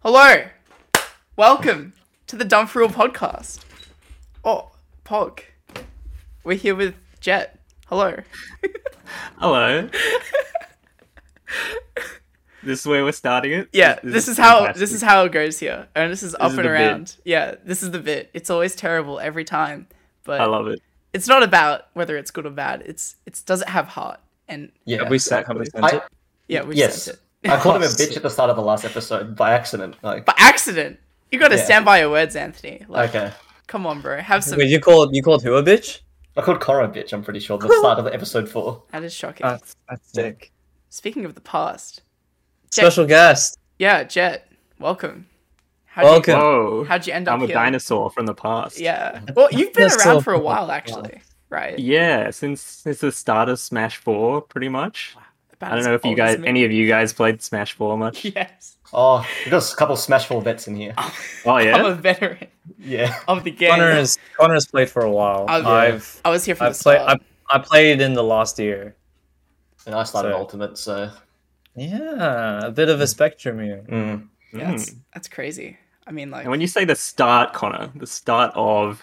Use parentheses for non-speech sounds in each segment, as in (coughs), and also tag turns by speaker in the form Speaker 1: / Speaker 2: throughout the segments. Speaker 1: Hello. Welcome to the Dumb for Real podcast. Oh, Pog. We're here with Jet. Hello.
Speaker 2: Hello. this is where we're starting it.
Speaker 1: Yeah, this, is how this is how it goes here. And this is up
Speaker 2: is
Speaker 1: and
Speaker 2: the bit.
Speaker 1: around. Yeah, this is the bit. It's always terrible every time, but
Speaker 2: I love it.
Speaker 1: it's not about whether it's good or bad. It's it's does it have heart? And
Speaker 3: Yeah,
Speaker 2: Have we sat? Have we sent
Speaker 3: I,
Speaker 2: it?
Speaker 1: yeah, we
Speaker 3: yes,
Speaker 1: sent it (laughs)
Speaker 3: I called him a bitch at the start of the last episode by accident. Like,
Speaker 1: by accident. You got to
Speaker 3: Yeah.
Speaker 1: stand by your words, Anthony. Like,
Speaker 3: okay,
Speaker 1: come on, bro. Have some.
Speaker 4: Wait, you called you called who a bitch?
Speaker 3: I called Cora a bitch. I'm pretty sure at the start of episode four.
Speaker 1: That is shocking.
Speaker 3: Uh,
Speaker 4: That's that's sick.
Speaker 1: Speaking of the past,
Speaker 4: Special guest.
Speaker 1: Yeah, Jet, welcome. How'd
Speaker 4: Welcome.
Speaker 2: Whoa.
Speaker 1: You, how'd you end up
Speaker 2: I'm a
Speaker 1: here?
Speaker 2: dinosaur from the past.
Speaker 1: Yeah. Well, you've been
Speaker 4: Dinosaur
Speaker 1: around for a
Speaker 4: from the
Speaker 1: while,
Speaker 4: past.
Speaker 1: actually, right?
Speaker 2: Yeah, since since the start of Smash Four, pretty much.
Speaker 1: About
Speaker 2: I don't
Speaker 1: as
Speaker 2: know if you
Speaker 1: old as
Speaker 2: guys,
Speaker 1: me.
Speaker 2: any of you guys, played Smash Four
Speaker 1: (laughs)
Speaker 2: much.
Speaker 1: Yes.
Speaker 3: Oh, we got a couple smashful vets in here.
Speaker 1: Um,
Speaker 2: Oh
Speaker 1: I'm a
Speaker 2: yeah.
Speaker 1: veteran
Speaker 3: Yeah,
Speaker 1: of the game.
Speaker 4: Connor has Connor has played for a while.
Speaker 1: I've-
Speaker 4: I've I've,
Speaker 1: I was here from the
Speaker 4: played
Speaker 1: start.
Speaker 4: I, I played in the last year.
Speaker 3: and I started
Speaker 4: So-
Speaker 3: ultimate, so
Speaker 4: Yeah, a bit of a spectrum here.
Speaker 3: mm.
Speaker 1: yeah, that's,
Speaker 2: Mm.
Speaker 1: that's crazy. I mean, like,
Speaker 2: And when you say the start, Connor, the start of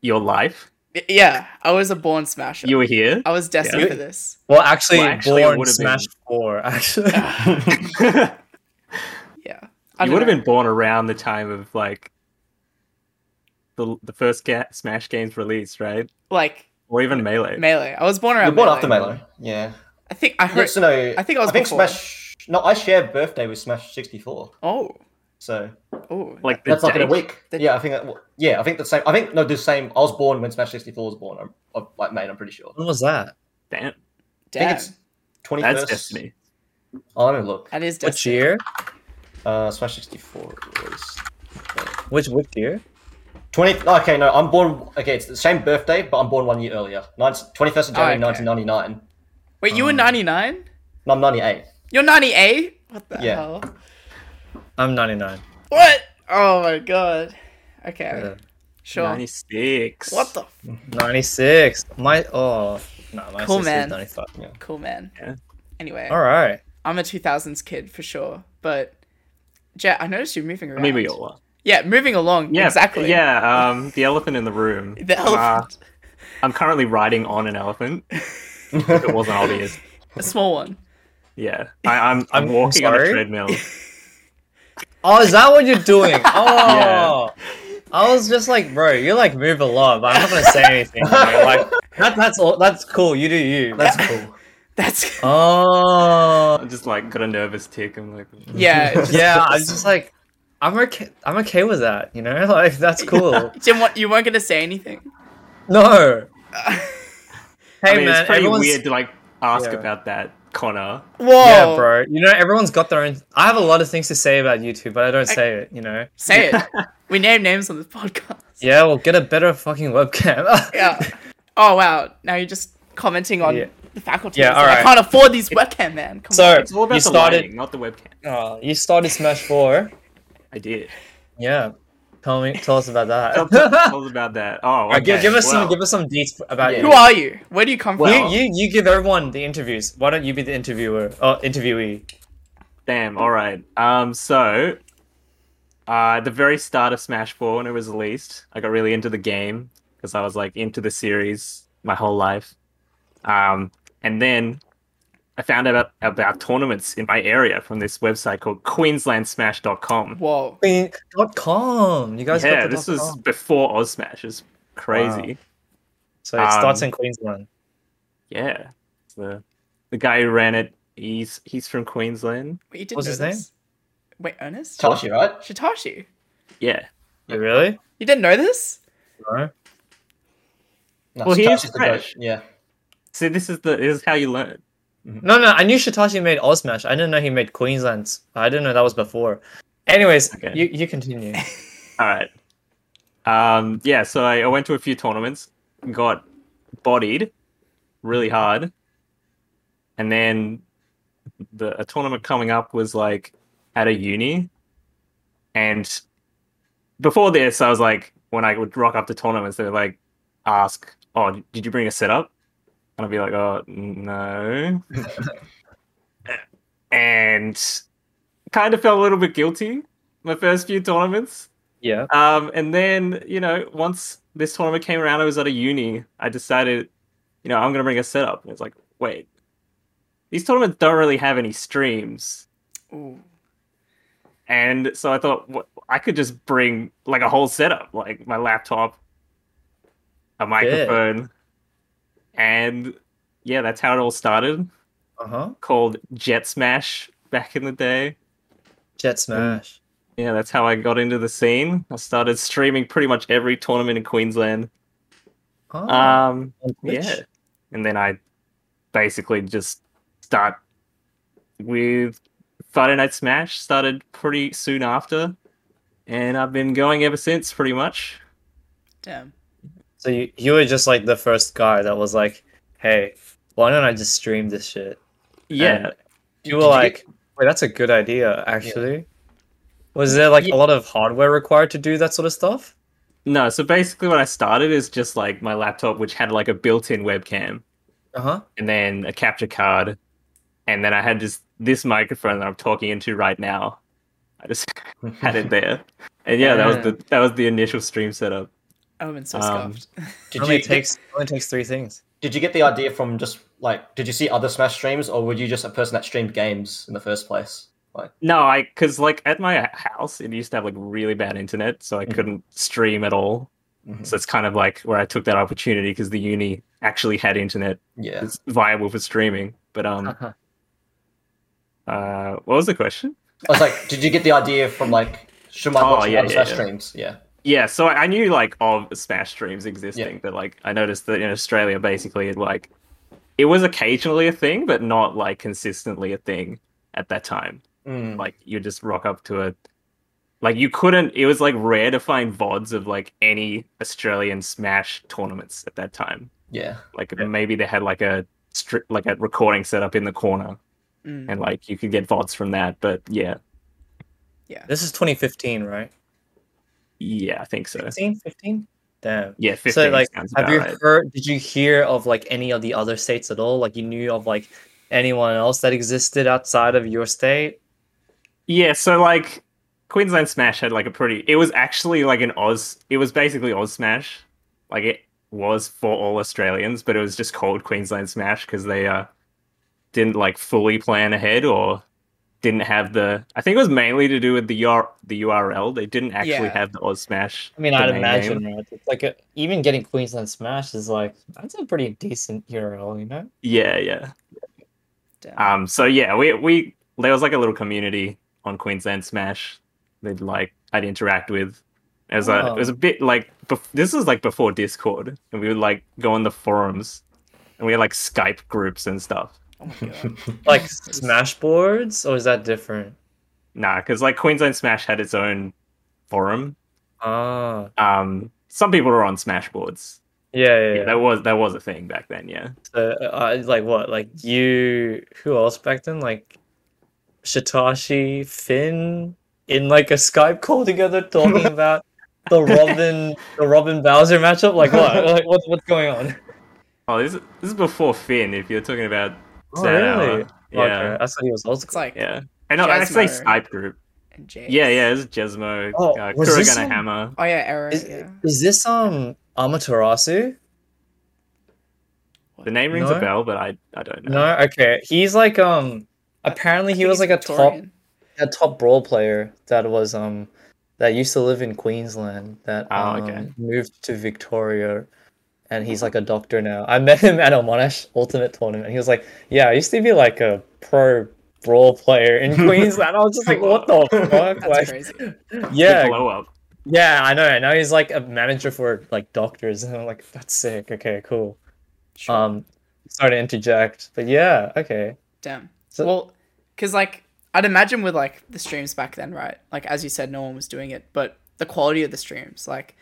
Speaker 2: your life,
Speaker 1: y- yeah, I was a born smasher.
Speaker 2: you were here.
Speaker 1: I was destined
Speaker 2: Yeah.
Speaker 1: for this.
Speaker 4: Well, actually,
Speaker 2: Well, actually, it
Speaker 4: born
Speaker 2: would've
Speaker 4: Smash Four. (laughs) Actually,
Speaker 1: Um,
Speaker 2: (laughs) you
Speaker 1: Yeah.
Speaker 2: would have been born around the time of like the the first ga- Smash game's release, right?
Speaker 1: like
Speaker 2: Or even Melee.
Speaker 1: melee. I was born around.
Speaker 3: you're born
Speaker 1: melee.
Speaker 3: after Melee. Yeah,
Speaker 1: I think I
Speaker 3: yeah
Speaker 1: heard.
Speaker 3: so no,
Speaker 1: I think I was
Speaker 3: I think
Speaker 1: before.
Speaker 3: Smash. No, I share birthday with Smash 64,
Speaker 1: Oh,
Speaker 3: so
Speaker 1: oh,
Speaker 2: like the
Speaker 3: that's like in a
Speaker 2: date.
Speaker 3: week.
Speaker 1: The-
Speaker 3: Yeah, I think. That, yeah, I think the same. I think no, the same. I was born when Smash 64 was born. I'm, I'm like mate, I'm pretty sure.
Speaker 4: when was that?
Speaker 2: Damn,
Speaker 3: I think
Speaker 1: damn.
Speaker 3: it's 21st.
Speaker 2: that's Destiny.
Speaker 3: Oh, let me look.
Speaker 1: That is
Speaker 4: Which
Speaker 1: destiny.
Speaker 4: year?
Speaker 3: Uh, Smash 64 was
Speaker 4: Which which year?
Speaker 3: 20 okay no i'm born okay it's the same birthday but i'm born one year earlier 19, 21st of
Speaker 1: Oh,
Speaker 3: january
Speaker 1: okay.
Speaker 3: 1999
Speaker 1: Wait,
Speaker 2: Um,
Speaker 1: you were ninety nine.
Speaker 3: no
Speaker 2: (laughs)
Speaker 3: i'm 98
Speaker 1: You're 98? What the
Speaker 3: Yeah.
Speaker 1: hell?
Speaker 4: I'm 99.
Speaker 1: What? Oh my god. Okay,
Speaker 4: Yeah.
Speaker 1: sure.
Speaker 2: Ninety six.
Speaker 1: What the? F-
Speaker 4: 96. My oh no, my
Speaker 1: Cool,
Speaker 4: sister's
Speaker 1: man.
Speaker 4: 95.
Speaker 1: cool man.
Speaker 2: Yeah.
Speaker 1: Anyway,
Speaker 4: All right.
Speaker 1: I'm a 2000s kid for sure, but Jet, I noticed you're moving
Speaker 2: I
Speaker 1: around.
Speaker 2: mean, we all are.
Speaker 1: Yeah, moving along.
Speaker 2: Yeah,
Speaker 1: exactly.
Speaker 2: Yeah, um, the elephant in the room.
Speaker 1: (laughs) The elephant.
Speaker 2: Uh, I'm currently riding on an elephant. if it wasn't
Speaker 1: (laughs)
Speaker 2: obvious.
Speaker 1: A small one.
Speaker 2: Yeah, I, I'm I'm
Speaker 4: I'm
Speaker 2: walking on a
Speaker 4: sorry?
Speaker 1: (laughs)
Speaker 2: treadmill.
Speaker 4: Oh, is that what
Speaker 2: (laughs)
Speaker 4: you're doing? Oh, I was just like, bro, you like move a lot, but I'm not gonna say anything. you know, Like that, that's all. That's cool. You do
Speaker 3: (laughs)
Speaker 4: you.
Speaker 3: that's cool
Speaker 4: (laughs)
Speaker 1: That's. (laughs)
Speaker 4: oh,
Speaker 2: I just like got a nervous tick. I'm like, mm.
Speaker 1: Yeah. it's Just,
Speaker 4: yeah.
Speaker 1: (laughs)
Speaker 4: I'm just like, I'm okay. I'm okay with that. You know, (laughs) like that's cool.
Speaker 1: Jim, what, you weren't going to say anything?
Speaker 4: No. Hey
Speaker 2: (laughs) I mean,
Speaker 4: man,
Speaker 2: it's pretty
Speaker 4: everyone's
Speaker 2: weird to like ask
Speaker 4: Yeah.
Speaker 2: about that, Connor.
Speaker 1: Whoa.
Speaker 4: yeah, bro. You know, everyone's got their own. I have a lot of things to say about you two, but I don't say it. You know.
Speaker 1: Say
Speaker 4: (laughs)
Speaker 1: it. we name names on this podcast.
Speaker 4: Yeah, well, get a better fucking webcam. (laughs)
Speaker 1: Yeah. Oh, wow. Now you're just commenting on
Speaker 4: Yeah.
Speaker 1: the faculty.
Speaker 4: Yeah,
Speaker 1: It's
Speaker 4: all
Speaker 1: like, I
Speaker 4: right.
Speaker 1: can't afford these webcam, man. Come on.
Speaker 4: So
Speaker 2: It's all about
Speaker 4: you
Speaker 2: the
Speaker 4: started.
Speaker 2: lighting, not the webcam.
Speaker 4: Oh, you started Smash Four.
Speaker 2: I did.
Speaker 4: Yeah. Tell me, tell us about that.
Speaker 2: Tell, tell-
Speaker 4: (laughs)
Speaker 2: tell us about that. Oh, okay.
Speaker 4: Alright, give, give us
Speaker 2: well,
Speaker 4: some, give us some deets about
Speaker 3: Yeah.
Speaker 1: Who are you? Where do you come
Speaker 4: you.
Speaker 2: Well-
Speaker 1: from?
Speaker 4: you. You, you give everyone the interviews. Why don't you be the interviewer? Oh, interviewee.
Speaker 2: Damn. All right. Um. So, uh, at the very start of Smash Four when it was released, I got really into the game because I was like into the series my whole life. Um. And then I found out about, about tournaments in my area from this website called QueenslandSmash.com.
Speaker 1: Whoa.
Speaker 4: Dot com. You guys
Speaker 2: Yeah,
Speaker 4: got the
Speaker 2: this
Speaker 4: dot
Speaker 2: was
Speaker 4: com.
Speaker 2: before Oz Smash. It's crazy.
Speaker 4: So it starts
Speaker 2: um,
Speaker 4: in Queensland.
Speaker 2: Yeah. The the guy who ran it, he's he's from Queensland.
Speaker 1: Wait, you didn't
Speaker 4: What's
Speaker 1: know
Speaker 4: his
Speaker 1: this? Wait, Ernest?
Speaker 3: Tashi, right
Speaker 1: Shitashi.
Speaker 2: Yeah.
Speaker 4: Wait, really?
Speaker 1: You didn't know this?
Speaker 4: No.
Speaker 3: no,
Speaker 2: Well, he
Speaker 3: Tashi's
Speaker 2: is
Speaker 3: the goat,
Speaker 2: French.
Speaker 3: yeah
Speaker 2: See, this is the this is how you learn.
Speaker 4: No, no. I knew Shitashi made Oz Smash. I didn't know he made Queensland's. I didn't know that was before. Anyways,
Speaker 2: Okay.
Speaker 4: you,
Speaker 2: (laughs)
Speaker 4: you continue.
Speaker 2: All right. Um, yeah, so I, I went to a few tournaments, got bodied really hard, and then the a tournament coming up was like at a uni, and before this, I was like, when I would rock up to tournaments, they would like ask, "Oh, did you bring a setup?" And I'd be like, "Oh, no," (laughs) and kind of felt a little bit guilty my first few tournaments.
Speaker 4: Yeah.
Speaker 2: Um, and then, you know, once this tournament came around, I was at a uni. I decided, you know, I'm going to bring a setup. And it's like, wait, these tournaments don't really have any streams.
Speaker 1: Ooh.
Speaker 2: And so I thought what, I could just bring like a whole setup, like my laptop, a microphone. And yeah, that's how it all started,
Speaker 4: Uh huh.
Speaker 2: called Jet Smash back in the day.
Speaker 4: Jet Smash.
Speaker 2: Yeah, that's how I got into the scene. I started streaming pretty much every tournament in Queensland.
Speaker 4: Oh,
Speaker 2: Um,
Speaker 4: on Twitch.
Speaker 2: yeah. And then I basically just start with Friday Night Smash, started pretty soon after. And I've been going ever since, pretty much.
Speaker 1: Damn.
Speaker 4: So you, you were just like the first guy that was like, hey, why don't I just stream this shit?
Speaker 2: Yeah.
Speaker 4: You were like, wait, that's a good idea, actually. Was there like
Speaker 2: Ye-
Speaker 4: a lot of hardware required to do that sort of stuff?
Speaker 2: no, so basically what I started is just like my laptop, which had like a built in webcam.
Speaker 4: Uh huh.
Speaker 2: and then a capture card, and then I had just this microphone that I'm talking into right now. I just (laughs) had it there, and yeah, that was the that was the initial stream setup.
Speaker 1: I would have been so
Speaker 2: Um,
Speaker 1: scuffed. (laughs)
Speaker 4: It
Speaker 3: Did
Speaker 4: only
Speaker 3: you
Speaker 4: takes only takes three things.
Speaker 3: did you get the idea from just like did you see other Smash streams or were you just a person that streamed games in the first place? Like
Speaker 2: No, I because like at my house it used to have like really bad internet, so I
Speaker 3: Mhm.
Speaker 2: couldn't stream at all.
Speaker 3: mhm.
Speaker 2: So it's kind of like where I took that opportunity because the uni actually had internet.
Speaker 3: yeah.
Speaker 2: It's viable for streaming. But um,
Speaker 4: Uh-huh.
Speaker 2: uh, what was the question?
Speaker 3: I was like, did you get the idea from like should I
Speaker 2: Oh,
Speaker 3: watch
Speaker 2: yeah,
Speaker 3: other
Speaker 2: yeah,
Speaker 3: Smash
Speaker 2: yeah.
Speaker 3: streams? Yeah.
Speaker 2: Yeah, so I I knew like of Smash streams existing, but like I noticed that in Australia, basically, it like it was occasionally a thing, but not like consistently a thing at that time.
Speaker 3: Mm.
Speaker 2: Like you just rock up to a like you couldn't. It was like rare to find vods of like any Australian Smash tournaments at that time.
Speaker 3: Yeah.
Speaker 2: Like
Speaker 4: Yeah.
Speaker 2: maybe they had like a strip, like a recording set up in the corner,
Speaker 1: Mm.
Speaker 2: and like you could get vods from that. But yeah,
Speaker 4: This is 2015, right?
Speaker 2: yeah, I think so.
Speaker 4: 15, 15. Damn.
Speaker 2: Yeah, fifteen
Speaker 4: so like,
Speaker 2: sounds about
Speaker 4: have you
Speaker 2: right.
Speaker 4: heard? Did you hear of like any of the other states at all? Like, you knew of like anyone else that existed outside of your state?
Speaker 2: Yeah, so like Queensland Smash had like a pretty. It was actually like an Oz. It was basically Oz Smash. Like it was for all Australians, but it was just called Queensland Smash because they uh didn't like fully plan ahead or didn't have the. I think it was mainly to do with the UR, the URL. They didn't actually
Speaker 1: Yeah.
Speaker 2: have the Oz Smash.
Speaker 4: I mean,
Speaker 2: domain
Speaker 4: I'd
Speaker 2: name.
Speaker 4: imagine right? it's like a, even getting Queensland Smash is like that's a pretty decent URL, you know?
Speaker 2: Yeah, yeah.
Speaker 1: Damn.
Speaker 2: Um, so yeah, we we there was like a little community on Queensland Smash that like I'd interact with. It was a
Speaker 4: Oh.
Speaker 2: it was a bit like bef- this was like before Discord, and we would like go on the forums, and we had like Skype groups and stuff.
Speaker 1: oh my god.
Speaker 4: Like Smash boards, or is that different?
Speaker 2: Nah, because like Queensland Smash had its own forum.
Speaker 4: Ah,
Speaker 2: Um, some people were on Smash boards.
Speaker 4: yeah, yeah.
Speaker 2: Yeah,
Speaker 4: yeah.
Speaker 2: that was that was a thing back then. Yeah,
Speaker 4: So, uh, like what? Like you? Who else back then? Like Shitashi, Finn, in like a Skype call together, talking about the Robin, the Robin Bowser matchup. Like what? Like what's what's going on?
Speaker 2: Oh, this is, this is before Finn. If you're talking about
Speaker 4: Oh,
Speaker 2: Zanoa.
Speaker 4: really?
Speaker 2: yeah,
Speaker 4: Okay, I thought he was old
Speaker 1: It's
Speaker 4: school.
Speaker 1: like
Speaker 2: yeah. And I say
Speaker 1: Jasmo.
Speaker 2: Skype group.
Speaker 1: and Jace.
Speaker 2: Yeah, yeah, it's Jesmo,
Speaker 4: Oh,
Speaker 2: uh,
Speaker 4: was this
Speaker 2: Kuragana
Speaker 4: in-
Speaker 2: Hammer.
Speaker 1: Oh yeah, Arrow.
Speaker 4: Is,
Speaker 1: yeah.
Speaker 4: is this um Amaterasu?
Speaker 2: The name rings
Speaker 4: No?
Speaker 2: a bell, but I, I don't know.
Speaker 4: No, okay. He's like um. Apparently,
Speaker 1: I
Speaker 4: he
Speaker 1: think
Speaker 4: was
Speaker 1: he's
Speaker 4: like a top
Speaker 1: Victorian.
Speaker 4: a top role player that was um that used to live in Queensland that
Speaker 1: Ah,
Speaker 2: Oh,
Speaker 4: um,
Speaker 2: okay.
Speaker 4: moved to Victoria and he's like a doctor now. I met him (laughs) at a Monash Ultimate Tournament and he was like, Yeah, I used to be like a pro brawl
Speaker 1: (laughs)
Speaker 4: player in Queensland. I was just like, What the fuck?
Speaker 1: That's
Speaker 4: like (laughs)
Speaker 1: crazy.
Speaker 2: Yeah.
Speaker 4: Yeah.
Speaker 2: blow up.
Speaker 4: Yeah, I know. And now he's like a manager for like doctors and I'm like, That's sick, okay, cool.
Speaker 1: Sure.
Speaker 4: Um sorry to interject, but yeah, okay.
Speaker 1: Damn.
Speaker 4: So-
Speaker 1: well, because like I'd imagine with like the streams back then, right? Like as you said, no one was doing it, but the quality of the streams, like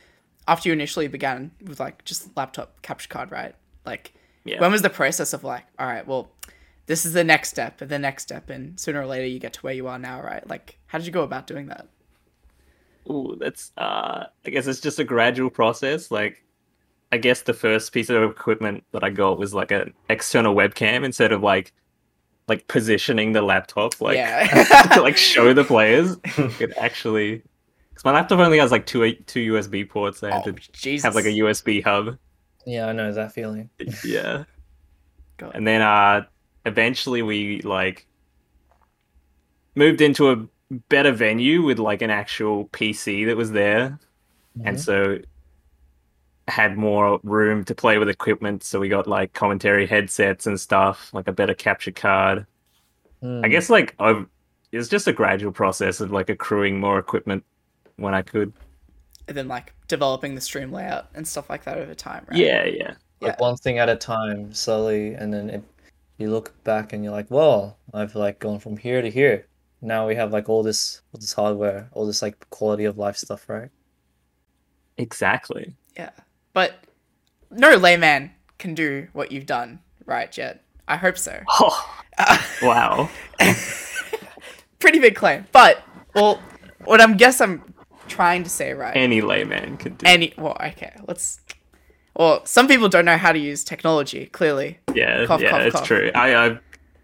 Speaker 1: after you initially began with like just laptop capture card, right? Like
Speaker 2: Yeah.
Speaker 1: when was the process of like, all right, well, this is the next step, and the next step, and sooner or later you get to where you are now, right? Like how did you go about doing that?
Speaker 2: Ooh, that's uh I guess it's just a gradual process. Like I guess the first piece of equipment that I got was like an external webcam instead of like like positioning the laptop, like
Speaker 1: Yeah.
Speaker 2: (laughs) to like show the players. It actually, because my laptop only has like two two USB ports. I had
Speaker 1: Oh,
Speaker 2: to
Speaker 1: Jesus.
Speaker 2: have like a USB hub.
Speaker 4: Yeah, I know that feeling.
Speaker 2: Yeah.
Speaker 1: God.
Speaker 2: And then uh eventually we like moved into a better venue with like an actual PC that was there. And so had more room to play with equipment, so we got like commentary headsets and stuff, like a better capture card. I guess like ov- it was just a gradual process of like accruing more equipment when I could.
Speaker 1: and then like developing the stream layout and stuff like that over time, right?
Speaker 2: Yeah, yeah.
Speaker 4: like one thing at a time, slowly, and then it, you look back and you're like, "Well, I've like gone from here to here. Now we have like all this, all this hardware, all this like quality of life stuff, right?"
Speaker 2: (laughs) Exactly.
Speaker 1: Yeah. But no layman can do what you've done, right, Jet? I hope so.
Speaker 2: Oh, wow.
Speaker 1: Pretty big claim. But well what I'm guess I'm trying to say, right?
Speaker 2: Any layman could do.
Speaker 1: Any well, okay, let's well, some people don't know how to use technology, clearly.
Speaker 2: Yeah,
Speaker 1: Cough,
Speaker 2: yeah,
Speaker 1: cough,
Speaker 2: it's
Speaker 1: cough.
Speaker 2: true. I, I,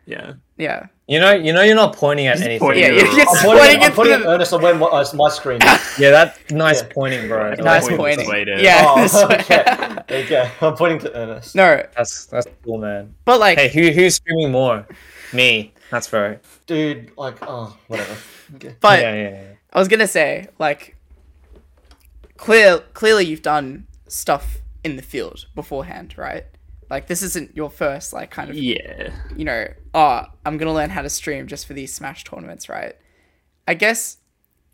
Speaker 2: yeah,
Speaker 1: Yeah.
Speaker 4: You know, you know, you're not pointing at anything.
Speaker 2: pointing
Speaker 1: Yeah,
Speaker 2: Yeah,
Speaker 1: you're
Speaker 2: I'm
Speaker 1: just
Speaker 3: I'm putting,
Speaker 1: pointing
Speaker 3: I'm
Speaker 1: it
Speaker 3: putting
Speaker 1: through
Speaker 3: Ernest away my, uh, my screen.
Speaker 4: Yeah, that nice
Speaker 3: Yeah.
Speaker 4: pointing, bro.
Speaker 2: Right.
Speaker 1: nice
Speaker 2: Pointing
Speaker 1: pointing.
Speaker 2: this way to-
Speaker 1: Yeah. (laughs) this
Speaker 3: oh,
Speaker 1: way.
Speaker 3: okay. There you go. I'm pointing to Ernest.
Speaker 1: no,
Speaker 4: That's that's cool, man.
Speaker 1: but like
Speaker 4: Hey, who who's screaming more? Me. That's right.
Speaker 3: Dude, like, oh, whatever. Okay.
Speaker 1: but
Speaker 4: yeah, yeah, yeah.
Speaker 1: I was gonna say, like, clear, clearly you've done stuff in the field beforehand, right? Like, this isn't your first, like, kind of,
Speaker 2: yeah.
Speaker 1: you know, oh, I'm gonna learn how to stream just for these Smash tournaments, right? I guess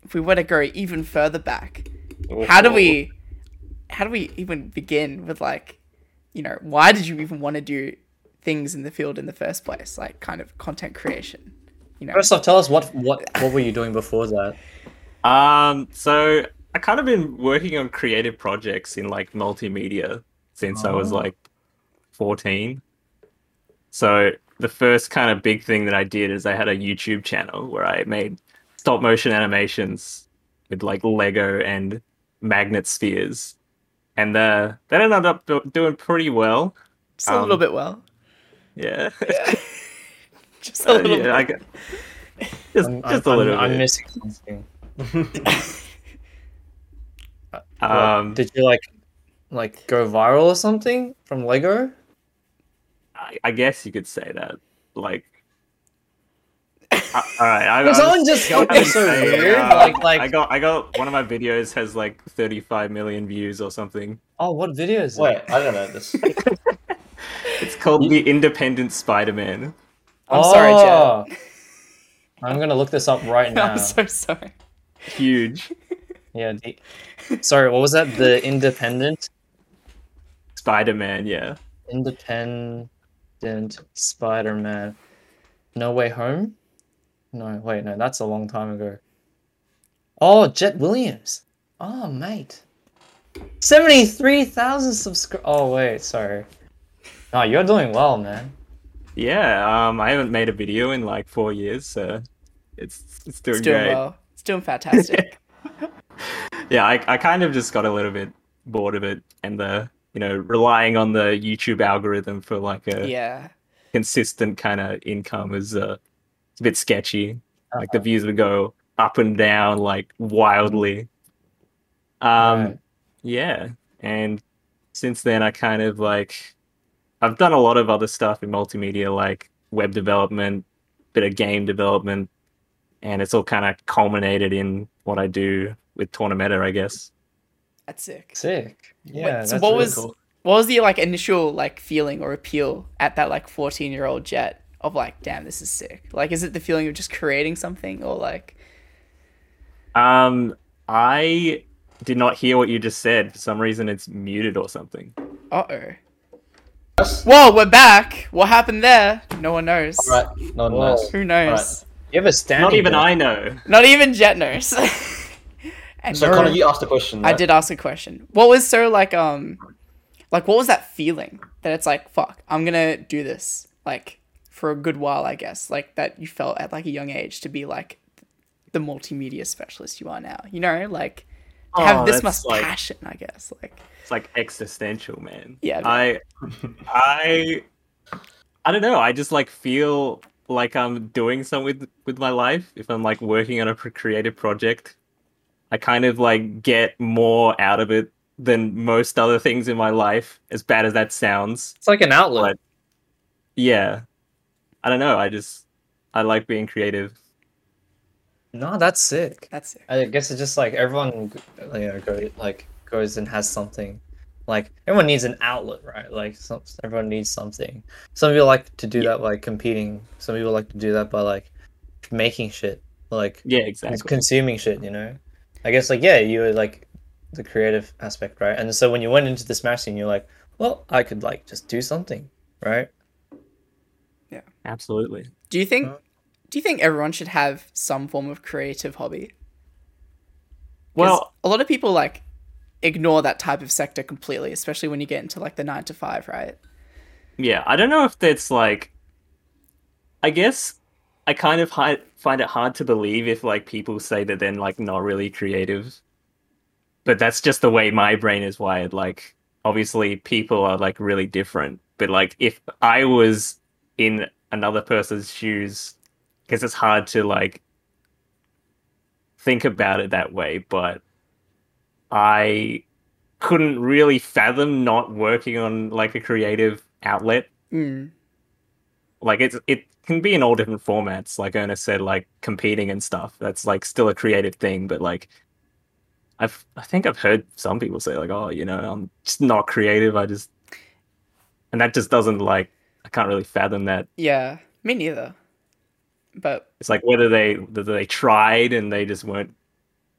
Speaker 1: if we were to go even further back, how do we, how do we even begin with like, you know, why did you even want to do things in the field in the first place, like kind of content creation, you know?
Speaker 4: First off, tell us what what what were you doing before that?
Speaker 2: Um, so I kind of been working on creative projects in like multimedia since I was like fourteen. So the first kind of big thing that I did is I had a YouTube channel where I made stop motion animations with like Lego and magnet spheres, and uh, that ended up do- doing pretty well.
Speaker 1: Just a little
Speaker 2: um,
Speaker 1: bit well, (laughs)
Speaker 2: Yeah. (laughs)
Speaker 1: just a
Speaker 2: Uh,
Speaker 1: little
Speaker 2: yeah, I
Speaker 1: bit.
Speaker 2: g- just, just a
Speaker 4: I'm,
Speaker 2: little
Speaker 4: I'm
Speaker 2: bit.
Speaker 4: missing something. What,
Speaker 2: um,
Speaker 4: did you like like go viral or something from Lego?
Speaker 2: I, I guess you could say that. Like, I- all right,
Speaker 4: (laughs)
Speaker 2: I,
Speaker 4: Because
Speaker 2: I
Speaker 4: I'm just fucking
Speaker 2: gonna
Speaker 4: so
Speaker 2: say,
Speaker 4: weird.
Speaker 2: uh,
Speaker 4: like, like,
Speaker 2: I got, I got one of my videos has like 35 million views or something.
Speaker 4: oh, what video is
Speaker 3: Wait,
Speaker 4: it?
Speaker 3: I don't know this.
Speaker 2: It's called The Independent Spider-Man.
Speaker 1: I'm sorry,
Speaker 4: Oh.
Speaker 1: (laughs)
Speaker 4: I'm gonna look this up right now.
Speaker 1: I'm so sorry.
Speaker 2: Huge
Speaker 4: Yeah. the- sorry, what was that? The independent,
Speaker 2: Spider-Man, yeah.
Speaker 4: independent Spider-Man. No Way Home. No, wait, no, that's a long time ago. Oh, Jet Williams. Oh, mate. Seventy-three thousand subscribers. Oh, wait, sorry. No, you're doing well, man.
Speaker 2: Yeah, um, I haven't made a video in like four years, so it's it's doing,
Speaker 1: It's doing
Speaker 2: great.
Speaker 1: well. It's doing fantastic.
Speaker 2: Yeah, I, I kind of just got a little bit bored of it and the, you know, relying on the YouTube algorithm for like a
Speaker 1: yeah.
Speaker 2: consistent kind of income is uh, it's a bit sketchy. Like the views would go up and down like wildly. Um,
Speaker 4: Right.
Speaker 2: yeah, and since then I kind of like I've done a lot of other stuff in multimedia, like web development, bit of game development, and it's all kind of culminated in what I do with Tornameta, I guess.
Speaker 1: That's sick.
Speaker 4: Sick. Yeah.
Speaker 1: Wait,
Speaker 4: that's
Speaker 1: so what
Speaker 4: really
Speaker 1: was
Speaker 4: cool.
Speaker 1: what was the like initial like feeling or appeal at that like 14 year old jet of like damn this is sick like is it the feeling of just creating something or like
Speaker 2: Um, I did not hear what you just said. For some reason, it's muted or something.
Speaker 1: uh oh
Speaker 3: Yes?
Speaker 1: whoa we're back what happened there no one knows
Speaker 3: All right, no one
Speaker 4: Whoa.
Speaker 3: knows.
Speaker 1: who knows
Speaker 4: You have a standing.
Speaker 2: Not even
Speaker 4: desk.
Speaker 2: I know.
Speaker 1: not even jet knows (laughs) and
Speaker 3: So,
Speaker 1: no-
Speaker 3: Connor, you asked a question.
Speaker 1: I
Speaker 3: right?
Speaker 1: did ask a question. What was so like um like what was that feeling that it's like fuck, I'm going to do this like for a good while, I guess. Like that you felt at like a young age to be like the multimedia specialist you are now. You know, like to
Speaker 2: Oh,
Speaker 1: have this much
Speaker 2: that's like-
Speaker 1: passion, I guess. Like
Speaker 2: It's like existential, man.
Speaker 1: Yeah,
Speaker 2: I, I, I don't know. I just like feel like I'm doing something with, with my life, if I'm like working on a pro- creative project, I kind of like get more out of it than most other things in my life, as bad as that sounds.
Speaker 4: It's like an outlet.
Speaker 2: Like- Yeah. I don't know. I just, I like being creative.
Speaker 4: no, that's sick.
Speaker 1: That's it.
Speaker 4: I guess it's just like everyone, you know, go, like goes and has something. Like everyone needs an outlet, right? Like some, everyone needs something. Some people like to do that by like, competing. Some people like to do that by like making shit, like
Speaker 2: Yeah,
Speaker 4: cons-
Speaker 2: exactly.
Speaker 4: consuming shit. You know, I guess like yeah, you were like the creative aspect, right? And so when you went into the smash scene, you're like, well, I could like just do something, right?
Speaker 2: Absolutely.
Speaker 1: Do you think?
Speaker 4: Uh,
Speaker 1: Do you think everyone should have some form of creative hobby? 'Cause
Speaker 2: Well,
Speaker 1: a lot of people like ignore that type of sector completely, especially when you get into like the nine to five, right?
Speaker 2: yeah, I don't know if that's like, I guess I kind of hi- find it hard to believe if like people say that they're like not really creative, but that's just the way my brain is wired. Like, obviously, people are like really different, but like if I was in another person's shoes, because it's hard to like think about it that way, but I couldn't really fathom not working on like a creative outlet
Speaker 1: Mm.
Speaker 2: like it's it can be in all different formats like ernest said like competing and stuff that's like still a creative thing but like i've i think i've heard some people say like oh you know i'm just not creative i just and that just doesn't like i can't really fathom that
Speaker 1: Yeah, me neither. But
Speaker 2: it's like whether they whether they tried and they just weren't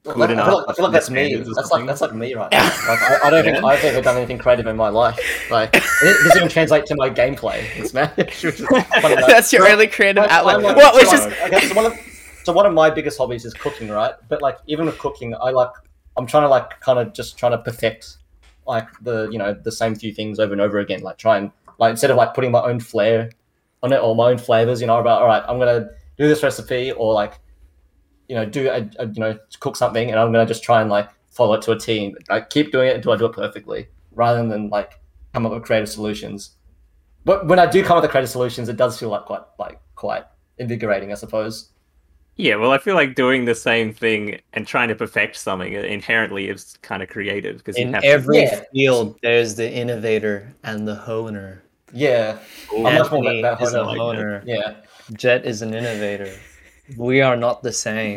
Speaker 3: Well,
Speaker 2: Good
Speaker 3: that- I
Speaker 2: enough.
Speaker 3: feel like, I feel like that's me.
Speaker 2: Standards or
Speaker 3: That's
Speaker 2: something.
Speaker 3: like that's like me right now. Like, I, I
Speaker 1: (laughs)
Speaker 3: don't think I've ever done anything creative in my life. Like it doesn't even translate to my gameplay. (laughs) It's mad.
Speaker 1: (laughs) that's your only creative
Speaker 3: I- I
Speaker 1: outlet.
Speaker 3: like-
Speaker 1: What? Which
Speaker 3: so,
Speaker 1: is
Speaker 3: okay, so one of so one of my biggest hobbies is cooking, right? But like even with cooking, I like I'm trying to like kind of just trying to perfect like the you know the same few things over and over again. Like try and like instead of like putting my own flair on it or my own flavors, you know, about all right, I'm gonna do this recipe or like you know do a, a, you know cook something and I'm gonna just try and like follow it to a team. Like keep doing it until I do it perfectly, rather than like come up with creative solutions. But when I do come up with creative solutions, it does feel like quite like quite invigorating, I suppose.
Speaker 2: yeah well i feel like doing the same thing and trying to perfect something inherently is kind of creative because you
Speaker 4: In
Speaker 2: have
Speaker 4: every
Speaker 3: Yeah.
Speaker 4: field, there's the innovator and the honer.
Speaker 3: Yeah,
Speaker 2: to
Speaker 3: I'm much more
Speaker 4: Anthony
Speaker 3: about
Speaker 4: is a
Speaker 3: honer.
Speaker 4: honer.
Speaker 3: yeah. (laughs)
Speaker 4: Jet is an innovator. We are not the same. (laughs)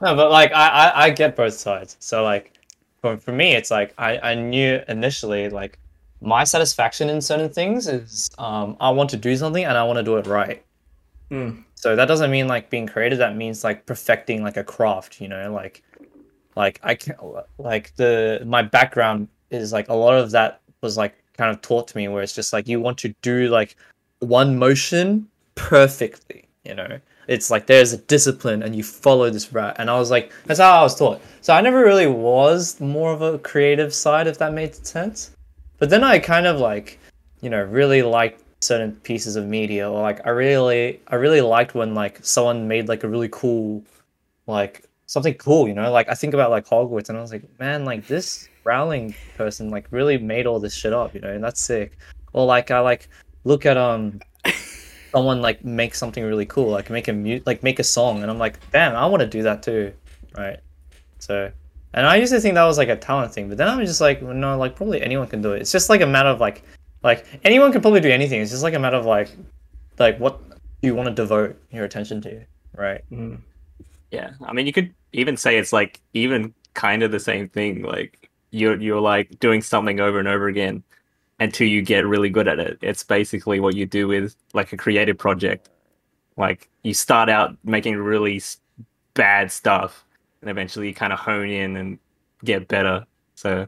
Speaker 4: no, but like I, I, I get both sides. So like for, for me it's like I, I knew initially like my satisfaction in certain things is um I want to do something and I want to do it right.
Speaker 3: Mm.
Speaker 4: So that doesn't mean like being creative, that means like perfecting like a craft, you know, like like I can like the my background is like a lot of that was like kind of taught to me where it's just like you want to do like one motion perfectly, you know. It's like there's a discipline and you follow this route. And I was like, that's how I was taught. So I never really was more of a creative side, if that made sense. But then I kind of like, you know, really liked certain pieces of media or like I really I really liked when like someone made like a really cool like something cool, you know? Like I think about like Hogwarts and I was like, man, like this Rowling person like really made all this shit up, you know, and that's sick. Or like I like look at um someone like make something really cool, like make a mu- like make a song and I'm like, damn, I want to do that too. Right. So and I used to think that was like a talent thing, but then I'm just like, no, like probably anyone can do it. It's just like a matter of like like anyone can probably do anything. It's just like a matter of like like what you want to devote your attention to, right?
Speaker 3: Mm.
Speaker 2: Yeah, I mean, you could even say it's like even kind of the same thing. Like you're you're like doing something over and over again until you get really good at it. It's basically what you do with like a creative project. Like you start out making really s- bad stuff, and eventually you kind of hone in and get better. So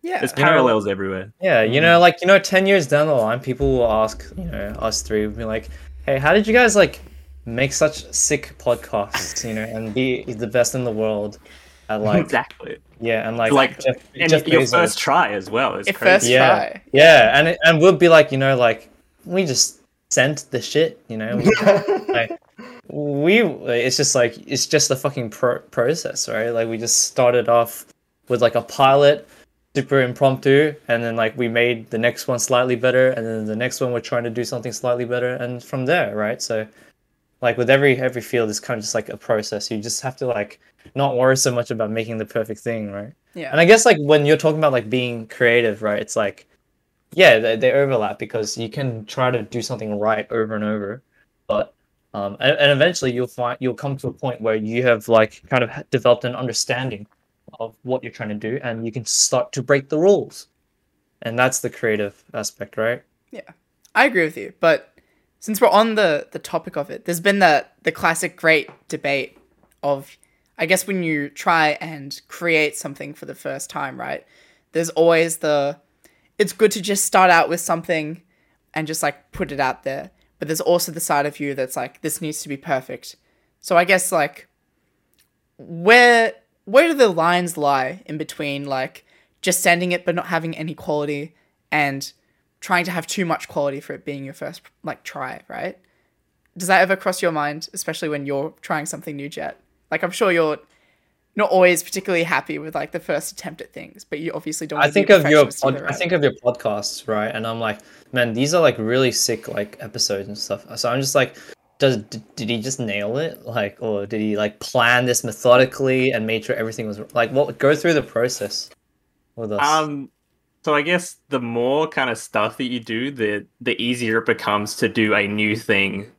Speaker 1: yeah.
Speaker 4: Uh,
Speaker 2: there's parallels everywhere.
Speaker 4: Yeah, you
Speaker 2: Mm-hmm.
Speaker 4: know, like you know, ten years down the line, people will ask, you know, us three will be like, "Hey, how did you guys like make such sick podcasts, you know, and be the best in the world?" At
Speaker 2: (laughs)
Speaker 4: like,
Speaker 2: exactly.
Speaker 4: yeah, and like,
Speaker 2: Like,
Speaker 4: Jeff,
Speaker 2: And
Speaker 4: Jeff
Speaker 2: your
Speaker 4: Bezos.
Speaker 2: first try as well is
Speaker 1: Your
Speaker 2: crazy.
Speaker 1: first
Speaker 4: Yeah.
Speaker 1: try.
Speaker 4: yeah, and it, and we'll be like, you know, like we just sent the shit, you know, we like we it's just like it's just the fucking pro- process right like we just started off with like a pilot super impromptu and then like we made the next one slightly better and then the next one we're trying to do something slightly better and from there right so like with every every field it's kind of just like a process you just have to like not worry so much about making the perfect thing right
Speaker 1: Yeah.
Speaker 4: and i guess like when you're talking about like being creative right it's like yeah they, they overlap because you can try to do something right over and over but um and, and eventually you'll find you'll come to a point where you have like kind of developed an understanding of what you're trying to do and you can start to break the rules and that's the creative aspect right
Speaker 1: I agree with you, but since we're on the the topic of it, there's been the the classic great debate of I guess when you try and create something for the first time, right? There's always the it's good to just start out with something and just like put it out there. But there's also the side of you that's like this needs to be perfect. So I guess like where where do the lines lie in between like just sending it but not having any quality and trying to have too much quality for it being your first like try, right? Does that ever cross your mind, especially when you're trying something new, Jet? Like I'm sure you're not always particularly happy with like the first attempt at things, but you obviously don't.
Speaker 4: I
Speaker 1: wanna be a
Speaker 4: think of your
Speaker 1: perfectionist
Speaker 4: pod-
Speaker 1: either,
Speaker 4: I
Speaker 1: right?
Speaker 4: think of your podcasts, right? And I'm like, man, these are like really sick like episodes and stuff. So I'm just like, does d- did he just nail it? Like, or did he like plan this methodically and made sure everything was like what go through the process with us?
Speaker 2: Um, so I guess the more kind of stuff that you do, the the easier it becomes to do a new thing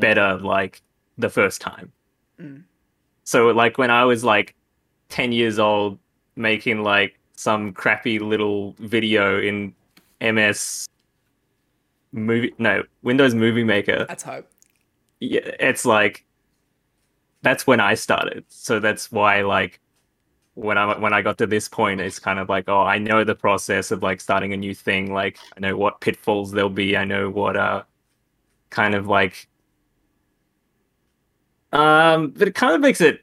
Speaker 2: better, like the first time.
Speaker 1: Mm.
Speaker 2: So like when I was like ten years old, making like some crappy little video in MS movie no Windows Movie Maker.
Speaker 1: That's hope.
Speaker 2: yeah, it's like that's when I started. So that's why like when I when I got to this point, it's kind of like oh, I know the process of like starting a new thing. Like I know what pitfalls there'll be. I know what uh kind of like um, but it kind of makes it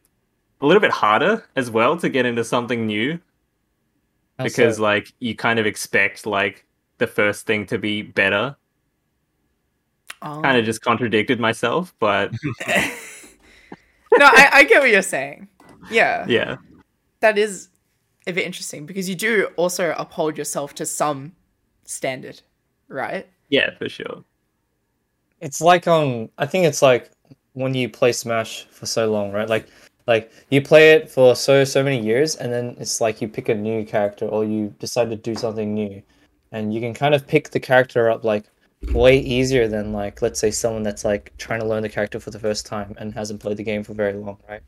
Speaker 2: a little bit harder as well to get into something new
Speaker 4: How so?
Speaker 2: because like you kind of expect like the first thing to be better.
Speaker 1: Oh.
Speaker 2: Kind of just contradicted myself, but
Speaker 1: no, I, I get what you're saying. Yeah,
Speaker 2: yeah.
Speaker 1: that is a bit interesting because you do also uphold yourself to some standard, right?
Speaker 2: Yeah, for sure.
Speaker 4: it's like um i think it's like when you play smash for so long right like like you play it for so so many years and then it's like you pick a new character or you decide to do something new and you can kind of pick the character up like way easier than like let's say someone that's like trying to learn the character for the first time and hasn't played the game for very long right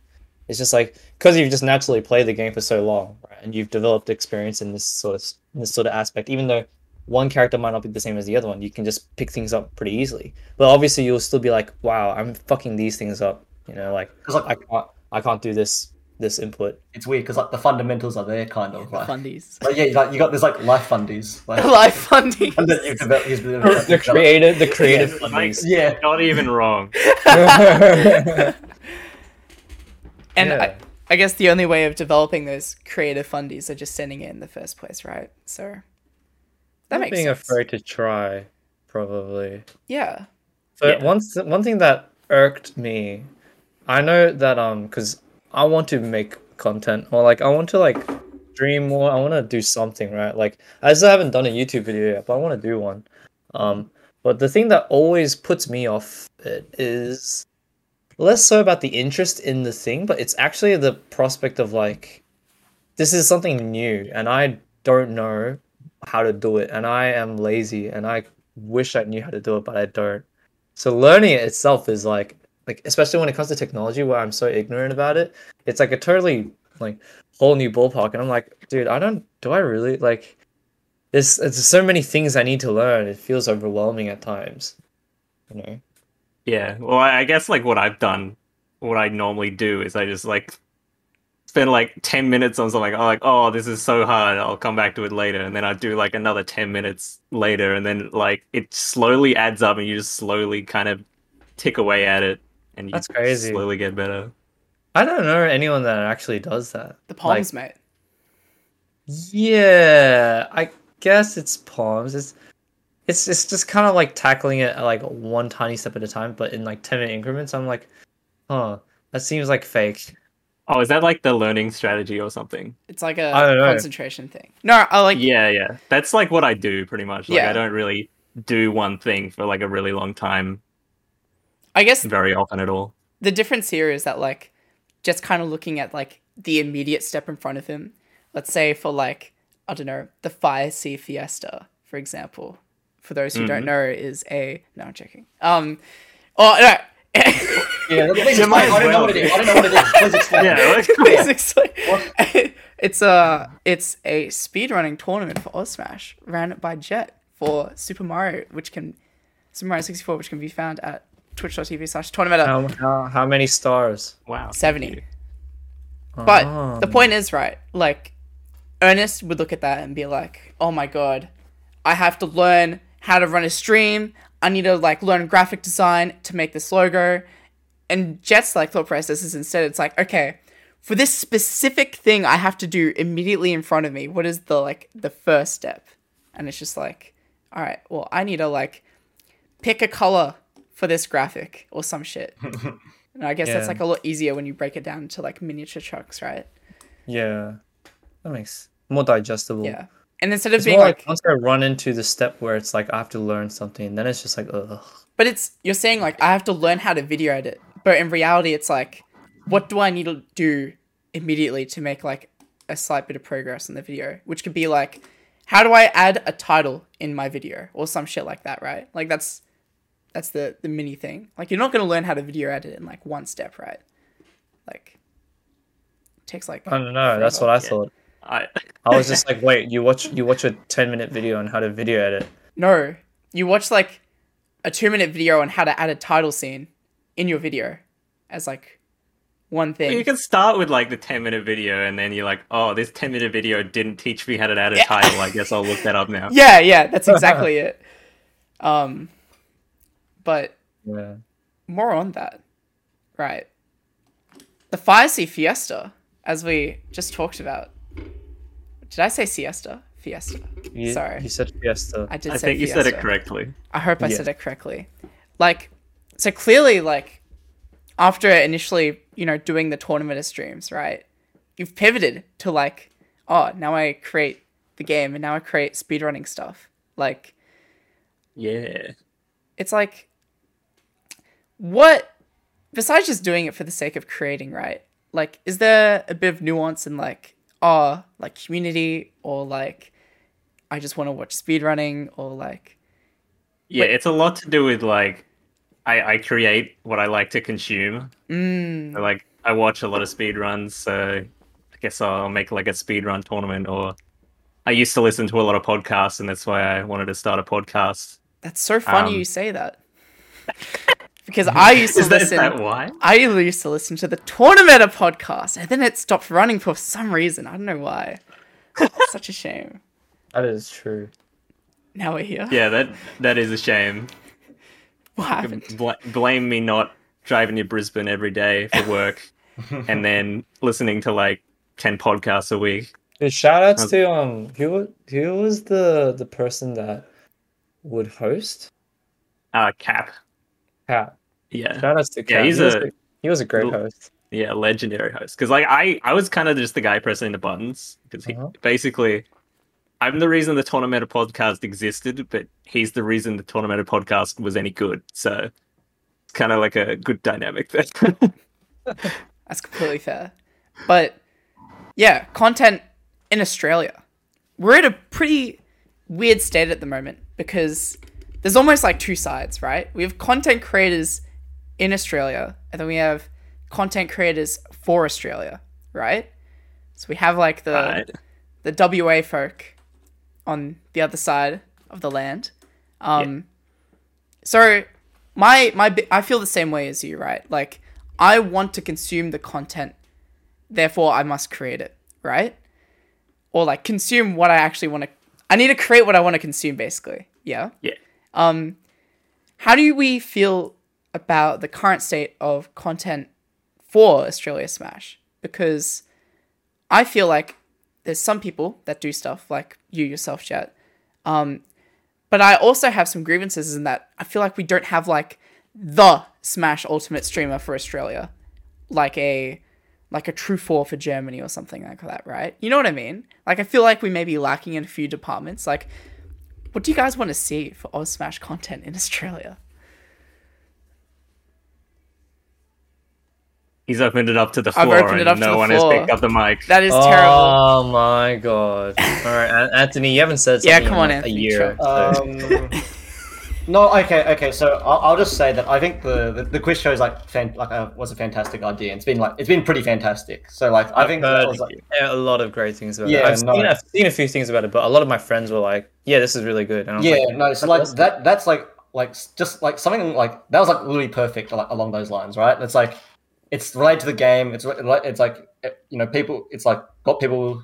Speaker 4: it's just like because you've just naturally played the game for so long right and you've developed experience in this sort of in this sort of aspect even though one character might not be the same as the other one you can just pick things up pretty easily but obviously you'll still be like wow i'm fucking these things up you know like
Speaker 3: Because like
Speaker 4: i can't i can't do this this input
Speaker 3: it's weird because like the fundamentals are there kind
Speaker 1: The
Speaker 3: of like,
Speaker 1: fundies, (laughs)
Speaker 3: like yeah, you got, you got this like life fundies like
Speaker 1: life fundies.
Speaker 3: and then you've developed, you've developed
Speaker 4: (laughs) the creative the creative
Speaker 2: like
Speaker 4: things.
Speaker 3: yeah
Speaker 2: not even wrong.
Speaker 1: And
Speaker 4: Yeah.
Speaker 1: I, I guess the only way of developing those creative fundies are just sending it in the first place, right? So that
Speaker 4: Not
Speaker 1: makes
Speaker 4: (laughs) being
Speaker 1: sense.
Speaker 4: afraid to try probably
Speaker 1: Yeah.
Speaker 4: But
Speaker 2: Yeah.
Speaker 4: one th- one thing that irked me, I know that um, because I want to make content or like I want to like dream more. I want to do something, right? Like I still haven't done a YouTube video yet, but I want to do one. Um, but the thing that always puts me off it is less so about the interest in the thing, but it's actually the prospect of like this is something new and I don't know how to do it and I am lazy and I wish I knew how to do it but I don't. So learning it itself is like like especially when it comes to technology where I'm so ignorant about it, it's like a totally like whole new ballpark and I'm like, dude, I don't do I really like there's there's so many things I need to learn. It feels overwhelming at times. You know.
Speaker 2: Yeah. Well, I I guess like what I've done, what I normally do is I just like spend like ten minutes on something. I'm like, oh, this is so hard. I'll come back to it later, and then I do like another ten minutes later, and then like it slowly adds up, and you just slowly kind of tick away at it, and you
Speaker 4: That's crazy.
Speaker 2: slowly get better.
Speaker 4: I don't know anyone that actually does that.
Speaker 1: The
Speaker 4: Like,
Speaker 1: palms, mate.
Speaker 4: Yeah, I guess it's palms. It's it's it's just kind of like tackling it like one tiny step at a time, but in like ten minute increments. I'm like, huh, that seems like fake.
Speaker 2: Oh, is that like the learning strategy or something?
Speaker 1: It's like
Speaker 4: I
Speaker 1: a
Speaker 4: don't know.
Speaker 1: concentration thing. No, I like
Speaker 2: Yeah, yeah. That's like what I do pretty much. Like
Speaker 1: Yeah.
Speaker 2: I don't really do one thing for like a really long time
Speaker 1: I guess
Speaker 2: very often at all.
Speaker 1: the difference here is that like just kind of looking at like the immediate step in front of him. Let's say for like I don't know the Fire Sea Fiesta, for example. For those who don't know, is a no, I'm joking. Um, oh no, (laughs)
Speaker 3: Yeah, please
Speaker 2: You might
Speaker 3: explain. I don't know what it is. I don't know what it is. Please explain.
Speaker 2: Yeah, like, (laughs)
Speaker 1: Please explain. (laughs) it's a it's a speedrunning tournament for Oz Smash ran by Jet for Super Mario, which can Super Mario sixty four, which can be found at twitch.tv slash tournament at
Speaker 4: How, how, how many stars?
Speaker 2: wow.
Speaker 1: seventy. But
Speaker 4: Ah.
Speaker 1: the point is right, like Ernest would look at that and be like, Oh my god, I have to learn how to run a stream. I need to like learn graphic design to make this logo. And Jet's like thought process is instead it's like, okay, for this specific thing I have to do immediately in front of me, what is the like the first step? And it's just like, all right, well, I need to like pick a color for this graphic or some shit. and I guess that's
Speaker 4: Yeah.
Speaker 1: like a lot easier when you break it down into like miniature chunks, right?
Speaker 4: Yeah, that makes more digestible.
Speaker 1: Yeah. And instead of
Speaker 4: It's
Speaker 1: being
Speaker 4: more like,
Speaker 1: like,
Speaker 4: once I run into the step where it's like I have to learn something, then it's just like ugh.
Speaker 1: but it's you're saying like I have to learn how to video edit, but in reality, it's like, what do I need to do immediately to make like a slight bit of progress in the video, which could be like, how do I add a title in my video or some shit like that, right? Like that's that's the the mini thing. Like you're not gonna learn how to video edit in like one step, right? Like it takes like
Speaker 4: I don't know. That's what I thought.
Speaker 2: I
Speaker 4: I was just like, wait, you watch you watch a ten minute video on how to video edit.
Speaker 1: No, you watch like a two minute video on how to add a title scene in your video as like one
Speaker 2: (laughs) you
Speaker 1: thing.
Speaker 2: can start with like the 10 minute video and then you're like, "Oh, this 10 minute video didn't teach me how to add a title. I guess I'll look that up now."
Speaker 1: (laughs) Yeah, yeah, that's exactly it. Um, but
Speaker 4: Yeah.
Speaker 1: more on that, right? The Fire Sea Fiesta, as we just talked about. Did I say siesta? Fiesta.
Speaker 4: You,
Speaker 1: Sorry.
Speaker 4: You said fiesta.
Speaker 1: I did.
Speaker 2: I
Speaker 1: say
Speaker 2: think you said it
Speaker 1: fiesta.
Speaker 2: correctly.
Speaker 1: I hope I
Speaker 4: Yeah.
Speaker 1: said it correctly. Like, so clearly, like, after initially, you know, doing the tournament of streams, right? You've pivoted to like, oh, now I create the game and now I create speedrunning stuff. Like,
Speaker 2: Yeah.
Speaker 1: it's like what besides just doing it for the sake of creating right like is there a bit of nuance in like ah like community or like i just want to watch speedrunning or like
Speaker 2: Yeah, it's a lot to do with like I, I create what I like to consume.
Speaker 1: mm,
Speaker 2: So, Like I watch a lot of speed runs, so I guess I'll make like a speed run tournament or I used to listen to a lot of podcasts and that's why I wanted to start a podcast.
Speaker 1: That's so funny
Speaker 2: Um,
Speaker 1: you say
Speaker 2: (laughs)
Speaker 1: that. Because I used to
Speaker 2: Is that, is
Speaker 1: listen
Speaker 2: that why?
Speaker 1: I used to listen to the Tournamenter podcast and then it stopped running for some reason. I don't know
Speaker 2: (laughs)
Speaker 1: why. Such a shame.
Speaker 4: That is true.
Speaker 1: Now we're here.
Speaker 2: Yeah, that that is a shame.
Speaker 1: What
Speaker 2: (laughs)
Speaker 1: happened?
Speaker 2: Bl- blame me not driving to Brisbane every day for
Speaker 1: (laughs)
Speaker 2: work and then listening to like 10 podcasts a week.
Speaker 4: Dude, shout outs to um who wa- who was the the person that would host
Speaker 2: Uh cap.
Speaker 4: Cat.
Speaker 2: Yeah.
Speaker 4: Shout outs to Cat.
Speaker 2: he's
Speaker 4: he, was
Speaker 2: a-
Speaker 4: he was a great
Speaker 2: L-
Speaker 4: host.
Speaker 2: Yeah, legendary host. Because like I, I was kind of just the guy pressing the buttons. Because he
Speaker 4: Uh-huh.
Speaker 2: basically, I'm the reason the Tournament podcast existed, but he's the reason the Tournament podcast was any good. So it's kind of like a good dynamic there. (laughs)
Speaker 1: That's completely fair. But yeah, content in Australia. We're at a pretty weird state at the moment because there's almost like two sides, right? We have content creators in Australia and then we have content creators for Australia, right? So we have like the
Speaker 2: Right.
Speaker 1: the WA folk on the other side of the land. Um, So my my bi- I feel the same way as you, right? Like I want to consume the content, therefore I must create it, right? Or like consume what I actually want to. I need to create what I want to consume, basically. Yeah.
Speaker 2: yeah.
Speaker 1: How do we feel about the current state of content for Australia Smash? Because I feel like there's some people that do stuff like you yourself, Jet. Um, but I also have some grievances in that I feel like we don't have like the Smash Ultimate streamer for Australia, like a like a true four for Germany or something like that, right? You know what I mean? Like I feel like we may be lacking in a few departments. Like, what do you guys want to see for Oz Smash content in (laughs) Australia?
Speaker 2: He's opened it up to the
Speaker 1: I've
Speaker 2: floor
Speaker 1: opened it
Speaker 2: and
Speaker 1: up to
Speaker 2: no
Speaker 1: the
Speaker 2: one
Speaker 1: floor.
Speaker 2: has picked up the mic.
Speaker 1: That is terrible.
Speaker 4: Oh my god! All right, An- Anthony, you haven't said something
Speaker 1: Yeah, come
Speaker 4: in
Speaker 1: on,
Speaker 4: like
Speaker 1: Anthony,
Speaker 4: a year. so-
Speaker 3: Um, (laughs) no, okay, okay. So I'll, I'll just say that I think the, the, the quiz show is like fan, like a, was a fantastic idea. It's been like it's been pretty fantastic. So like I think that
Speaker 4: heard
Speaker 3: was like
Speaker 4: a lot of great things about it.
Speaker 3: Yeah,
Speaker 4: I've,
Speaker 3: no.
Speaker 4: seen, I've seen a few things about it, but a lot of my friends were like, "Yeah, this is really good." And I was
Speaker 3: yeah,
Speaker 4: like,
Speaker 3: no. So like that that's like like s- just like something like that was like literally perfect like, along those lines, right? It's like it's related to the game. It's re- like- it's like eh, you know people. It's like got people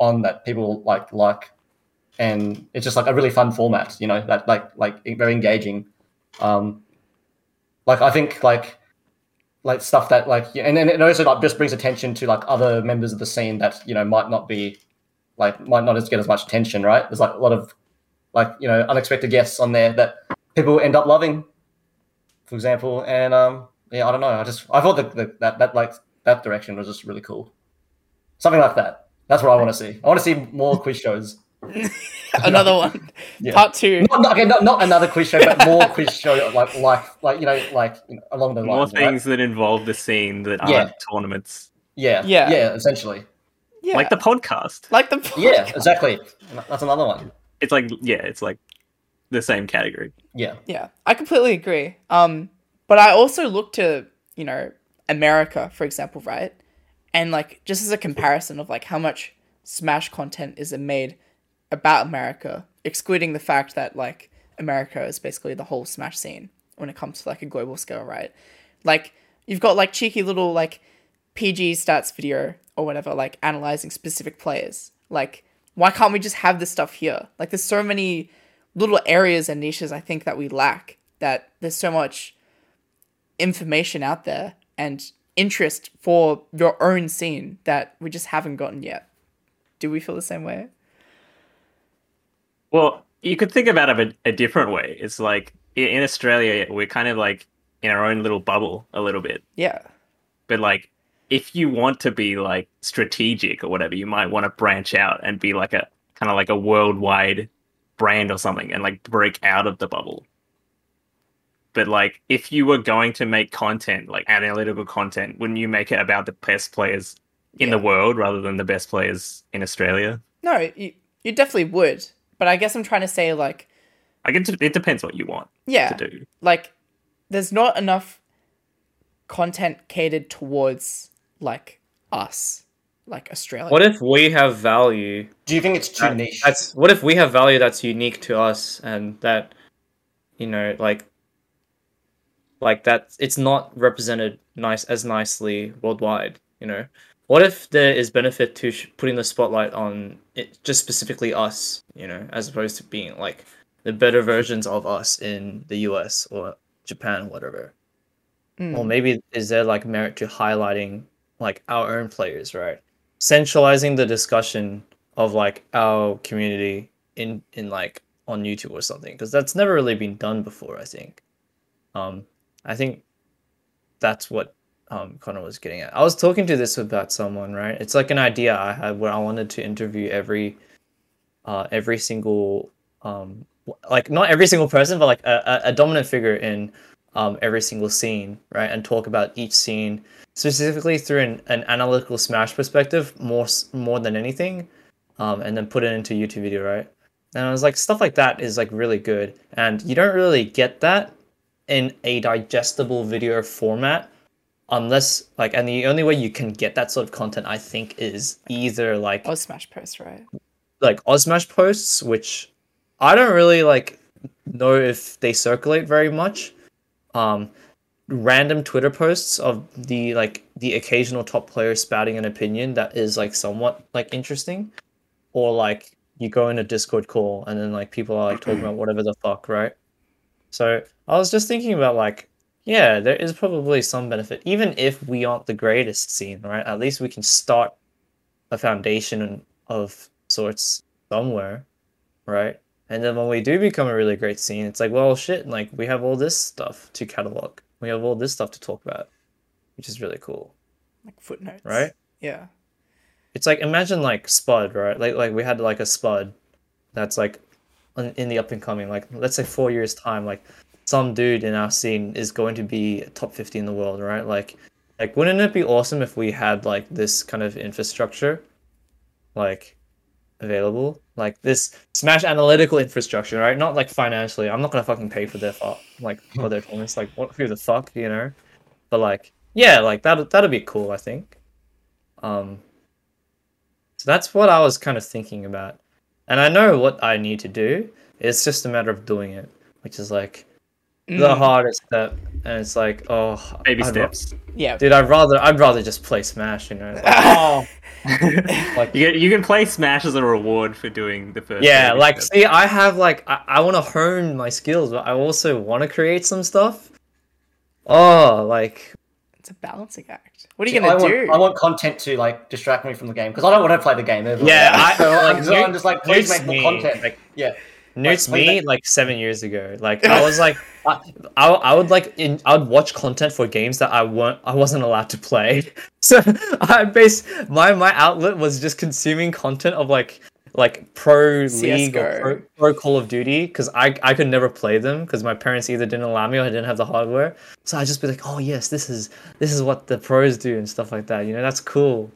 Speaker 3: on that people like like, and it's just like a really fun format. You know that like like very engaging. Um, like I think like like stuff that like yeah, and then it also like just brings attention to like other members of the scene that you know might not be like might not as get as much attention, right? There's like a lot of like you know unexpected guests on there that people end up loving, for example. And um, yeah, I don't know. I just I thought that that that, that like that direction was just really cool. Something like that. That's what I want to see. I want to see more quiz shows.
Speaker 1: Another one.
Speaker 3: Yeah.
Speaker 1: Part two.
Speaker 3: Not, not, okay, not, not another quiz show, but more quiz show like like like you know like you know, along the
Speaker 2: More
Speaker 3: lines. right?
Speaker 2: things that involve the scene that
Speaker 3: Yeah.
Speaker 2: aren't tournaments.
Speaker 3: Yeah,
Speaker 1: Yeah.
Speaker 3: yeah, yeah. Essentially,
Speaker 1: Yeah.
Speaker 2: Like the podcast.
Speaker 1: like the
Speaker 3: yeah, exactly. That's another one.
Speaker 2: It's like yeah, it's like the same category.
Speaker 3: Yeah,
Speaker 1: Yeah, I completely agree. Um, but I also look to you know America, for example, right? And like just as a comparison of like how much Smash content is made about America, excluding the fact that like America is basically the whole Smash scene when it comes to like a global scale, right? Like you've got like cheeky little like PG stats video or whatever, like analyzing specific players. Like, why can't we just have this stuff here? Like, there's so many little areas and niches I think that we lack, that there's so much information out there and interest for your own scene that we just haven't gotten yet. Do we feel the same way?
Speaker 2: Well, you could think about it a, a different way. It's like i- in Australia, we're kind of like in our own little bubble a little bit.
Speaker 1: Yeah.
Speaker 2: But like, if you want to be like strategic or whatever, you might want to branch out and be like a kind of like a worldwide brand or something and like break out of the bubble. But like, if you were going to make content, like analytical content, wouldn't you make it about the best players in the
Speaker 1: Yeah.
Speaker 2: world rather than the best players in Australia?
Speaker 1: No, you, you definitely would. But I guess I'm trying to say, like,
Speaker 2: I guess it depends what you want
Speaker 1: yeah.
Speaker 2: to do.
Speaker 1: like there's not enough content catered towards like us like australia
Speaker 4: what if we have value?
Speaker 3: Do you think it's too niche?
Speaker 4: That's what if we have value that's unique to us, and that you know, like, like that it's not represented nice as nicely worldwide. You know, what if there is benefit to sh- putting the spotlight on it, just specifically us? You know, as opposed to being like the better versions of us in the U.S. or Japan or whatever.
Speaker 1: Mm.
Speaker 4: Or maybe is there like merit to highlighting like our own players, right? Centralizing the discussion of like our community in in like on YouTube or something because that's never really been done before. I think. Um, I think that's what um, Connor was getting at. I was talking to this about someone, right? It's like an idea I had where I wanted to interview every, uh, every single, um, w- like not every single person, but like a, a a dominant figure in um, every single scene, right? And talk about each scene specifically through an, an analytical smash perspective more s- more than anything, um, and then put it into YouTube video, right? And I was like, stuff like that is like really good, and you don't really get that in a digestible video format unless like and the only way you can get that sort of content i think is either like
Speaker 1: oh smash post right
Speaker 4: like Ozmash posts, which I don't really like know if they circulate very much. Um, random Twitter posts of the like the occasional top player spouting an opinion that is like somewhat like interesting, or like you go in a Discord call and then like people are like talking about whatever the fuck, right? So I was just thinking about like, yeah, there is probably some benefit, even if we aren't the greatest scene, right? At least we can start a foundation of sorts somewhere, right? And then when we do become a really great scene, it's like, well, shit, like we have all this stuff to catalog. We have all this stuff to talk about, which is really cool.
Speaker 1: like footnotes,
Speaker 4: right?
Speaker 1: Yeah,
Speaker 4: It's like imagine like Spud, right? Like like we had like a Spud that's like in in the up and coming. Like let's say four years time, like some dude in our scene is going to be top fifty in the world, right? Like like wouldn't it be awesome if we had like this kind of infrastructure, like available, like this Smash analytical infrastructure, right? Not like financially. I'm not gonna fucking pay for their fu- like for their tournaments. Like what who the fuck, you know? But like yeah, like that that'd be cool. I think. Um, so that's what I was kind of thinking about. And I know what I need to do. It's just a matter of doing it, which is like the
Speaker 1: Mm.
Speaker 4: hardest step. And it's like, oh,
Speaker 2: Baby
Speaker 4: I'd ra-
Speaker 2: steps.
Speaker 1: yeah.
Speaker 4: dude, I'd rather I'd rather just play Smash, you know. Like, oh,
Speaker 2: like you, get, you can play Smash as a reward for doing the first.
Speaker 4: yeah,
Speaker 2: baby
Speaker 4: like
Speaker 2: step.
Speaker 4: see, I have like I, I want to hone my skills, but I also want to create some stuff. Oh, like
Speaker 1: It's a balancing act. What are you
Speaker 3: I
Speaker 1: gonna
Speaker 3: want,
Speaker 1: do?
Speaker 3: I want content to like distract me from the game because I don't want to play the game ever.
Speaker 4: Yeah,
Speaker 3: (laughs)
Speaker 4: I-
Speaker 3: so, like, so
Speaker 4: like,
Speaker 3: I'm just like,
Speaker 4: you-
Speaker 3: please
Speaker 4: you
Speaker 3: make more
Speaker 4: sneak,
Speaker 3: content.
Speaker 4: like-
Speaker 3: yeah,
Speaker 4: Newt's
Speaker 3: when
Speaker 4: me
Speaker 3: they-
Speaker 4: like seven years ago. Like I was like, I, I, I would like in, I would watch content for games that I weren't I wasn't allowed to play. (laughs) So I based my my outlet was just consuming content of like like pro league
Speaker 1: CS:GO.
Speaker 4: or pro, pro Call of Duty because I I could never play them because my parents either didn't allow me or I didn't have the hardware. So I'd just be like, oh yes, this is this is what the pros do and stuff like that. You know, that's cool.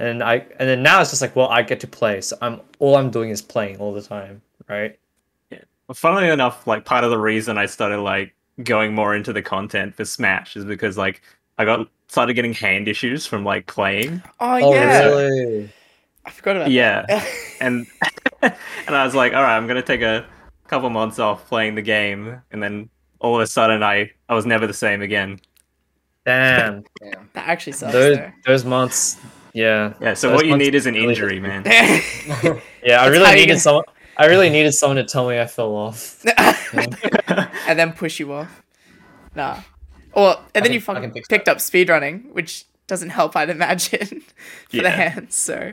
Speaker 4: And I and then now it's just like, well, I get to play, so I'm all I'm doing is playing all the time, right?
Speaker 2: Well, funnily enough, like part of the reason I started like going more into the content for Smash is because like I got started getting hand issues from like playing.
Speaker 1: oh, yeah,
Speaker 4: really?
Speaker 1: I forgot about
Speaker 2: Yeah.
Speaker 1: (laughs) that.
Speaker 2: and (laughs) and I was like, all right, I'm gonna take a couple months off playing the game, and then all of a sudden, I I was never the same again.
Speaker 4: Damn.
Speaker 1: that actually sucks.
Speaker 4: those
Speaker 1: though.
Speaker 4: those months. Yeah.
Speaker 2: Yeah. So
Speaker 4: Those
Speaker 2: what you
Speaker 4: months
Speaker 2: need is an
Speaker 4: really
Speaker 2: injury,
Speaker 4: (laughs)
Speaker 2: man.
Speaker 4: Yeah, I
Speaker 1: That's how
Speaker 4: really
Speaker 1: you
Speaker 4: needed
Speaker 1: get-
Speaker 4: someone I really needed someone to tell me I fell off.
Speaker 1: and then push you off. Nah. Or and then
Speaker 3: can-
Speaker 1: you
Speaker 3: I
Speaker 1: fucking
Speaker 3: can fix
Speaker 1: picked up speedrunning, which doesn't help, I'd imagine, (laughs) for the
Speaker 2: Yeah.
Speaker 1: hands. So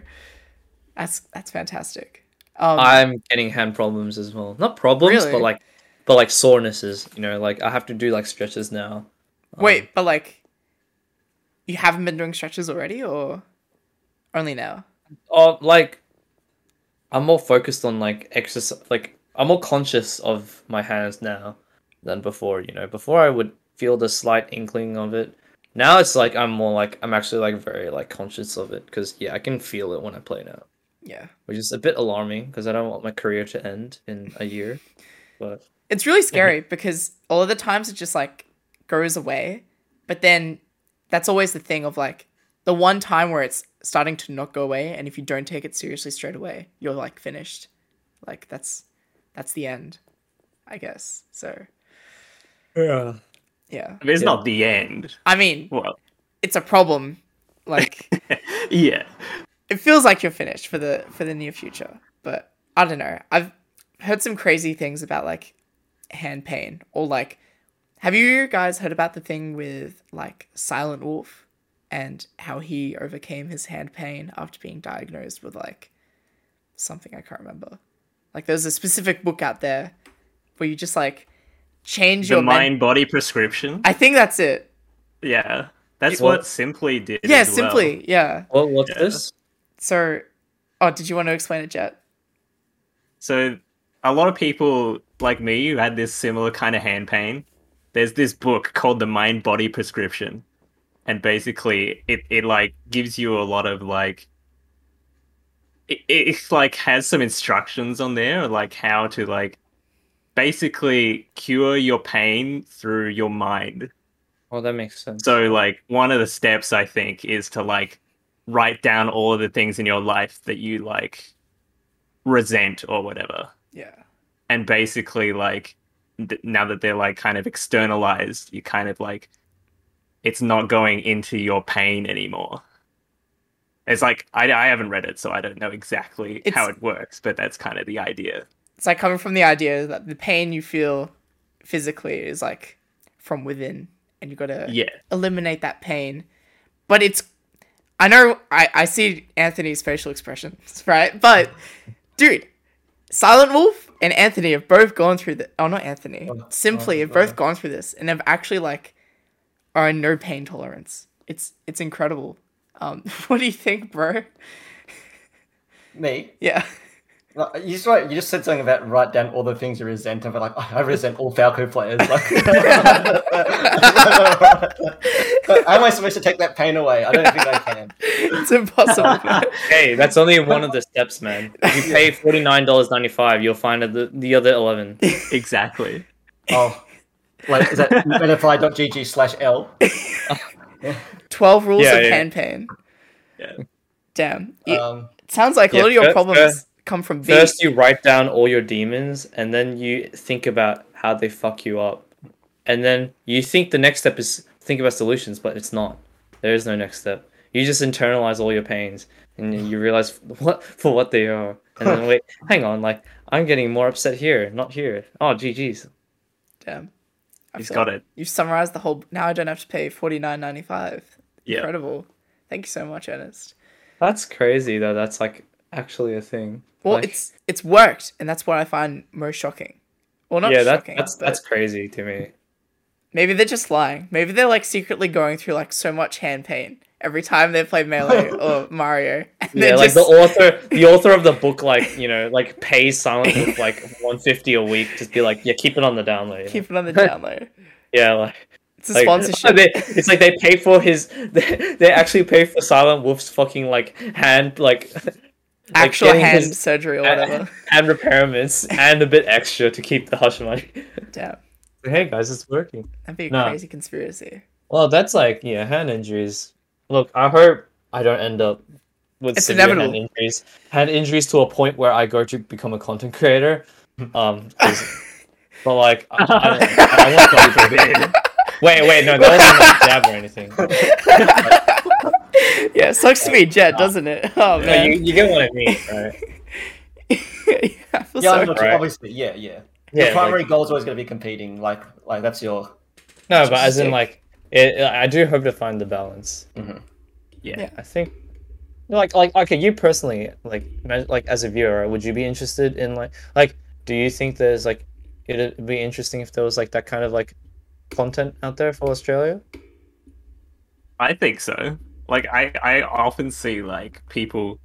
Speaker 1: that's that's fantastic. Um,
Speaker 4: I'm getting hand problems as well. Not problems,
Speaker 1: Really?
Speaker 4: but like but like sorenesses, you know, like I have to do like stretches now.
Speaker 1: wait, but like, you haven't been doing stretches already, or only now?
Speaker 4: Or like I'm more focused on like exercise like I'm more conscious of my hands now than before, you know. Before I would feel the slight inkling of it. Now it's like I'm more like I'm actually like very like conscious of it cuz yeah, I can feel it when I play now.
Speaker 1: Yeah,
Speaker 4: which is a bit alarming because I don't want my career to end in a year. But
Speaker 1: it's really scary because all of the times it just like goes away, but then that's always the thing of like the one time where it's starting to not go away, and if you don't take it seriously straight away, you're like finished. Like that's that's the end, I guess. So
Speaker 4: yeah,
Speaker 1: yeah,
Speaker 2: It's
Speaker 4: Yeah.
Speaker 2: not the end.
Speaker 1: I mean
Speaker 2: Well,
Speaker 1: it's a problem. Like
Speaker 2: yeah.
Speaker 1: it feels like you're finished for the for the near future but i don't know i've heard some crazy things about like hand pain or like have you guys heard about the thing with like silent wolf and how he overcame his hand pain after being diagnosed with like something i can't remember like there's a specific book out there where you just like change
Speaker 2: The
Speaker 1: your mind
Speaker 2: mind body prescription.
Speaker 1: i think that's it
Speaker 2: Yeah. That's
Speaker 4: Well-
Speaker 2: what Simply did.
Speaker 1: yeah
Speaker 2: as well.
Speaker 1: simply yeah
Speaker 4: well, what's
Speaker 2: Yeah.
Speaker 4: this?
Speaker 1: so oh did you want to explain it jet
Speaker 2: So a lot of people like me who had this similar kind of hand pain. There's this book called The Mind Body Prescription. And basically it, it like gives you a lot of like it, it it's, like has some instructions on there like how to like basically cure your pain through your mind.
Speaker 4: Oh, that makes sense.
Speaker 2: So like one of the steps I think is to like write down all of the things in your life that you like resent or whatever
Speaker 1: yeah
Speaker 2: and basically like th- now that they're like kind of externalized you kind of like it's not going into your pain anymore it's like i, I haven't read it so i don't know exactly
Speaker 1: It's-
Speaker 2: how it works but that's kind of the idea
Speaker 1: it's like coming from the idea that the pain you feel physically is like from within and you gotta
Speaker 2: yeah
Speaker 1: eliminate that pain but it's i know I, I see anthony's facial expressions (laughs) right but dude silent wolf and anthony have both gone through the oh not anthony simply have both gone through this and have actually like are in no pain tolerance it's it's incredible Um, (laughs) what do you think, bro?
Speaker 3: Me?
Speaker 1: Yeah. (laughs)
Speaker 3: Like, You just, write- you just said something about write down all the things you resent, and be like, I resent all Falco players. (laughs) Like, how am I supposed to take that pain away? I don't think I can.
Speaker 1: it's impossible. man.
Speaker 4: Hey, that's only one of the steps, man. (laughs) If you pay forty nine dollars ninety five, you'll find the the other eleven.
Speaker 2: Exactly.
Speaker 3: Oh, like is that metafly.gg slash
Speaker 4: (laughs)
Speaker 3: L? Um,
Speaker 1: 12 rules
Speaker 4: Yeah,
Speaker 1: of
Speaker 4: yeah.
Speaker 1: hand pain.
Speaker 2: Yeah.
Speaker 1: Damn. You-
Speaker 3: Um,
Speaker 1: it sounds like a
Speaker 4: yeah,
Speaker 1: lot of your
Speaker 4: fir-
Speaker 1: problems
Speaker 4: first-
Speaker 1: come from V.
Speaker 4: First, you write down all your demons, and then you think about how they fuck you up, and then you think the next step is think about solutions, but it's not. There is no next step. You just internalize all your pains, and then you realize (laughs) what for what they are,
Speaker 1: (laughs)
Speaker 4: and then wait, hang on, like I'm getting more upset here, not here. Oh, GG's.
Speaker 1: Damn. I
Speaker 2: He's
Speaker 1: feel
Speaker 2: got
Speaker 1: like
Speaker 2: it.
Speaker 1: You've summarized the whole. Now I don't have to pay forty nine ninety five.
Speaker 2: Yeah.
Speaker 1: Incredible. Thank you so much, Ernest.
Speaker 4: That's crazy though. That's like actually a thing.
Speaker 1: Well,
Speaker 4: Like-
Speaker 1: it's it's worked, and that's what I find most shocking. Well, not
Speaker 4: yeah, that,
Speaker 1: shocking.
Speaker 4: that's
Speaker 1: but
Speaker 4: that's crazy to me.
Speaker 1: Maybe they're just lying. Maybe they're like secretly going through like so much hand pain every time they play Melee or Mario. And
Speaker 4: Yeah,
Speaker 1: they're
Speaker 4: like
Speaker 1: just,
Speaker 4: the author, the author of the book, like you know, like pays Silent
Speaker 1: (laughs)
Speaker 4: Book like one fifty a week. Just be like, yeah, keep it on the down low. you know?
Speaker 1: keep it
Speaker 4: (laughs)
Speaker 1: on the down low.
Speaker 4: yeah, like,
Speaker 1: It's a
Speaker 4: (laughs) like-
Speaker 1: sponsorship.
Speaker 4: they- it's like they pay for his. They, they actually pay for Silent Wolf's fucking like hand, like
Speaker 1: Actual
Speaker 4: getting
Speaker 1: hand
Speaker 4: his- (laughs)
Speaker 1: surgery or whatever.
Speaker 4: hand repairments and a bit extra to keep the hush money.
Speaker 1: Damn.
Speaker 4: hey guys, it's working.
Speaker 1: That'd be a
Speaker 4: No.
Speaker 1: crazy conspiracy.
Speaker 4: Well, that's like yeah, hand injuries. Look, I hope I don't end up with
Speaker 1: It's
Speaker 4: severe hand
Speaker 1: inevitable.
Speaker 4: injuries. Hand injuries to a point where I go to become a content creator. Um,
Speaker 1: (laughs)
Speaker 4: 'cause- but like, I, I, don't- I want to go
Speaker 2: (laughs)
Speaker 4: to Wait, wait, no, that wasn't like a jab or
Speaker 1: (laughs)
Speaker 4: anything.
Speaker 1: Yeah, it sucks to be Jet, doesn't it? Oh
Speaker 4: No, you,
Speaker 1: man.
Speaker 4: you get what I mean, right?
Speaker 1: (laughs) yeah, I feel
Speaker 3: yeah,
Speaker 1: sorry.
Speaker 3: look,
Speaker 4: Right.
Speaker 3: obviously, yeah, yeah.
Speaker 4: Yeah,
Speaker 3: Your primary
Speaker 4: like-
Speaker 3: goal is always going to be competing. Like, like that's your.
Speaker 4: no, but as in like, it, I do hope to find the balance.
Speaker 1: Yeah.
Speaker 4: I think like like okay, you personally like ma- like as a viewer, would you be interested in like like do you think there's like it'd be interesting if there was like that kind of like content out there for Australia?
Speaker 2: I think so. Like I, I often see like people.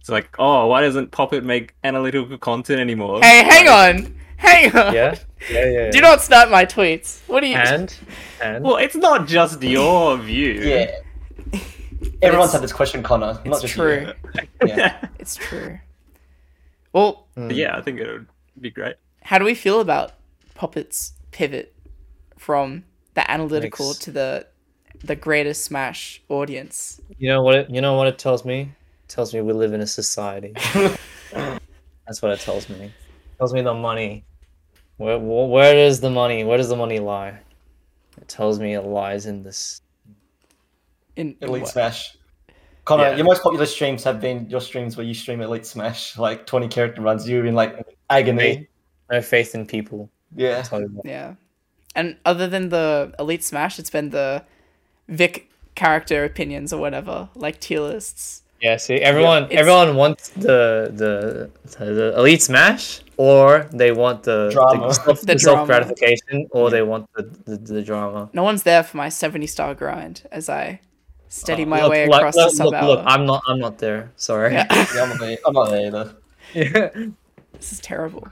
Speaker 2: It's like, oh, why doesn't Poppet make analytical content anymore?
Speaker 1: Hey, hang on. Hang on.
Speaker 4: Yeah. Yeah, yeah.
Speaker 1: Do not start my tweets. What are you
Speaker 4: and and
Speaker 2: Well, it's not
Speaker 1: (laughs)
Speaker 2: just your view.
Speaker 3: Yeah. Everyone's
Speaker 1: it's-
Speaker 3: had this question, Connor. not
Speaker 1: It's
Speaker 3: just
Speaker 1: true.
Speaker 3: You. Yeah.
Speaker 2: (laughs)
Speaker 1: It's true. Well,
Speaker 2: But yeah, I think it would be great.
Speaker 1: how do we feel about Poppet's pivot from the analytical
Speaker 4: Makes-
Speaker 1: to the the greatest Smash audience?
Speaker 4: you know what it you know what it tells me? It tells me we live in a society. That's what it tells me. It tells me the money. Where, where where is the money? Where does the money lie? It tells me it lies in this
Speaker 1: In, in
Speaker 3: Elite
Speaker 1: what?
Speaker 3: Smash. Connor,
Speaker 2: Yeah.
Speaker 3: your most popular streams have been your streams where you stream Elite Smash, like 20 character runs. You're in like agony.
Speaker 4: no faith in people. (laughs)
Speaker 3: Yeah.
Speaker 4: Tell you what.
Speaker 1: Yeah. And other than the Elite Smash, it's been the Vic character opinions or whatever, like tier lists.
Speaker 4: Yeah, see, everyone,
Speaker 1: it's-
Speaker 4: everyone wants the, the the the elite smash, or they want the
Speaker 3: Drama.
Speaker 4: the,
Speaker 1: (laughs)
Speaker 4: self,
Speaker 1: The drama.
Speaker 4: self gratification, or they want the, the, the drama.
Speaker 1: No one's there for my 70 star grind as I steady my
Speaker 4: Oh, Look,
Speaker 1: way
Speaker 4: like-
Speaker 1: across
Speaker 4: look,
Speaker 1: the
Speaker 4: look,
Speaker 1: sub
Speaker 4: look,
Speaker 1: hour.
Speaker 4: I'm not, I'm not there. Sorry.
Speaker 1: Yeah.
Speaker 3: Yeah, I'm not there, I'm not there either.
Speaker 4: Yeah.
Speaker 1: this is terrible.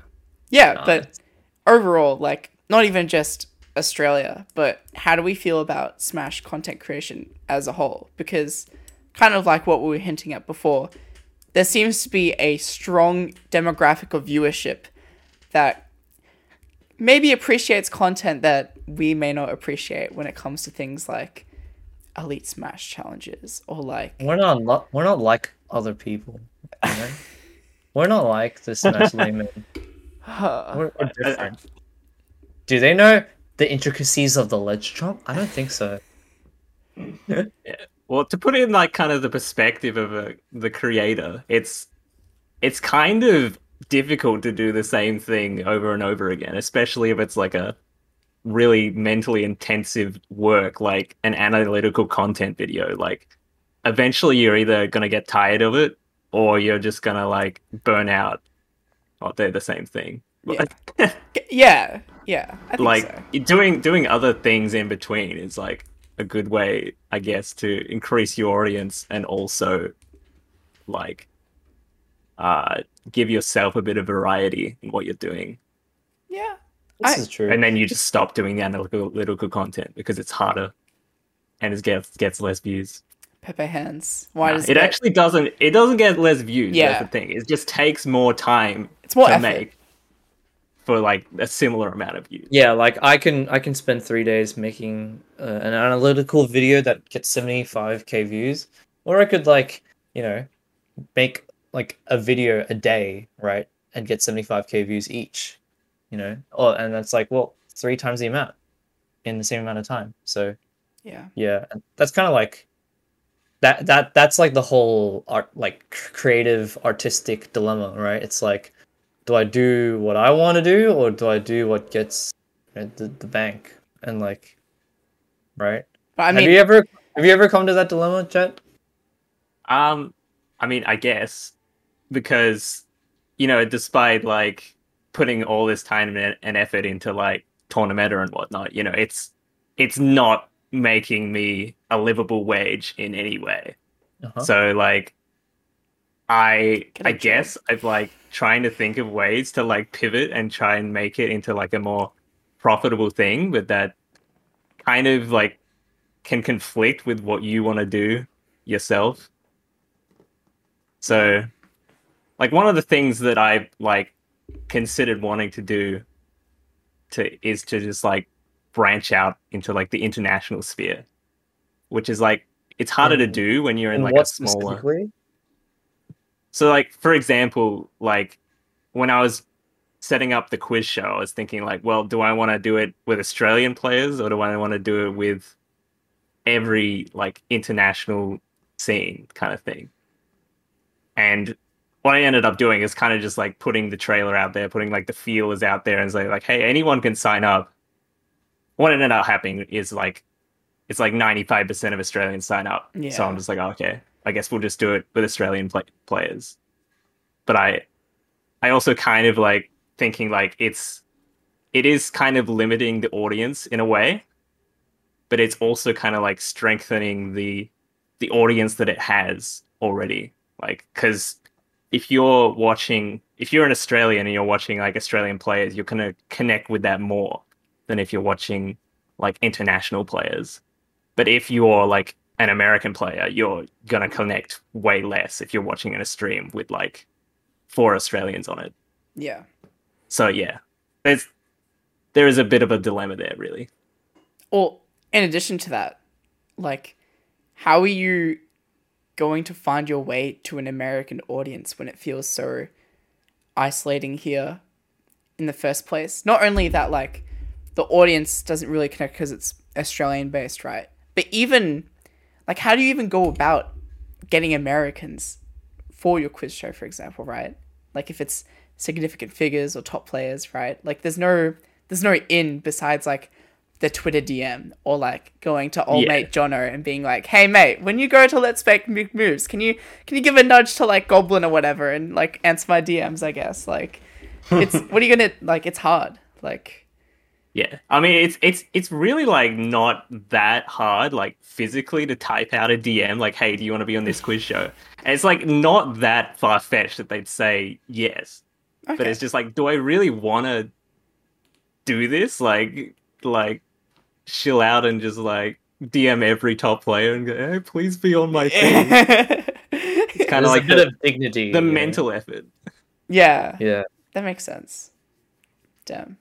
Speaker 1: Yeah, but overall, like, not even just Australia, but how do we feel about Smash content creation as a whole? Because, kind of like what we were hinting at before, there seems to be a strong demographic of viewership that maybe appreciates content that we may not appreciate when it comes to things like elite smash challenges or like
Speaker 4: (laughs) We're not, lo- we're not like other people. you know? we're not like
Speaker 1: (laughs)
Speaker 4: the smash layman. We're, we're different. Do they know the intricacies of the ledge jump? I don't think so.
Speaker 2: Well, to put it in like kind of the perspective of a, the creator, it's it's kind of difficult to do the same thing over and over again, especially if it's like a really mentally intensive work, like an analytical content video. Like, eventually, you're either gonna get tired of it or you're just gonna like burn out. Oh, they're the same thing.
Speaker 1: Yeah. yeah yeah I think
Speaker 2: like
Speaker 1: so.
Speaker 2: doing doing other things in between is like a good way, I guess, to increase your audience and also like uh, give yourself a bit of variety in what you're doing.
Speaker 1: Yeah.
Speaker 4: This
Speaker 1: I-
Speaker 4: is true.
Speaker 2: And then you just stop doing the analytical analytical content because it's harder and it gets gets less views.
Speaker 1: Pepe hands. Why
Speaker 2: Nah,
Speaker 1: does
Speaker 2: it actually doesn't it doesn't get less views,
Speaker 1: Yeah.
Speaker 2: that's the thing. It just takes more time
Speaker 1: It's more
Speaker 2: to
Speaker 1: effort.
Speaker 2: make for like a similar amount of views.
Speaker 4: yeah, like I can I can spend three days making uh, an analytical video that gets seventy five k views, or I could like you know make like a video a day, right, and get seventy five k views each, you know. Oh, and that's like well three times the amount in the same amount of time. So
Speaker 1: Yeah.
Speaker 4: yeah and that's kind of like that that that's like the whole art like c- creative artistic dilemma right it's like do i do what i want to do or do i do what gets you know, the, the bank and like right
Speaker 1: But I
Speaker 4: have
Speaker 1: mean,
Speaker 4: you ever have you ever come to that dilemma Chet?
Speaker 2: Um, I mean, I guess because you know, despite like putting all this time and e-, and effort into like Tornameta and whatnot, you know, it's it's not making me a livable wage in any way.
Speaker 4: Uh-huh.
Speaker 2: So like, I
Speaker 1: Get a
Speaker 2: I
Speaker 1: job.
Speaker 2: guess I'm like trying to think of ways to like pivot and try and make it into like a more profitable thing, but that kind of like can conflict with what you want to do yourself. So, like one of the things that I like considered wanting to do to is to just like branch out into like the international sphere, which is like it's harder to
Speaker 1: Mm.
Speaker 4: In-
Speaker 2: do when you're in
Speaker 4: And
Speaker 2: like a
Speaker 4: what
Speaker 2: smaller.
Speaker 4: specifically
Speaker 2: So like for example, like when I was setting up the quiz show, I was thinking like, well, do I want to do it with Australian players or do I want to do it with every like international scene kind of thing? And what I ended up doing is kind of just like putting the trailer out there, putting like the feelers out there and say like, hey, anyone can sign up. What ended up happening is like it's like 95% of Australians sign up. So
Speaker 1: Yeah.
Speaker 2: I'm just like, oh, okay, I guess we'll just do it with Australian play- players. But I I also kind of like thinking like it's it is kind of limiting the audience in a way, but it's also kind of like strengthening the the audience that it has already. Like cuz if you're watching if you're an Australian and you're watching like Australian players, you're going to connect with that more than if you're watching like international players. But if you're like an American player, you're going to connect way less if you're watching in a stream with like four Australians on it.
Speaker 1: yeah.
Speaker 2: So yeah, there's there is a bit of a dilemma there, really.
Speaker 1: Or in addition to that, like, how are you going to find your way to an American audience when it feels so isolating here in the first place? Not only that, like, the audience doesn't really connect because it's Australian based, right? But even, like, how do you even go about getting Americans for your quiz show, for example, right? Like, if it's significant figures or top players, right? Like, there's no there's no in besides like the Twitter DM or like going to old
Speaker 2: Yeah.
Speaker 1: mate Jono and being like, "Hey mate, when you go to Let's Make Mo- Moves, can you can you give a nudge to like Goblin or whatever and like answer my DMs?" I guess like
Speaker 2: (laughs)
Speaker 1: it's what are you gonna like? It's hard. Like
Speaker 2: Yeah, I mean it's it's it's really like not that hard, like physically to type out a DM like, "Hey, do you want to be on this quiz show?" And it's like not that far fetched that they'd say yes,
Speaker 1: okay.
Speaker 2: but it's just like, do I really want to do this? Like, like chill out and just like DM every top player and go, "Hey, please be on my
Speaker 4: (laughs)
Speaker 2: team."
Speaker 1: yeah.
Speaker 2: kind of
Speaker 4: There's
Speaker 2: like
Speaker 4: a bit
Speaker 2: the,
Speaker 4: of dignity
Speaker 2: the
Speaker 4: you know?
Speaker 2: mental effort.
Speaker 1: (laughs)
Speaker 4: yeah
Speaker 1: that makes sense. Damn,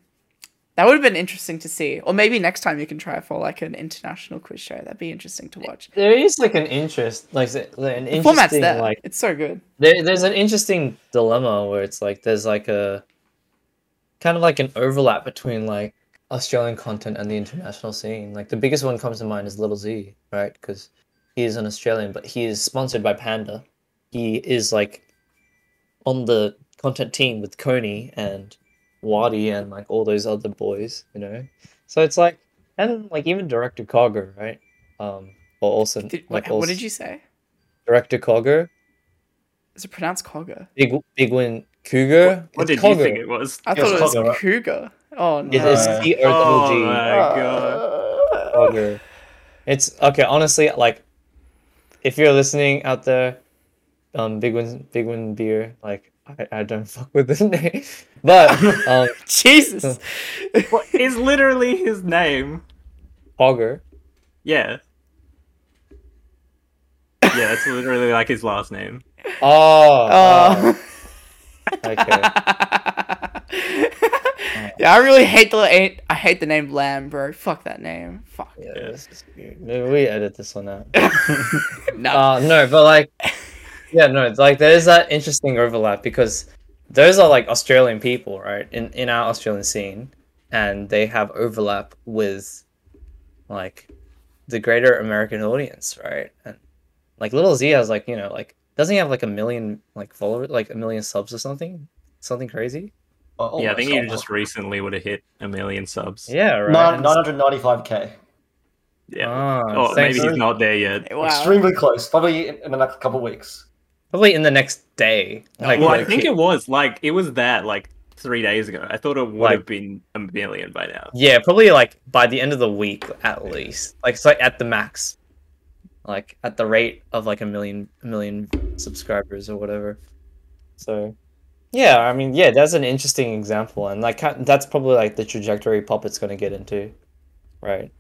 Speaker 1: that would have been interesting to see. Or maybe next time you can try for like an international quiz show. That'd be interesting to watch.
Speaker 4: there is like an interest like an
Speaker 1: The
Speaker 4: interesting
Speaker 1: format's there.
Speaker 4: like
Speaker 1: it's so good.
Speaker 4: There, there's an interesting dilemma where it's like there's like a kind of like an overlap between like Australian content and the international scene. Like the biggest one comes to mind is Little Z, right? Because he is an Australian, but he is sponsored by Panda. He is like on the content team with Coney and Wadi and like all those other boys, you know. So it's like, and like even director Cogger, right? Um, or also
Speaker 1: Did, what,
Speaker 4: like
Speaker 1: what
Speaker 4: also-
Speaker 1: did you say?
Speaker 4: director Cogger?
Speaker 1: Is it pronounced Cogger?
Speaker 4: Big Big Win Cougar.
Speaker 2: What did
Speaker 4: It's
Speaker 2: you think
Speaker 4: Cougar.
Speaker 2: it was?
Speaker 1: I
Speaker 3: Yeah,
Speaker 1: thought it
Speaker 3: it's
Speaker 1: was
Speaker 3: Cogger, right?
Speaker 1: Cougar. Oh no.
Speaker 4: It is
Speaker 3: Uh,
Speaker 4: C O
Speaker 2: Oh
Speaker 4: Ah. double G.
Speaker 2: my god.
Speaker 1: Uh,
Speaker 4: Cougar. It's okay, honestly, like if you're listening out there, um Big Win Big Win Beer, like I, I don't (laughs) fuck with the name. But
Speaker 2: (laughs)
Speaker 4: um
Speaker 1: (laughs) Jesus.
Speaker 2: What is literally his name?
Speaker 4: Auger.
Speaker 2: Yeah. Yeah, that's literally like his last
Speaker 4: (laughs)
Speaker 2: name.
Speaker 4: Oh, oh.
Speaker 1: Oh.
Speaker 4: okay.
Speaker 1: (laughs) yeah, I really hate the I hate the name Lamb, bro. Fuck that name. Fuck.
Speaker 4: Yeah, this is weird. Maybe we edit this one out.
Speaker 1: No.
Speaker 4: Uh, no, but like, yeah, no, it's like there is that interesting overlap because those are like Australian people, right? In in our Australian scene, and they have overlap with like the greater American audience, right? And like Little Z has like you know like doesn't he have like a million like followers, like a million subs or something, something crazy?
Speaker 3: Oh,
Speaker 2: yeah, I think
Speaker 3: almost,
Speaker 2: he just recently would have hit a million subs.
Speaker 4: Yeah, right.
Speaker 3: almost.
Speaker 4: And-
Speaker 3: Nine- 995k.
Speaker 2: Yeah.
Speaker 4: Ah,
Speaker 2: oh,
Speaker 4: thanks.
Speaker 2: maybe he's not there yet.
Speaker 1: wow.
Speaker 3: Extremely close. Probably in, in the next couple weeks.
Speaker 4: probably in the next day. Like,
Speaker 2: Well, I
Speaker 4: low-key.
Speaker 2: think it was like it was that like three days ago. I thought it would
Speaker 4: Like-
Speaker 2: have been a million by now.
Speaker 4: Yeah, probably like by the end of the week at least. Like it's like at the max. Like at the rate of like a million a million subscribers or whatever. So yeah, I mean, yeah, that's an interesting example and like ca- that's probably like the trajectory Puppet's going to get into. Right.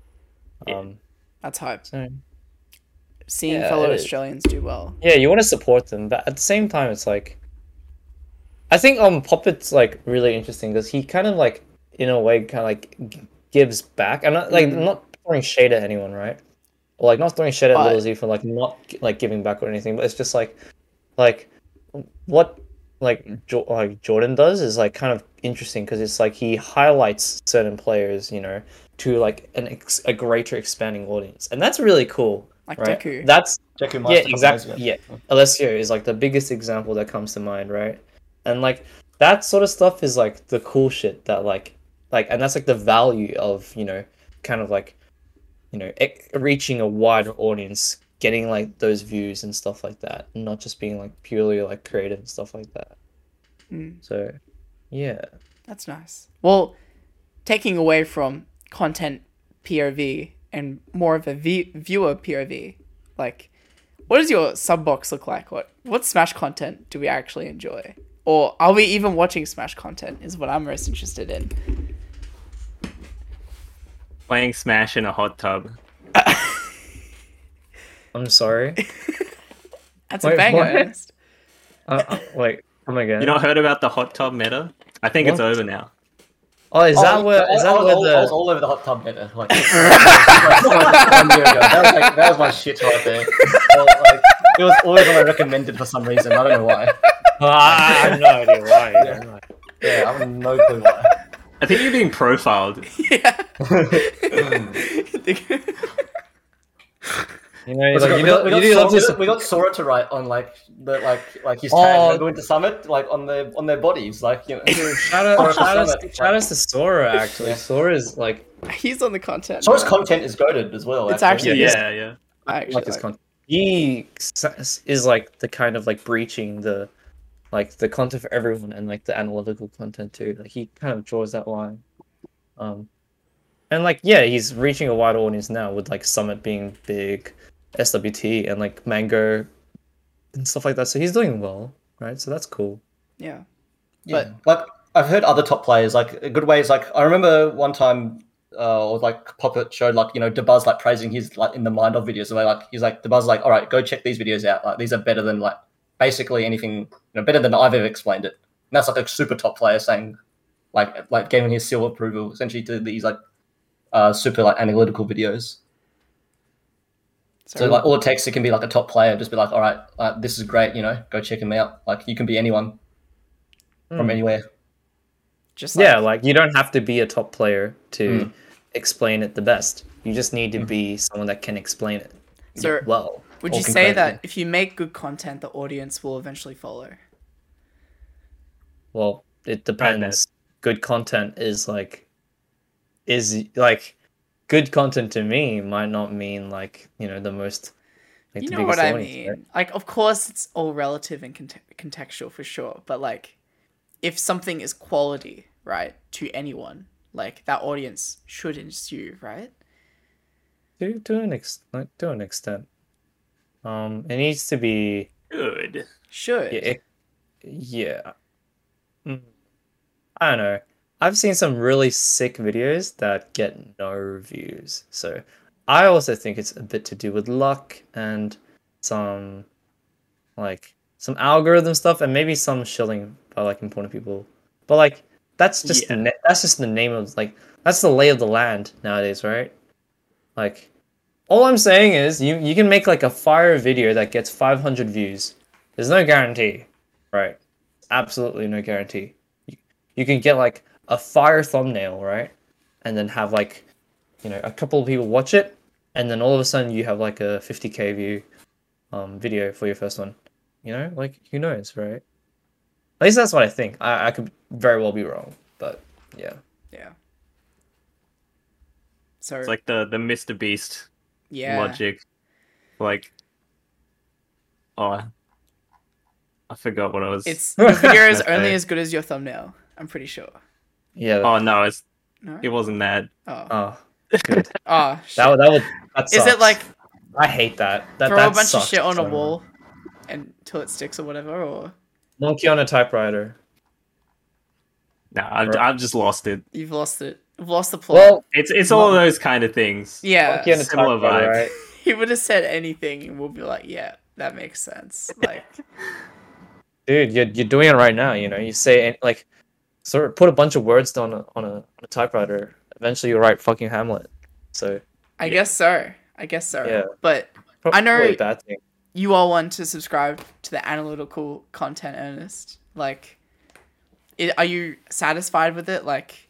Speaker 2: Yeah.
Speaker 4: Um
Speaker 1: That's hype.
Speaker 4: so
Speaker 1: Seeing
Speaker 4: Yeah,
Speaker 1: fellow
Speaker 4: it is.
Speaker 1: Australians do well.
Speaker 4: yeah, you want to support them, but at the same time it's like I think um Puppet's like really interesting cuz he kind of like in a way kind of like g- gives back. I'm not like
Speaker 1: Mm-hmm.
Speaker 4: I'm not throwing shade at anyone, right? Or like not throwing shade at
Speaker 1: But-
Speaker 4: Lil Z for like not like giving back or anything, but it's just like like what like jo- like Jordan does is like kind of interesting because it's like he highlights certain players, you know, to like an ex- a greater expanding audience. And that's really cool.
Speaker 1: Like
Speaker 4: right?
Speaker 1: Deku.
Speaker 4: That's
Speaker 3: Deku
Speaker 4: yeah,
Speaker 3: Master
Speaker 4: exactly.
Speaker 3: Malaysia.
Speaker 4: Yeah, Alessio is like the biggest example that comes to mind, right? And like that sort of stuff is like the cool shit that like like and that's like the value of you know kind of like you know e- reaching a wider audience, getting like those views and stuff like that, and not just being like purely like creative and stuff like that.
Speaker 1: Mm.
Speaker 4: So yeah,
Speaker 1: That's nice. Well, taking away from content POV and more of a vi- viewer POV, like, what does your sub box look like? What what Smash content do we actually enjoy? Or are we even watching Smash content? Is what I'm most interested in.
Speaker 2: Playing Smash in a hot tub.
Speaker 4: I'm sorry.
Speaker 1: That's a
Speaker 4: Wait,
Speaker 1: banger.
Speaker 4: what?
Speaker 1: Ernest.
Speaker 4: uh, uh, wait, come again.
Speaker 2: You not heard about the hot tub meta? I think it's
Speaker 4: What?
Speaker 2: over now.
Speaker 4: oh, is that
Speaker 3: Oh,
Speaker 4: where
Speaker 3: I-
Speaker 4: is
Speaker 3: I,
Speaker 4: that
Speaker 3: was
Speaker 4: where
Speaker 3: all- I was
Speaker 4: the
Speaker 3: all over the hot tub better. Like, (laughs)
Speaker 4: (laughs)
Speaker 3: one year ago. That, was like, that was my shit right there. I was like, it was always on my recommended for some reason. I don't know why.
Speaker 4: ah, I have no idea why.
Speaker 3: (laughs) Yeah. Yeah, I have no clue
Speaker 4: (laughs)
Speaker 3: why.
Speaker 2: I think you're being profiled.
Speaker 1: (laughs) yeah.
Speaker 4: You know,
Speaker 3: We got-
Speaker 4: like, you
Speaker 3: we
Speaker 4: know,
Speaker 3: got- we
Speaker 4: you
Speaker 3: got
Speaker 4: do
Speaker 3: Sora-
Speaker 4: love to
Speaker 3: we got- we got Sora to write on like the like like his
Speaker 4: Oh.
Speaker 3: tag when we went to summit, like on their on their bodies, like you know. (laughs)
Speaker 4: Shout out,
Speaker 3: Sora
Speaker 4: shout
Speaker 3: Persona,
Speaker 4: out,
Speaker 3: it's
Speaker 4: shout
Speaker 3: like-
Speaker 4: out to Sora actually.
Speaker 3: Yeah.
Speaker 4: Sora's like
Speaker 1: He's on the content.
Speaker 3: Sora's
Speaker 1: bro.
Speaker 3: content is goaded as well.
Speaker 1: It's
Speaker 2: Yeah,
Speaker 1: actually-
Speaker 2: yeah, yeah.
Speaker 1: I
Speaker 4: I
Speaker 1: actually
Speaker 4: like his
Speaker 1: like-
Speaker 4: content. He s- is like the kind of like breaching the like the content for everyone and like the analytical content too. Like he kind of draws that line. Um and like yeah, he's reaching a wide audience now with like Summit being big, SWT and like Mango and stuff like that. So he's doing well, right? So that's cool.
Speaker 1: Yeah.
Speaker 3: Yeah. like I've heard other top players like a good way is like I remember one time uh or like Poppet showed like you know DeBuzz like praising his like in the mind of videos and they're like he's like DeBuzz like all right go check these videos out like these are better than like basically anything you know better than I've ever explained it and that's like a super top player saying like like giving his seal of approval essentially to these like uh super like analytical videos so
Speaker 1: Sorry.
Speaker 3: like all it takes it can be like a top player just be like all right uh, this is great you know go check him out like you can be anyone from
Speaker 4: Hmm.
Speaker 3: anywhere
Speaker 1: just
Speaker 4: yeah,
Speaker 1: like-
Speaker 4: like you don't have to be a top player to
Speaker 1: Hmm.
Speaker 4: explain it the best. You just need to be someone that can explain it
Speaker 1: so
Speaker 4: well.
Speaker 1: Would
Speaker 4: or
Speaker 1: you
Speaker 4: can
Speaker 1: say
Speaker 4: create
Speaker 1: that
Speaker 4: it.
Speaker 1: if you make good content, the audience will eventually follow?
Speaker 4: Well, it depends. Good content is like, is like, good content to me might not mean like you know the most. Like,
Speaker 1: You
Speaker 4: the
Speaker 1: know what
Speaker 4: biggest
Speaker 1: I
Speaker 4: audience,
Speaker 1: mean?
Speaker 4: right?
Speaker 1: Like, of course, it's all relative and conte- contextual for sure. But like, if something is quality, right, to anyone, like that audience should ensue, right?
Speaker 4: to to an ex- like, to an extent. Um, it needs to be
Speaker 2: Good.
Speaker 1: Should.
Speaker 4: yeah, it- yeah. Mm. I don't know. I've seen some really sick videos that get no views. So I also think it's a bit to do with luck and some like some algorithm stuff and maybe some shilling by like important people. But like that's just the
Speaker 2: Yeah.
Speaker 4: na- that's just the name of like that's the lay of the land nowadays, right? Like all I'm saying is you you can make like a fire video that gets 500 views. There's no guarantee, right? Absolutely no guarantee. You, you can get like a fire thumbnail, right? And then have like, you know, a couple of people watch it, and then all of a sudden you have like a 50k view um, video for your first one. You know, like who knows, right? At least that's what I think. I, I could very well be wrong, but yeah.
Speaker 1: Yeah. So
Speaker 2: It's like the the Mr. Beast
Speaker 1: yeah,
Speaker 2: logic. Like, oh, I forgot what I was.
Speaker 4: (laughs)
Speaker 1: it's your video is
Speaker 2: Okay.
Speaker 1: only as good as your thumbnail. I'm pretty sure.
Speaker 4: Yeah.
Speaker 2: Oh no, it's
Speaker 1: No.
Speaker 2: it wasn't that.
Speaker 1: Oh.
Speaker 4: oh, good.
Speaker 1: Oh.
Speaker 4: that,
Speaker 1: shit.
Speaker 4: would- that would. That
Speaker 1: Is it
Speaker 4: sucks.
Speaker 1: like
Speaker 4: I hate that. that
Speaker 1: throw
Speaker 4: that
Speaker 1: a bunch
Speaker 4: sucks
Speaker 1: of shit on
Speaker 4: so
Speaker 1: a
Speaker 4: much.
Speaker 1: wall until it sticks or whatever? Or
Speaker 4: Monkey on a typewriter.
Speaker 2: No, I've,
Speaker 4: Or-
Speaker 2: I've just lost it.
Speaker 1: you've lost it. You've lost the plot.
Speaker 4: Well,
Speaker 2: It's it's all those kind of things.
Speaker 1: yeah.
Speaker 4: monkey on a
Speaker 2: similar
Speaker 4: typewriter,
Speaker 2: vibe.
Speaker 4: right?
Speaker 1: He would have said anything, and we'll be like, yeah, that makes sense. Like,
Speaker 4: dude you're, you're doing it right now you know you say an- like sort of put a bunch of words down on a, on a, on a typewriter eventually you'll write fucking hamlet so (laughs)
Speaker 1: I guess so. I guess so.
Speaker 4: Yeah.
Speaker 1: But
Speaker 4: probably
Speaker 1: know-
Speaker 4: a bad thing
Speaker 1: you all want to subscribe to the analytical content, Ernest. Like, i are you satisfied with it? Like,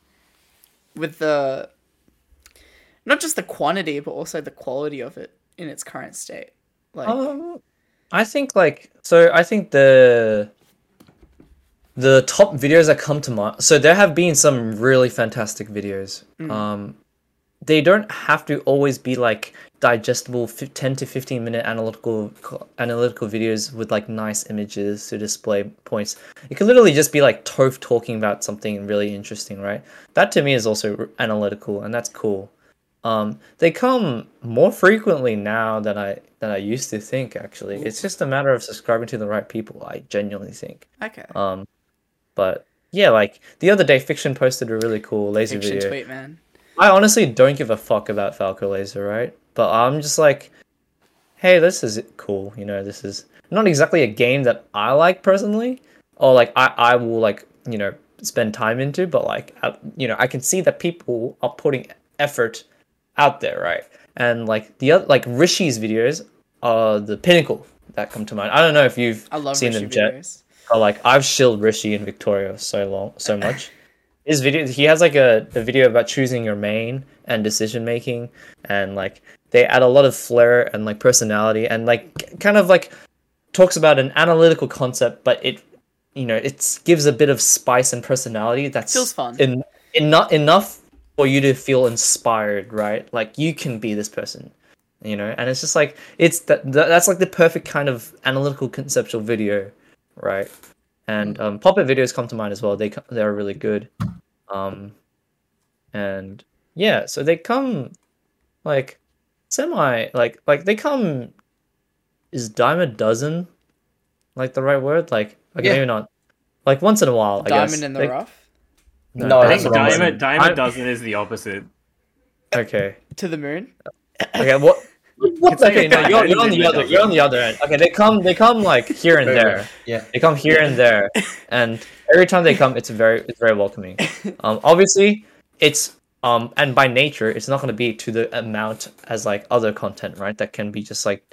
Speaker 1: with the not just the quantity, but also the quality of it in its current state. Like,
Speaker 4: um, i think like so i think the the top videos that come to mind so there have been some really fantastic videos um they don't have to always be like digestible fif- 10 to 15 minute analytical co- analytical videos with like nice images to display points it could literally just be like toph talking about something really interesting right that to me is also r- analytical and that's cool um they come more frequently now than i than i used to think actually it's just a matter of subscribing to the right people i genuinely think
Speaker 1: okay,
Speaker 4: um but yeah like the other day fiction posted a really cool laser
Speaker 1: fiction
Speaker 4: video
Speaker 1: tweet, man.
Speaker 4: I honestly don't give a fuck about Falco Laser, right? But I'm just like, hey, this is cool. You know, this is not exactly a game that I like personally, or like I, I will like you know spend time into. But like I, you know, I can see that people are putting effort out there, right? And like the other, like Rishi's videos are the pinnacle that come to mind. I don't know if you've
Speaker 1: I love
Speaker 4: seen
Speaker 1: Rishi
Speaker 4: them, Jet.
Speaker 1: videos.
Speaker 4: But like I've shilled Rishi and Victoria so long, so much. His video, he has like a, a video about choosing your main and decision making, and like they add a lot of flair and like personality, and like k- kind of like talks about an analytical concept, but it, you know, it gives a bit of spice and personality that's
Speaker 1: Feels fun.
Speaker 4: en- eno- enough for you to feel inspired, right? Like you can be this person you know and it's just like it's that that- that's like the perfect kind of analytical conceptual video right and um pop-up videos come to mind as well they co- they're really good um and yeah so they come like semi like like they come is dime a dozen like the right word like okay
Speaker 3: Yeah.
Speaker 4: maybe not like once in a while I guess.
Speaker 1: Diamond in the
Speaker 4: They-
Speaker 1: rough
Speaker 3: No,
Speaker 2: I
Speaker 3: that's
Speaker 2: think
Speaker 3: the wrong
Speaker 2: Diamond
Speaker 3: one.
Speaker 2: Diamond
Speaker 4: Oh, I-
Speaker 2: doesn't is the opposite.
Speaker 3: (laughs)
Speaker 4: okay
Speaker 1: to the moon.
Speaker 4: Okay, what? what
Speaker 2: It's like
Speaker 4: okay,
Speaker 2: a
Speaker 4: no,
Speaker 2: nine
Speaker 4: you're, you're on
Speaker 2: and
Speaker 4: the
Speaker 2: then
Speaker 4: other.
Speaker 2: nothing.
Speaker 4: You're on the other end. Okay, they come. They come like here and there.
Speaker 3: Yeah.
Speaker 4: They come here and there, and every time they come, it's very, it's very welcoming. Um, obviously, it's um, and by nature, it's not going to be to the amount as like other content, right? That can be just like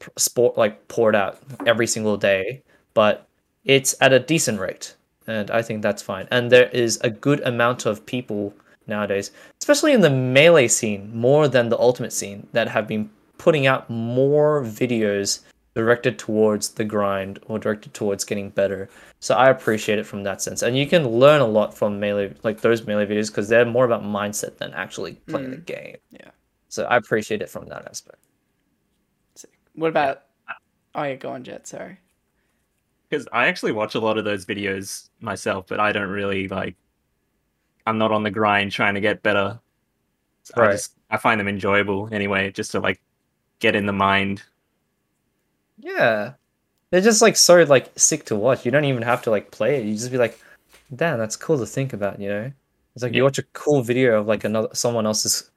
Speaker 4: p- sport, like poured out every single day, but it's at a decent rate, and I think that's fine. And there is a good amount of people nowadays, especially in the melee scene, more than the ultimate scene, that have been putting out more videos directed towards the grind or directed towards getting better. So I appreciate it from that sense. And you can learn a lot from melee like those melee videos because they're more about mindset than actually playing the game.
Speaker 1: yeah.
Speaker 4: So I appreciate it from that aspect.
Speaker 1: What about? Oh yeah, go on, Jet. Sorry.
Speaker 2: because I actually watch a lot of those videos myself, but I don't really like. I'm not on the grind trying to get better. So I
Speaker 4: Right.
Speaker 2: just I find them enjoyable anyway, just to like get in the mind.
Speaker 4: Yeah. They're just like so like sick to watch. You don't even have to like play it. You just be like, damn, that's cool to think about, you know? It's like you
Speaker 2: Yeah.
Speaker 4: watch a cool video of like another someone else's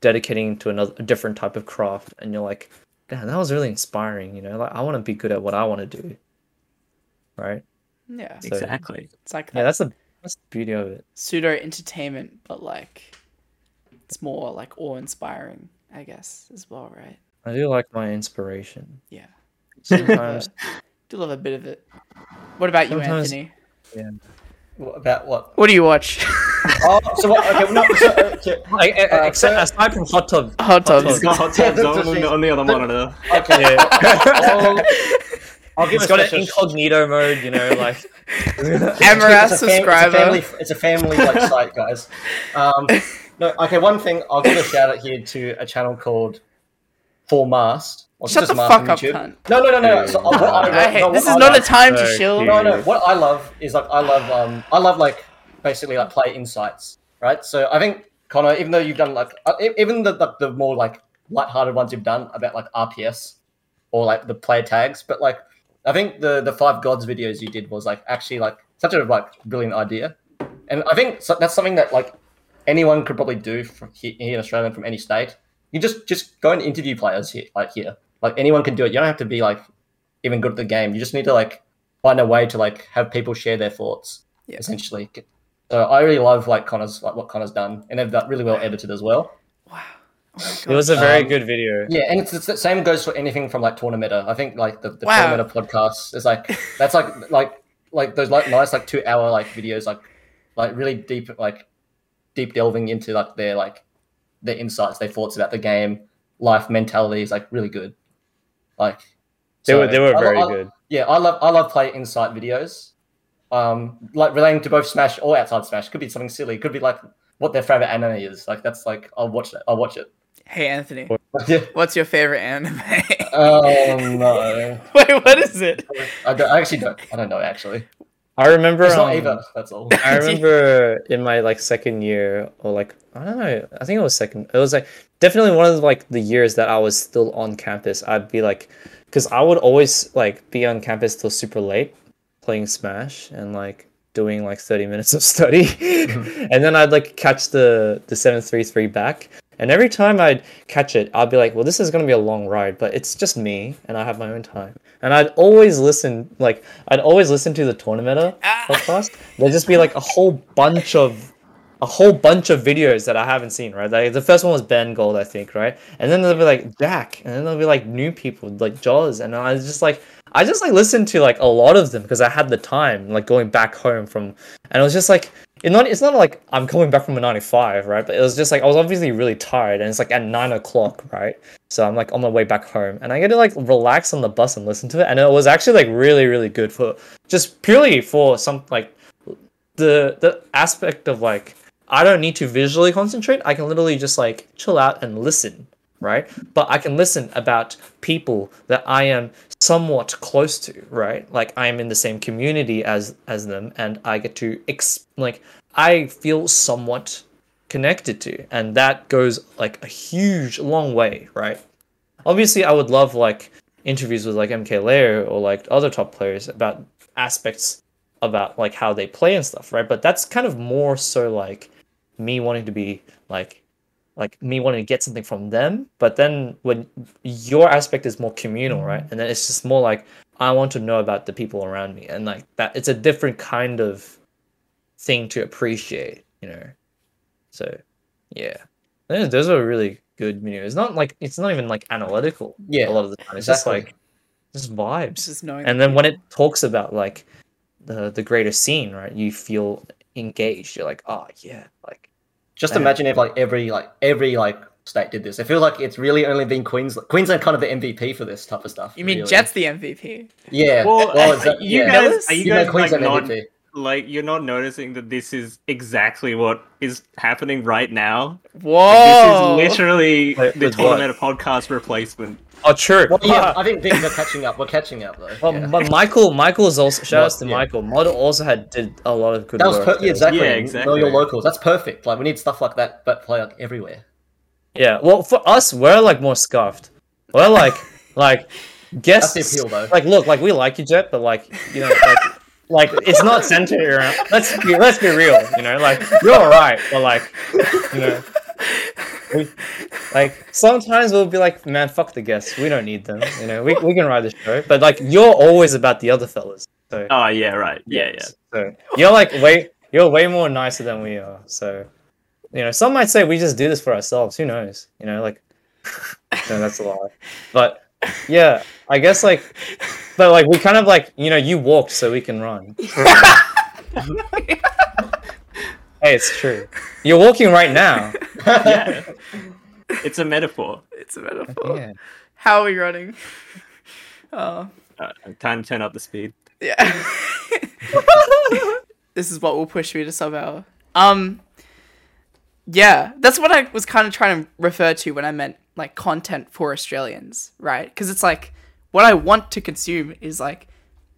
Speaker 4: dedicating to another a different type of craft and you're like, damn, that was really inspiring, you know? Like I wanna be good at what I wanna do. Right?
Speaker 1: Yeah.
Speaker 4: So-
Speaker 2: exactly. (laughs)
Speaker 1: It's like
Speaker 4: Yeah,
Speaker 1: that
Speaker 4: that's the that's the beauty of it.
Speaker 1: pseudo entertainment, but like it's more like awe inspiring, I guess, as well, right?
Speaker 4: I do like my (laughs) inspiration.
Speaker 3: (laughs)
Speaker 1: Yeah.
Speaker 4: Sometimes
Speaker 1: Do love a bit of it. What about you,
Speaker 4: Sometimes-
Speaker 1: Anthony?
Speaker 3: What, about what?
Speaker 1: What do you watch? (laughs)
Speaker 3: Oh, so what? Okay, no, so, okay,
Speaker 4: like e- e-
Speaker 3: Uh,
Speaker 4: except
Speaker 3: so-
Speaker 4: aside from hot tub
Speaker 1: Hot
Speaker 2: It's
Speaker 1: Tubs.
Speaker 2: got hot tubs on, on the- on the other monitor.
Speaker 3: okay. I'll, I'll give
Speaker 4: It's
Speaker 3: a
Speaker 4: got an
Speaker 3: special-
Speaker 4: incognito mode, you know, like
Speaker 1: Amaras
Speaker 3: It's a fam-
Speaker 1: subscriber.
Speaker 3: It's a family, it's a family like site, guys. Um, no, okay. One thing I'll give a shout out here to a channel called Full Mast. Or
Speaker 1: Shut
Speaker 3: just
Speaker 1: the
Speaker 3: Mast
Speaker 1: fuck
Speaker 3: on
Speaker 1: up,
Speaker 3: YouTube.
Speaker 1: cunt.
Speaker 3: No, no, no, no. So, uh, what I,
Speaker 1: I hate,
Speaker 3: no, what
Speaker 1: this
Speaker 3: I
Speaker 1: is not a
Speaker 3: like-
Speaker 1: time to
Speaker 4: so
Speaker 1: chill.
Speaker 2: cute.
Speaker 3: No, no. What I love is like I love um I love like basically like play insights, right? So I think Connor, even though you've done like uh, e- even the the, the more like lighthearted ones you've done about like RPS or like the player tags, but like I think the the five gods videos you did was like actually like such a like brilliant idea, and I think so, that's something that like anyone could probably do from here, here in Australia and from any state. You just just go and interview players here, like here, like anyone can do it. You don't have to be like even good at the game. You just need to like find a way to like have people share their thoughts
Speaker 1: Yeah.
Speaker 3: essentially. So I really love like Connor's like what Connor's done, and they've got really well edited as well.
Speaker 1: Wow. Oh my
Speaker 4: (laughs) it was
Speaker 1: God.
Speaker 4: a very
Speaker 3: Um,
Speaker 4: good video.
Speaker 3: Yeah, and it's, it's the same goes for anything from like Tournamenta. I think like the, the
Speaker 1: Wow.
Speaker 3: Tournamenta podcast is like that's like like like those like nice like two hour like videos like like really deep like deep delving into like their like their insights, their thoughts about the game, life mentality is like really good. Like
Speaker 4: They were
Speaker 3: so
Speaker 4: they were
Speaker 3: I-
Speaker 4: very
Speaker 3: I-
Speaker 4: good.
Speaker 3: yeah, I love I love play insight videos, um, like relating to both Smash or outside Smash. Could be something silly. Could be like what their favorite anime is. Like that's like I'll watch that. I'll watch it.
Speaker 1: Hey, Anthony.
Speaker 3: Yeah.
Speaker 1: What's your favorite anime? (laughs) Wait,
Speaker 3: Oh (laughs) no,
Speaker 1: what is it?
Speaker 3: I, don't, I actually don't. I don't know actually.
Speaker 4: I remember
Speaker 3: It's not
Speaker 4: um,
Speaker 3: either. That's all. (laughs)
Speaker 4: I remember in my like second year or like I don't know, I think it was second. It was like definitely one of the, like the years that I was still on campus. I'd be like cuz I would always like be on campus till super late playing Smash and like doing like 30 minutes of study. (laughs) and then I'd like catch the the 733 back. And every time I'd catch it, I'd be like, well, this is going to be a long ride, but it's just me and I have my own time. And I'd always listen, like, I'd always listen to the Tournamenta podcast. There'd just be like a whole bunch of. A whole bunch of videos that I haven't seen, right? Like the first one was Ben Gold, I think, right? And then there'll be like Jack, and then there'll be like new people, like Jaws, and I was just like, I just like listened to like a lot of them because I had the time, like going back home from, and it was just like it's not it's not like I'm coming back from a 95, right? But it was just like I was obviously really tired, and it's like at nine o'clock, right? So I'm like on my way back home, and I get to like relax on the bus and listen to it, and it was actually like really really good for just purely for some like the the aspect of like I don't need to visually concentrate. I can literally just like chill out and listen, right? But I can listen about people that I am somewhat close to, right? Like I am in the same community as as them, and I get to ex- like I feel somewhat connected to, and that goes like a huge long way, right? obviously I would love like interviews with like MK Layer or like other top players about aspects about like how they play and stuff, right? But that's kind of more so like me wanting to be like like me wanting to get something from them. But then when your aspect is more communal, right? And then it's just more like I want to know about the people around me and like that it's a different kind of thing to appreciate, you know. So yeah. Those those are really good videos. It's not like it's not even like analytical.
Speaker 3: Yeah,
Speaker 4: a lot of the time. It's
Speaker 3: exactly.
Speaker 4: just like just vibes.
Speaker 1: Just knowing.
Speaker 4: And then when it talks about like the the greater scene, right? You feel engaged. You're like, oh yeah, like
Speaker 3: Just
Speaker 4: Yeah.
Speaker 3: imagine if like every like every like state did this. It feels like it's really only been Queensland. Queensland kind of the MVP for this type of stuff.
Speaker 1: You mean
Speaker 3: really.
Speaker 1: Jet's the MVP?
Speaker 3: Yeah. (laughs)
Speaker 2: Well,
Speaker 3: it's
Speaker 2: (laughs)
Speaker 3: that-
Speaker 2: you
Speaker 3: yeah.
Speaker 2: guys, are you,
Speaker 3: You
Speaker 2: guys
Speaker 3: know
Speaker 2: like
Speaker 3: Queensland
Speaker 2: not
Speaker 3: MVP.
Speaker 2: like you're not noticing that this is exactly what is happening right now?
Speaker 1: Whoa.
Speaker 2: This is literally
Speaker 4: Wait,
Speaker 2: the
Speaker 4: with what?
Speaker 2: Tournament podcast replacement.
Speaker 4: oh true.
Speaker 3: Well,
Speaker 2: (laughs)
Speaker 3: yeah,
Speaker 4: (laughs)
Speaker 3: I
Speaker 4: Ah.
Speaker 3: think they're catching up. We're catching up though.
Speaker 4: Well,
Speaker 3: yeah.
Speaker 4: but Michael, Michael's also shout outs to
Speaker 3: Yeah.
Speaker 4: Michael. Model also had did a lot of good
Speaker 3: That was
Speaker 4: work.
Speaker 3: per- yeah,
Speaker 4: there.
Speaker 3: exactly.
Speaker 2: Yeah,
Speaker 3: Know
Speaker 2: exactly.
Speaker 3: your locals. That's perfect. Like we need stuff like that, but play like everywhere.
Speaker 4: Yeah. Well, for us, we're like more scuffed. We're like, like,
Speaker 3: That's
Speaker 4: guess
Speaker 3: the appeal, though.
Speaker 4: Like, look, like we like you, Jet, but like, you know, like, like it's not centered around. Let's be, let's be real. You know, like you're all right, but like, you know, we, like sometimes we'll be like, man, fuck the guests. We don't need them. You know, we we can ride the show, but like you're always about the other fellas. So
Speaker 2: Oh yeah, right. Yeah, yeah.
Speaker 4: so (laughs) you're like way you're way more nicer than we are. So you know, some might say we just do this for ourselves. Who knows? You know, like (laughs) no, that's a lie. But yeah, I guess like but like we kind of like you know you walked so we
Speaker 1: (laughs)
Speaker 4: can run. hey, it's true. You're walking right now.
Speaker 2: yeah. It's a metaphor.
Speaker 1: It's a metaphor.
Speaker 4: Yeah.
Speaker 1: How are we running? (laughs) Oh,
Speaker 2: Uh, time to turn up the speed.
Speaker 1: yeah. this is what will push me to somehow. Um, yeah, that's what I was kind of trying to refer to when I meant like content for Australians, right? Because it's like what I want to consume is like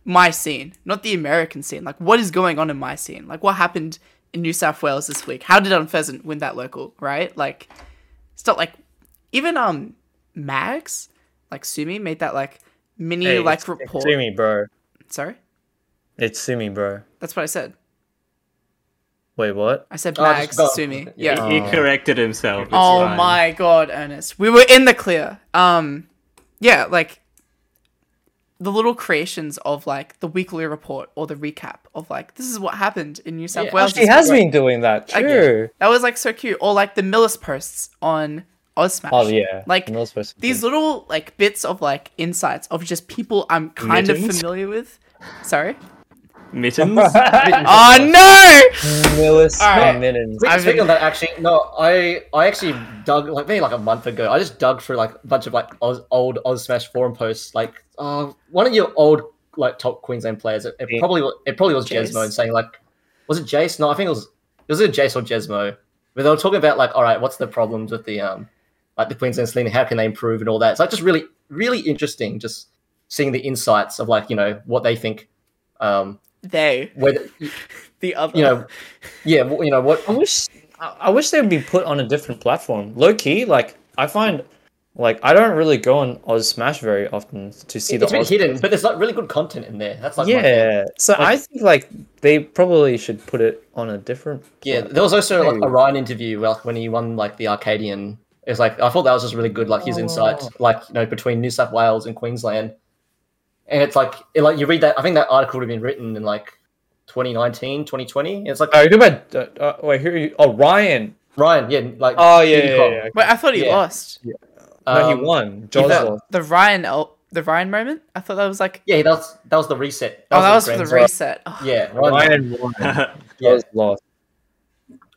Speaker 1: my scene, not the American scene. Like, what is going on in my scene? Like, what happened in New South Wales this week? How did Unpheasant win that local, right? Like, it's not like even um Mags, like Sumi made that like mini
Speaker 4: Hey,
Speaker 1: like
Speaker 4: it's,
Speaker 1: report.
Speaker 4: it's Sumi, bro.
Speaker 1: Sorry,
Speaker 4: It's Sumi, bro.
Speaker 1: that's what I said.
Speaker 4: Wait, what?
Speaker 1: I said
Speaker 3: Oh, just
Speaker 1: Mags
Speaker 3: go.
Speaker 1: Sumi.
Speaker 3: Yeah.
Speaker 1: Yeah.
Speaker 2: He corrected himself. It's
Speaker 1: Oh
Speaker 2: fine.
Speaker 1: my god, Ernest. We were in the clear. Um yeah, like the little creations of like the weekly report or the recap of like this is what happened in New South
Speaker 3: Yeah.
Speaker 1: Wales.
Speaker 4: Oh, She
Speaker 1: this
Speaker 4: has
Speaker 1: week.
Speaker 4: been doing that.
Speaker 1: I-
Speaker 4: True.
Speaker 1: That was like so cute. Or like the Millis posts on Ozmash.
Speaker 4: Oh yeah.
Speaker 1: Like
Speaker 4: Not supposed to
Speaker 1: these
Speaker 4: be.
Speaker 1: little like bits of like insights of just people I'm kind of
Speaker 2: Mittens?
Speaker 1: familiar with. Sorry.
Speaker 2: Mittens. (laughs)
Speaker 1: Oh no!
Speaker 4: Millis
Speaker 1: Alright.
Speaker 4: Mittens.
Speaker 1: I've
Speaker 3: Speaking
Speaker 1: been-
Speaker 3: of that, actually, no, I I actually dug like maybe like a month ago. I just dug through like a bunch of like Oz, old Oz Smash forum posts. Like, uh, one of your old like top Queensland players. It, it
Speaker 4: Yeah.
Speaker 3: probably wa- it probably was
Speaker 1: Jace.
Speaker 3: Jesmo and saying like, was it Jace? No, I think it was it was either Jace or Jesmo. But they were talking about like, all right, what's the problems with the um like the Queensland scene? How can they improve and all that? It's like just really really interesting. Just seeing the insights of like you know what they think. Um,
Speaker 1: They,
Speaker 3: whether
Speaker 1: the other.
Speaker 3: you
Speaker 1: (laughs)
Speaker 3: know, yeah, w- you know what
Speaker 4: I wish I I wish they'd be put on a different platform. Low key, like I find, like I don't really go on Oz Smash very often to see
Speaker 3: it's
Speaker 4: the
Speaker 3: been
Speaker 4: Oz.
Speaker 3: hidden, but there's like really good content in there. That's like my thing.
Speaker 4: yeah, so I think like they probably should put it on a different.
Speaker 3: yeah. There was also like
Speaker 4: Hey.
Speaker 3: a Ryan interview like when he won like the Arcadian. It's like I thought that was just really good, like his insight,
Speaker 4: Oh.
Speaker 3: like you know between New South Wales and Queensland. And it's like it, like you read that. I think that article would have been written in like 2019, 2020. It's like
Speaker 4: Oh, you about uh, uh, wait who? Are you? Oh, Ryan.
Speaker 3: Ryan, yeah, like
Speaker 4: Oh yeah,
Speaker 3: Diddy
Speaker 4: yeah,
Speaker 3: Kong.
Speaker 4: yeah, yeah.
Speaker 1: Wait, I thought he
Speaker 3: Yeah.
Speaker 1: lost.
Speaker 4: no,
Speaker 3: Um,
Speaker 4: he won.
Speaker 3: he
Speaker 4: Jaws
Speaker 3: fell.
Speaker 4: lost.
Speaker 1: The Ryan el- the Ryan moment? I thought that was like
Speaker 3: Yeah, that was that was the reset.
Speaker 1: Oh, that was for
Speaker 3: the
Speaker 1: the
Speaker 3: grand-
Speaker 1: reset. Oh,
Speaker 3: Yeah, Ryan.
Speaker 4: Ryan won.
Speaker 3: yeah.
Speaker 4: Jaws lost.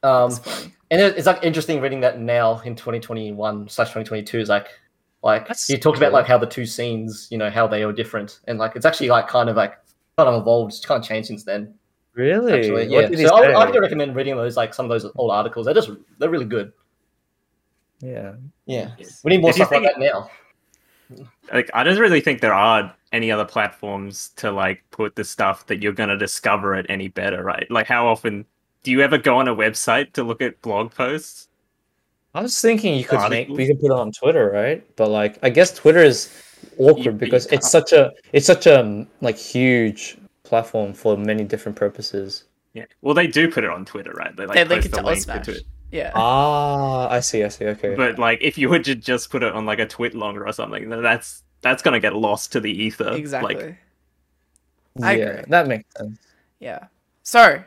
Speaker 3: Um,
Speaker 1: funny.
Speaker 3: and it, it's like interesting reading that now in 2021 slash 2022 is like like
Speaker 4: That's
Speaker 3: you talked about
Speaker 4: cool.
Speaker 3: like how the two scenes you know how they are different and like it's actually like kind of like kind of evolved it's kind of changed since then
Speaker 4: Really?
Speaker 3: actually
Speaker 4: What
Speaker 3: yeah
Speaker 4: did he
Speaker 3: so I,
Speaker 4: say?
Speaker 3: I would recommend reading those like some of those old articles they're just they're really good
Speaker 4: yeah.
Speaker 3: yeah
Speaker 2: Yes.
Speaker 3: we need more
Speaker 2: If you
Speaker 3: stuff like
Speaker 2: think-
Speaker 3: that now
Speaker 2: like I don't really think there are any other platforms to like put the stuff that you're gonna discover it any better, right? Like how often do you ever go on a website to look at blog posts?
Speaker 4: I was thinking you could make
Speaker 2: Articles.
Speaker 4: we could put it on Twitter, right? But like I guess Twitter is awkward
Speaker 2: You- you
Speaker 4: because
Speaker 2: can't.
Speaker 4: it's such a it's such a um, like huge platform for many different purposes.
Speaker 2: Yeah. Well, they do put it on Twitter, right? They like
Speaker 1: they link
Speaker 2: post
Speaker 1: it
Speaker 2: the
Speaker 1: to
Speaker 2: link to
Speaker 1: Ozmash.
Speaker 2: it.
Speaker 1: Yeah.
Speaker 4: Ah, I see, I see. Okay.
Speaker 2: But like if you would ju- just put it on like a twit longer or something, then that's that's gonna get lost to the ether.
Speaker 1: Exactly.
Speaker 2: Like
Speaker 1: I
Speaker 4: yeah,
Speaker 1: agree.
Speaker 4: that makes sense.
Speaker 1: yeah. So,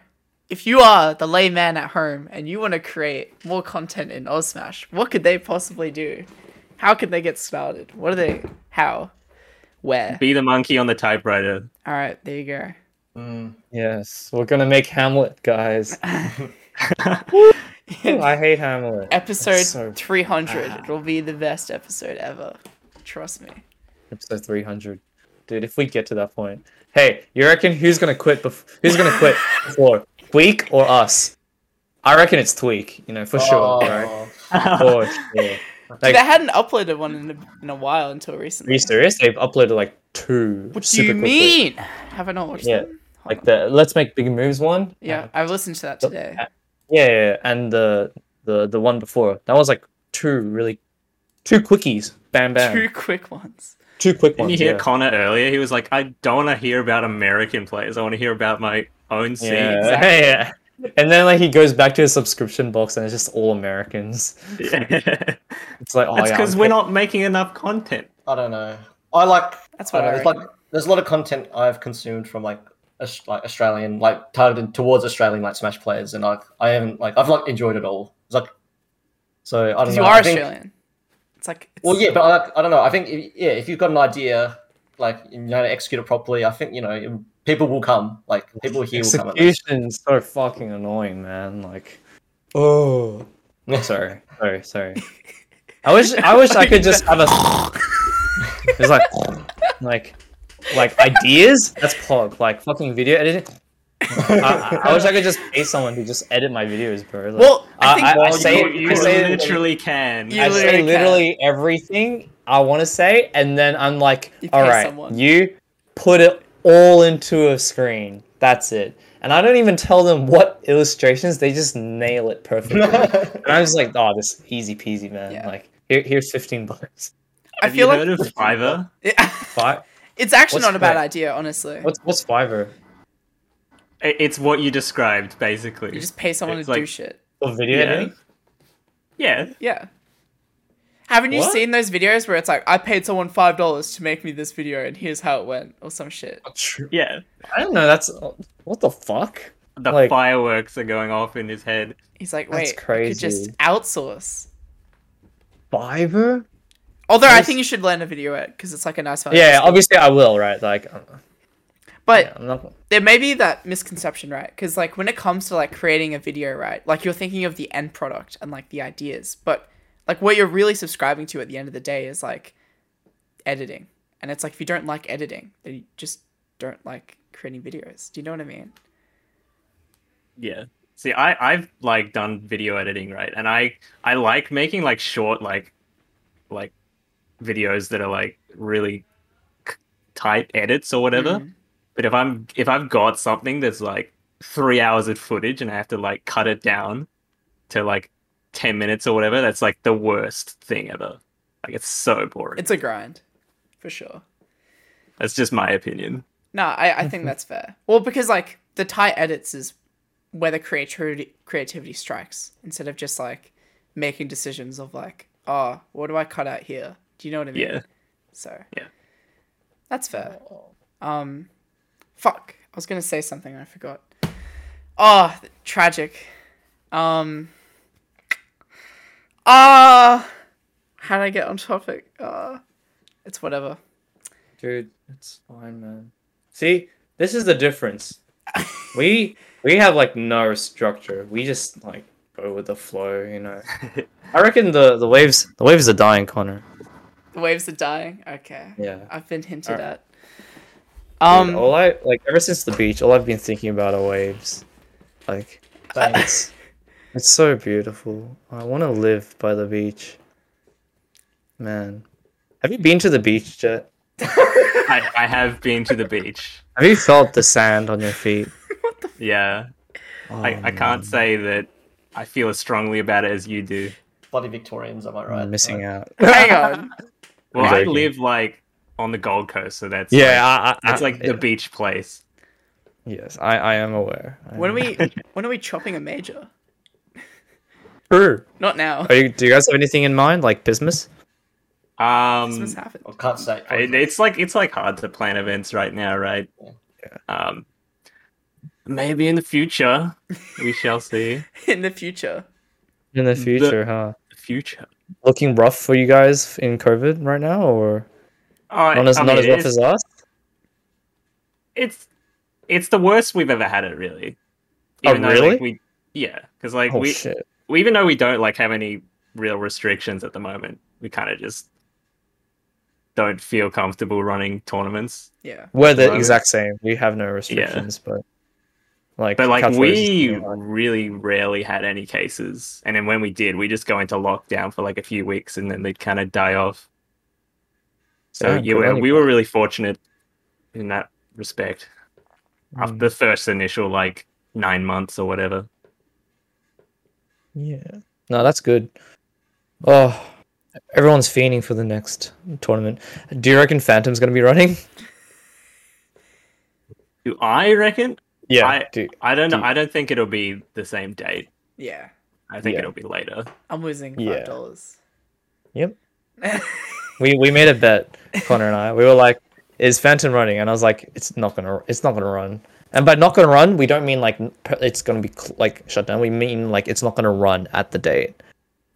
Speaker 1: if you are the layman at home and you want to create more content in Ozmash, what could they possibly do? How could they get started? What are they? How? Where?
Speaker 2: be the monkey on the typewriter. (laughs)
Speaker 1: All right, there you go.
Speaker 4: Yes, we're gonna make
Speaker 1: (laughs)
Speaker 4: Hamlet, guys. Ooh, I hate Hamlet.
Speaker 1: Episode
Speaker 4: It's so
Speaker 1: 300. It'll be the best episode ever. Trust me.
Speaker 4: episode 300 dude if we get to that point hey you reckon who's gonna quit bef- who's gonna quit before tweak or us i reckon it's tweak you know for sure right?
Speaker 3: Oh.
Speaker 4: (laughs) for sure like
Speaker 1: they hadn't uploaded one in a, in a while until
Speaker 4: are
Speaker 1: recently.
Speaker 4: you serious they've uploaded like two
Speaker 1: What do
Speaker 4: super
Speaker 1: you
Speaker 4: quickly.
Speaker 1: mean? Have I not watched
Speaker 4: Yeah.
Speaker 1: them? Hold
Speaker 4: like
Speaker 1: on.
Speaker 4: the let's make big moves one
Speaker 1: Yeah, I've listened to that
Speaker 4: Yep.
Speaker 1: today.
Speaker 4: yeah, yeah, yeah. and the the the one before that was like two really two quickies. Bam bam.
Speaker 1: Two
Speaker 4: Two,
Speaker 1: quick ones.
Speaker 4: quick
Speaker 2: Didn't
Speaker 4: ones.
Speaker 1: (laughs)
Speaker 2: you hear
Speaker 4: yeah.
Speaker 2: Connor earlier? He was like, I don't want to hear about American players. I want to hear about my own scene.
Speaker 4: yeah.
Speaker 2: Yeah.
Speaker 1: exactly.
Speaker 4: (laughs) yeah. And then like he goes back to his subscription box and it's just all Americans.
Speaker 2: (laughs)
Speaker 4: It's like oh
Speaker 2: That's
Speaker 4: yeah.
Speaker 2: because
Speaker 4: I'm
Speaker 2: we're
Speaker 4: pick-
Speaker 2: not making enough content.
Speaker 3: I don't know. I like.
Speaker 1: That's
Speaker 3: I
Speaker 1: what I
Speaker 3: don't know,
Speaker 4: Uh,
Speaker 3: uh, there's
Speaker 1: reckon.
Speaker 3: like there's a lot of content I've consumed from like Aus- like Australian like targeted towards Australian like Smash players, and like I haven't like I've like enjoyed it all. It's like so I don't know.
Speaker 4: uh,
Speaker 1: 'Cause you
Speaker 3: I
Speaker 1: are
Speaker 3: think-
Speaker 1: Australian. It's like it's,
Speaker 3: Well, yeah, but I, I don't know. I think if, yeah, if you've got an idea, like you know, how to execute it properly, I think you know people will come. Like people here will come. at least.
Speaker 4: Execution's so fucking annoying, man. Like, oh, (laughs) sorry, sorry, sorry. I wish, I wish I could just have a. It's like, like, like ideas. That's pog. Like fucking video editing. I, I, I wish I could just pay someone to just edit my videos, bro. Like,
Speaker 1: Well, I think-
Speaker 4: I, I, I
Speaker 1: Well,
Speaker 4: say,
Speaker 2: you,
Speaker 4: it-
Speaker 2: you
Speaker 4: I say, it-
Speaker 2: literally can.
Speaker 1: You
Speaker 4: I
Speaker 1: literally
Speaker 4: say
Speaker 1: can.
Speaker 4: literally everything I want to say, and then I'm like,
Speaker 1: You pay
Speaker 4: all right,
Speaker 1: someone."
Speaker 4: you put it all into a screen. That's it. And I don't even tell them what illustrations; they just nail it
Speaker 1: (laughs)
Speaker 4: perfectly. and I'm just like, oh, this is easy peasy, man.
Speaker 1: Yeah.
Speaker 4: Like, here, here's 15 bucks.
Speaker 1: I
Speaker 2: Have
Speaker 1: feel
Speaker 2: you
Speaker 1: like
Speaker 2: heard of Fiverr?
Speaker 4: Fi-
Speaker 1: (laughs) it's actually
Speaker 4: What's
Speaker 1: not a bad
Speaker 4: that?
Speaker 1: idea, honestly.
Speaker 4: what's what's Fiverr?
Speaker 2: I- It's what you described, basically.
Speaker 1: you just pay someone
Speaker 2: It's
Speaker 1: to do
Speaker 2: like-
Speaker 1: shit.
Speaker 4: For video
Speaker 2: Yeah.
Speaker 4: editing?
Speaker 2: yeah.
Speaker 1: Yeah. Haven't you
Speaker 4: What?
Speaker 1: seen those videos where it's like I paid someone five dollars to make me this video and here's how it went or some shit?
Speaker 2: Yeah.
Speaker 4: I don't know. That's what the fuck.
Speaker 2: The
Speaker 4: Like-
Speaker 2: fireworks are going off in his head.
Speaker 1: He's like,
Speaker 4: That's
Speaker 1: wait, I could just
Speaker 4: crazy.
Speaker 1: outsource.
Speaker 4: Fiverr?
Speaker 1: Although I
Speaker 4: Nice.
Speaker 1: think you should learn a video edit because it's like a nice value.
Speaker 4: Yeah, obviously I will, right? Like, I'm,
Speaker 1: but
Speaker 4: yeah, I'm not.
Speaker 1: there may be that misconception, right? Because like when it comes to like creating a video, right? Like you're thinking of the end product and like the ideas, but like what you're really subscribing to at the end of the day is like editing. And it's like if you don't like editing, then you just don't like creating videos. Do you know what I mean?
Speaker 2: Yeah. See, I I've like done video editing, right? And I I like making like short like like videos that are like really c- tight edits or whatever. But if I'm if I've got something that's like 3 hours of footage and I have to like cut it down to like 10 minutes or whatever, that's like the worst thing ever. Like it's so boring.
Speaker 1: It's a grind, for sure.
Speaker 2: that's just my opinion.
Speaker 1: No, I, I
Speaker 2: Mm-hmm.
Speaker 1: think that's fair. Well, because like the tight edits is where the creativity creativity strikes instead of just like making decisions of like, oh, what do I cut out here? Do you know what I mean?
Speaker 2: Yeah.
Speaker 1: So
Speaker 2: Yeah.
Speaker 1: that's fair. Um, fuck, I was gonna say something and I forgot. Oh, th- tragic. Um. Ah, how did I get on topic? Ah, it's whatever.
Speaker 4: Dude, it's fine, man. See, this is the difference. we we have like no structure. We just like go with the flow, you know. I reckon the the waves the waves are dying, Connor.
Speaker 1: The waves are dying. Okay.
Speaker 4: Yeah.
Speaker 1: I've been hinted
Speaker 4: Alright.
Speaker 1: at. Um,
Speaker 4: Dude, all I like ever since the beach, all I've been thinking about are waves. Like
Speaker 3: Thanks.
Speaker 2: (laughs)
Speaker 4: it's so beautiful. I want to live by the beach. Man, have you been to the beach yet?
Speaker 2: I I have been to the beach.
Speaker 4: Have you felt the sand on your feet?
Speaker 2: Yeah.
Speaker 4: Oh,
Speaker 2: I, I can't say that I feel as strongly about it as you do.
Speaker 3: (laughs) Bloody Victorians, am I right?
Speaker 4: Oh, I'm missing out.
Speaker 1: (laughs) hang on.
Speaker 2: Well,
Speaker 4: I'm
Speaker 2: I
Speaker 4: joking.
Speaker 2: live like on the Gold Coast, so that's
Speaker 4: Yeah, I, I,
Speaker 2: like, that's
Speaker 4: I-
Speaker 2: like the beach place.
Speaker 4: Yes, I, I am aware. I
Speaker 1: When are
Speaker 4: am-
Speaker 1: we when are we chopping a major?
Speaker 4: (laughs) True.
Speaker 1: Not now.
Speaker 4: Are you, do you guys have anything in mind, like business?
Speaker 1: This
Speaker 2: Um,
Speaker 1: must happen. (laughs)
Speaker 3: I can't say.
Speaker 2: it- it's like it's like hard to plan events right now, right? Um, maybe in the future we shall see.
Speaker 1: In the future.
Speaker 4: In the future, huh?
Speaker 2: The future.
Speaker 4: Looking rough for you guys in COVID right now, or
Speaker 2: Oh,
Speaker 4: not as,
Speaker 2: I
Speaker 4: not
Speaker 2: mean,
Speaker 4: as rough
Speaker 2: it's,
Speaker 4: as us?
Speaker 2: it's it's the worst we've ever had it, really.
Speaker 4: Oh,
Speaker 2: Even though
Speaker 4: really?
Speaker 2: like we yeah, because like
Speaker 4: Oh
Speaker 2: we
Speaker 4: shit!
Speaker 2: we even though we don't like have any real restrictions at the moment, we kind of just don't feel comfortable running tournaments.
Speaker 1: Yeah.
Speaker 4: We're the
Speaker 2: Right.
Speaker 4: exact same. We have no restrictions, but like,
Speaker 2: But like
Speaker 4: couch
Speaker 2: we
Speaker 4: raisins-
Speaker 2: really rarely had any cases, and then when we did, we just go into lockdown for like a few weeks, and then they kind of die off. So
Speaker 4: Yeah,
Speaker 2: you
Speaker 4: good
Speaker 2: were,
Speaker 4: on you,
Speaker 2: we
Speaker 4: bro.
Speaker 2: were really fortunate in that respect. After
Speaker 4: Mm.
Speaker 2: the first initial like nine months or whatever,
Speaker 4: yeah. No, that's good. Oh, everyone's fiending for the next tournament. Do you reckon Phantom's going to be running?
Speaker 2: Do I reckon?
Speaker 4: Yeah.
Speaker 2: I-
Speaker 4: (laughs) do-
Speaker 2: I don't know.
Speaker 4: Do-
Speaker 2: I don't think it'll be the same date.
Speaker 1: Yeah.
Speaker 2: I think
Speaker 4: Yeah.
Speaker 2: it'll be later.
Speaker 1: I'm losing
Speaker 4: Yeah.
Speaker 1: five dollars.
Speaker 4: Yep. we we made a bet, Connor and I. We were like, "Is Phantom running?" And I was like, "It's not gonna. It's not gonna run." And by not gonna run, we don't mean like n- per- it's gonna be cl- like shut down. We mean like it's not gonna run at the date.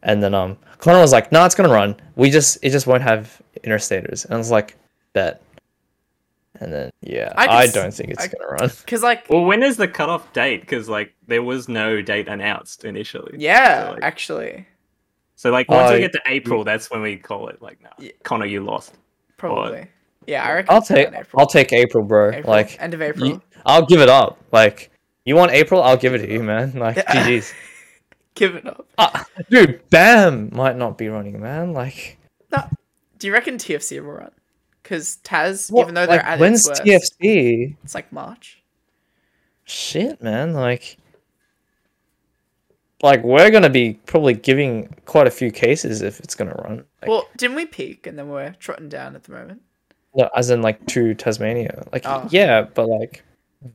Speaker 4: And then um, Connor was like, "No, it's gonna run. We just it just won't have interstaters." And I was like, "Bet." And then yeah,
Speaker 1: I can
Speaker 4: I,
Speaker 1: s-
Speaker 4: don't think it's
Speaker 1: I-
Speaker 4: gonna run.
Speaker 1: (laughs) Cause like
Speaker 2: Well, when is the cutoff date? Because like there was no date announced initially.
Speaker 1: yeah,
Speaker 2: So like,
Speaker 1: actually,
Speaker 2: so, like, once
Speaker 4: I-
Speaker 2: we get to April, that's when we call it. Like, no,
Speaker 1: Yeah.
Speaker 2: Connor, you lost.
Speaker 1: probably. yeah, I reckon.
Speaker 4: I'll
Speaker 1: it's around
Speaker 4: take I'll take April, bro.
Speaker 1: April,
Speaker 4: Like
Speaker 1: end of April.
Speaker 4: you, I'll give it up. Like you want April, I'll give it to you, man. Like
Speaker 1: Yeah.
Speaker 4: (laughs) GG's.
Speaker 1: Give it up.
Speaker 4: Ah, dude, Bam might not be running, man. Like,
Speaker 1: No, do you reckon TFC will run? Because Taz, even though they're
Speaker 4: like,
Speaker 1: at
Speaker 4: when's
Speaker 1: its worst,
Speaker 4: TFC?
Speaker 1: it's like March.
Speaker 4: Shit, man. Like, like we're gonna be probably giving quite a few cases if it's gonna run. Like,
Speaker 1: well, didn't we peak and then we're trotting down at the moment?
Speaker 4: no, as in like to Tasmania. Like,
Speaker 1: Oh.
Speaker 4: yeah, but like,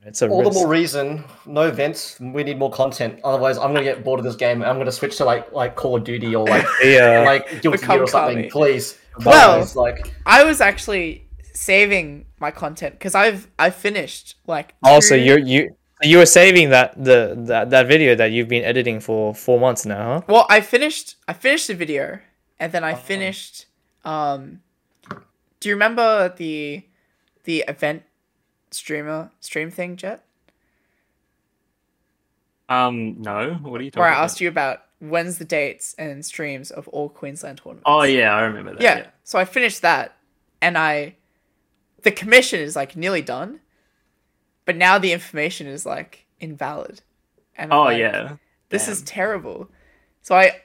Speaker 4: it's a
Speaker 3: All the
Speaker 4: risk.
Speaker 3: more reason, no events. We need more content. Otherwise, I'm gonna get bored of this game. and I'm gonna switch to like like Call of Duty or like
Speaker 4: Yeah.
Speaker 3: like Uh, Guilty
Speaker 1: Become
Speaker 3: Gear or something.
Speaker 1: Kami.
Speaker 3: Please.
Speaker 1: Well-
Speaker 3: Otherwise, like
Speaker 1: I was actually saving my content because I've I finished like.
Speaker 4: also,
Speaker 1: two-
Speaker 4: you're you. You were saving that the that, that video that you've been editing for four months now, huh?
Speaker 1: Well, I finished. I finished the video, and then I
Speaker 2: Uh-huh.
Speaker 1: finished. Um, do you remember the the event streamer stream thing, Jet?
Speaker 2: Um, no. What are you talking
Speaker 1: Where I
Speaker 2: about?
Speaker 1: asked you about when's the dates and streams of all Queensland tournaments.
Speaker 2: Oh yeah, I remember that.
Speaker 1: yeah. So I finished that, and I, the commission is like nearly done, but now the information is like invalid. And I'm
Speaker 2: Oh
Speaker 1: like,
Speaker 2: yeah.
Speaker 1: this
Speaker 2: Damn.
Speaker 1: is terrible. So I,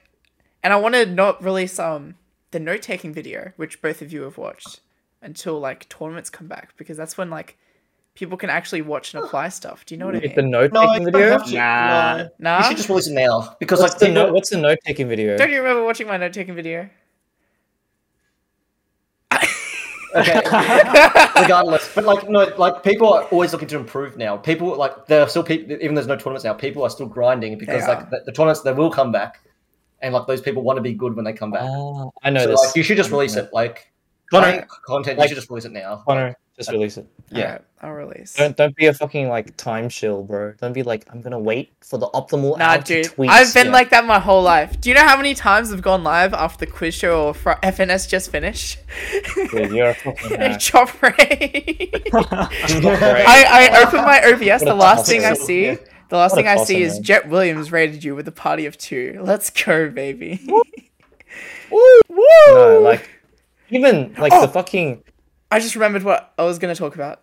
Speaker 1: and I want to not release um the note taking video, which both of you have watched, until like tournaments come back because that's when like people can actually watch and (gasps) apply stuff. Do you know what I
Speaker 4: Like the
Speaker 1: mean?
Speaker 4: note
Speaker 3: no,
Speaker 4: taking
Speaker 3: you don't
Speaker 4: video.
Speaker 3: have to.
Speaker 2: Nah.
Speaker 3: No. You
Speaker 1: Nah.
Speaker 3: should just release it now because
Speaker 4: What's
Speaker 3: like
Speaker 4: the
Speaker 3: people-
Speaker 4: note? What's the note taking video?
Speaker 1: Don't you remember watching my note taking (laughs) video?
Speaker 3: okay.
Speaker 1: (laughs)
Speaker 3: regardless. But like no, like people are always looking to improve now. People like there are still people, even there's no tournaments now. People are still grinding because
Speaker 1: They
Speaker 3: like the, the tournaments they will come back, and like those people want to be good when they come back.
Speaker 4: Ah, I know
Speaker 3: so
Speaker 4: this.
Speaker 3: like you should just release it. Like
Speaker 4: Connor,
Speaker 3: content,
Speaker 4: Like-
Speaker 3: you should just release it now.
Speaker 4: Connor, just release it.
Speaker 3: Yeah.
Speaker 1: Alright, I'll release.
Speaker 4: Don't don't be a fucking like time shill, bro. Don't be like I'm gonna wait for the optimal
Speaker 1: Nah,
Speaker 4: hour
Speaker 1: dude.
Speaker 4: to tweet.
Speaker 1: I've been
Speaker 4: Yeah.
Speaker 1: like that my whole life. Do you know how many times I've gone live after the quiz show or fr- FNS just finished? (laughs)
Speaker 4: Dude, you're a fucking hack.
Speaker 1: Chop (laughs) rate.
Speaker 4: Great.
Speaker 1: I, I open my OBS.
Speaker 4: What
Speaker 1: The
Speaker 4: a
Speaker 1: last thing I
Speaker 4: tosser.
Speaker 1: see,
Speaker 3: Yeah.
Speaker 1: the last
Speaker 4: What a
Speaker 1: thing I see
Speaker 4: tosser,
Speaker 1: is
Speaker 4: man.
Speaker 1: Jet Williams rated you with a party of two. Let's go, baby. (laughs) Woo! Woo!
Speaker 4: no, like even like
Speaker 1: Oh.
Speaker 4: the fucking
Speaker 1: I just remembered what I was gonna talk about.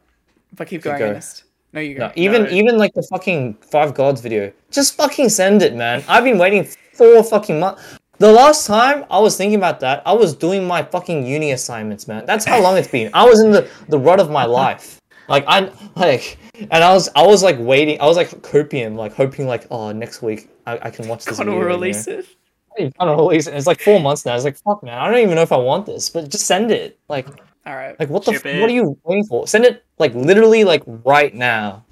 Speaker 1: But keep going,
Speaker 4: go.
Speaker 1: Ernest. No, you go.
Speaker 4: no, even even like the fucking five gods video. Just fucking send it, man. I've been waiting four fucking months. The last time I was thinking about that, I was doing my fucking uni assignments, man. That's how long it's been. I was in the, the rut of
Speaker 1: (laughs)
Speaker 4: my life. Like I like and I was I was like waiting I was like copium, like hoping like oh next week I, I can watch this.
Speaker 1: Connor will
Speaker 4: video, you know?
Speaker 1: release it.
Speaker 4: I don't release it. It's like four months now. It's like fuck, man. I don't even know if I want this, but just send it. Like,
Speaker 1: All right.
Speaker 4: like what the?
Speaker 2: Ship
Speaker 4: F- what
Speaker 2: it.
Speaker 4: are you waiting for? Send it like literally like right now,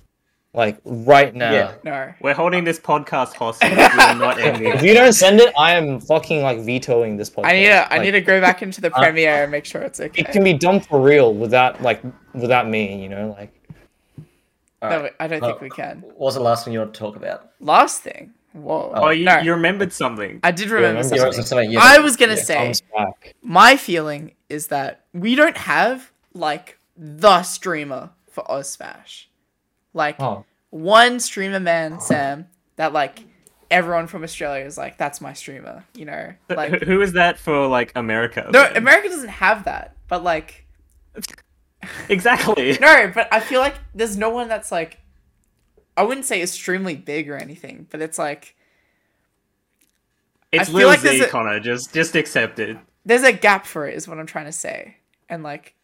Speaker 4: like right now.
Speaker 3: Yeah.
Speaker 1: No.
Speaker 2: We're holding this podcast hostage. We're not ending.
Speaker 4: If you don't send it, I am fucking like vetoing this podcast.
Speaker 1: I need to. I
Speaker 4: Like, uh,
Speaker 1: need to go back into the premiere and make sure it's okay.
Speaker 4: It can be done for real without like without me, you know. Like
Speaker 1: No, wait, I don't think
Speaker 3: Oh.
Speaker 1: we can.
Speaker 3: What was the last one you wanted to talk about?
Speaker 1: Last thing. Whoa.
Speaker 2: Oh, you,
Speaker 1: no,
Speaker 2: you remembered something.
Speaker 1: I did remember
Speaker 4: remember
Speaker 1: something.
Speaker 4: something.
Speaker 3: yeah.
Speaker 1: I was gonna say
Speaker 4: comes back.
Speaker 1: my feeling is that we don't have like the streamer for Oz Smash, like
Speaker 4: Oh,
Speaker 1: one streamer man Sam that like everyone from Australia is like that's my streamer, you know.
Speaker 2: Who-
Speaker 1: Like
Speaker 2: (laughs) Who is that for like America?
Speaker 1: no,
Speaker 2: then?
Speaker 1: America doesn't have that, but like
Speaker 2: exactly.
Speaker 1: No, but I feel like there's no one that's like I wouldn't say extremely big or anything, but it's like
Speaker 2: It's
Speaker 1: I feel
Speaker 2: Lil
Speaker 1: like there's
Speaker 2: Z,
Speaker 1: a-
Speaker 2: Connor. Just just accept it.
Speaker 1: there's a gap for it is what I'm trying to say. And like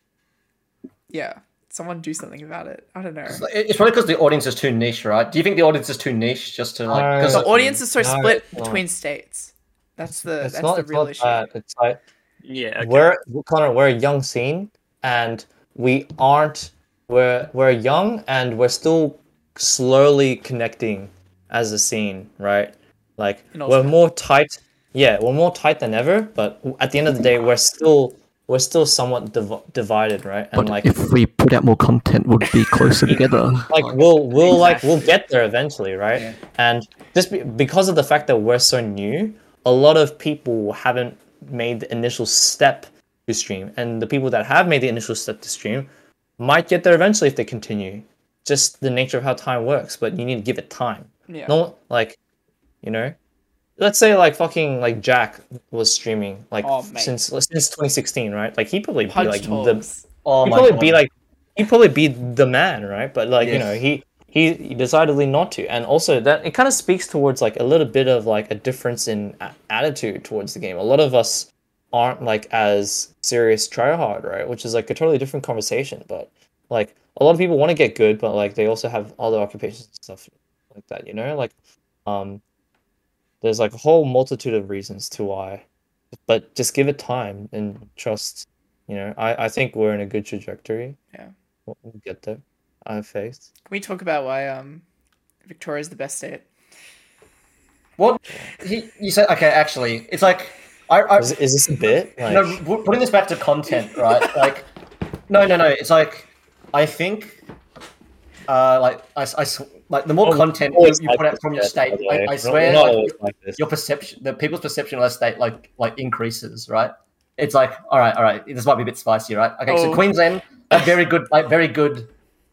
Speaker 1: yeah, someone do something about it. I don't know.
Speaker 3: It's probably because the audience is too niche, right? Do you think the audience is too niche just to like? 'cause
Speaker 4: No.
Speaker 1: The audience is so
Speaker 4: No,
Speaker 1: split
Speaker 4: it's not.
Speaker 1: between states. That's the
Speaker 4: It's
Speaker 1: that's
Speaker 4: not,
Speaker 1: the
Speaker 4: it's
Speaker 1: real
Speaker 4: not
Speaker 1: issue.
Speaker 4: that. It's like
Speaker 2: Yeah. Okay.
Speaker 4: we're Connor, we're a young scene, and we aren't. We're we're young, and we're still slowly connecting as a scene, right? Like
Speaker 1: And also-
Speaker 4: we're more tight. Yeah, we're more tight than ever. But at the end of the day, we're still we're still somewhat div- divided, right? And
Speaker 5: But
Speaker 4: like
Speaker 5: if we put out more content, we'll be closer together.
Speaker 4: like we'll we'll like we'll
Speaker 1: Exactly.
Speaker 4: get there eventually, right?
Speaker 1: Yeah.
Speaker 4: And just be, because of the fact that we're so new, a lot of people haven't made the initial step to stream, and the people that have made the initial step to stream might get there eventually if they continue. Just the nature of how time works, but you need to give it time.
Speaker 1: Yeah.
Speaker 4: No, one- like, you know, let's say like fucking like Jack was streaming like
Speaker 1: Oh,
Speaker 4: f-
Speaker 1: mate.
Speaker 4: since since 2016, right? Like he probably be
Speaker 1: Punch
Speaker 4: like the
Speaker 1: talks.
Speaker 3: (laughs) Oh
Speaker 4: he'd
Speaker 3: my
Speaker 4: probably
Speaker 3: god.
Speaker 4: be like he'd probably be the man, right? But like you know,
Speaker 3: Yes.
Speaker 4: he he decidedly not to, and also that it kind of speaks towards like a little bit of like a difference in a- attitude towards the game. A lot of us aren't like as serious tryhard, right? Which is like a totally different conversation. But like a lot of people want to get good, but like they also have other occupations and stuff like that. You know, like um, there's like a whole multitude of reasons to why, but just give it time and trust you know, I, I think we're in a good trajectory.
Speaker 1: Yeah.
Speaker 4: We'll we'll get there. I have faith.
Speaker 1: Can we talk about why um Victoria's the best state?
Speaker 3: what? He, you said okay. Actually, it's like I. I
Speaker 4: Is, is this a bit? Like,
Speaker 3: Uh, (laughs) no, w- putting this back to content,
Speaker 4: (laughs)
Speaker 3: right? Like, no, no, no. It's like I think, uh, like I, s- I s- like the more
Speaker 4: Oh,
Speaker 3: content you,
Speaker 4: always
Speaker 3: you
Speaker 4: like
Speaker 3: put out
Speaker 4: this,
Speaker 3: from your
Speaker 4: yeah, by
Speaker 3: state,
Speaker 4: the way.
Speaker 3: I, I
Speaker 4: We're
Speaker 3: swear,
Speaker 4: not
Speaker 3: like,
Speaker 4: always like this.
Speaker 3: your perception, the people's perception of that state, like like increases, right? It's like, all right, all right, this might be a bit spicy, right? Okay,
Speaker 1: Oh.
Speaker 3: so Queensland, like, very good, like very good,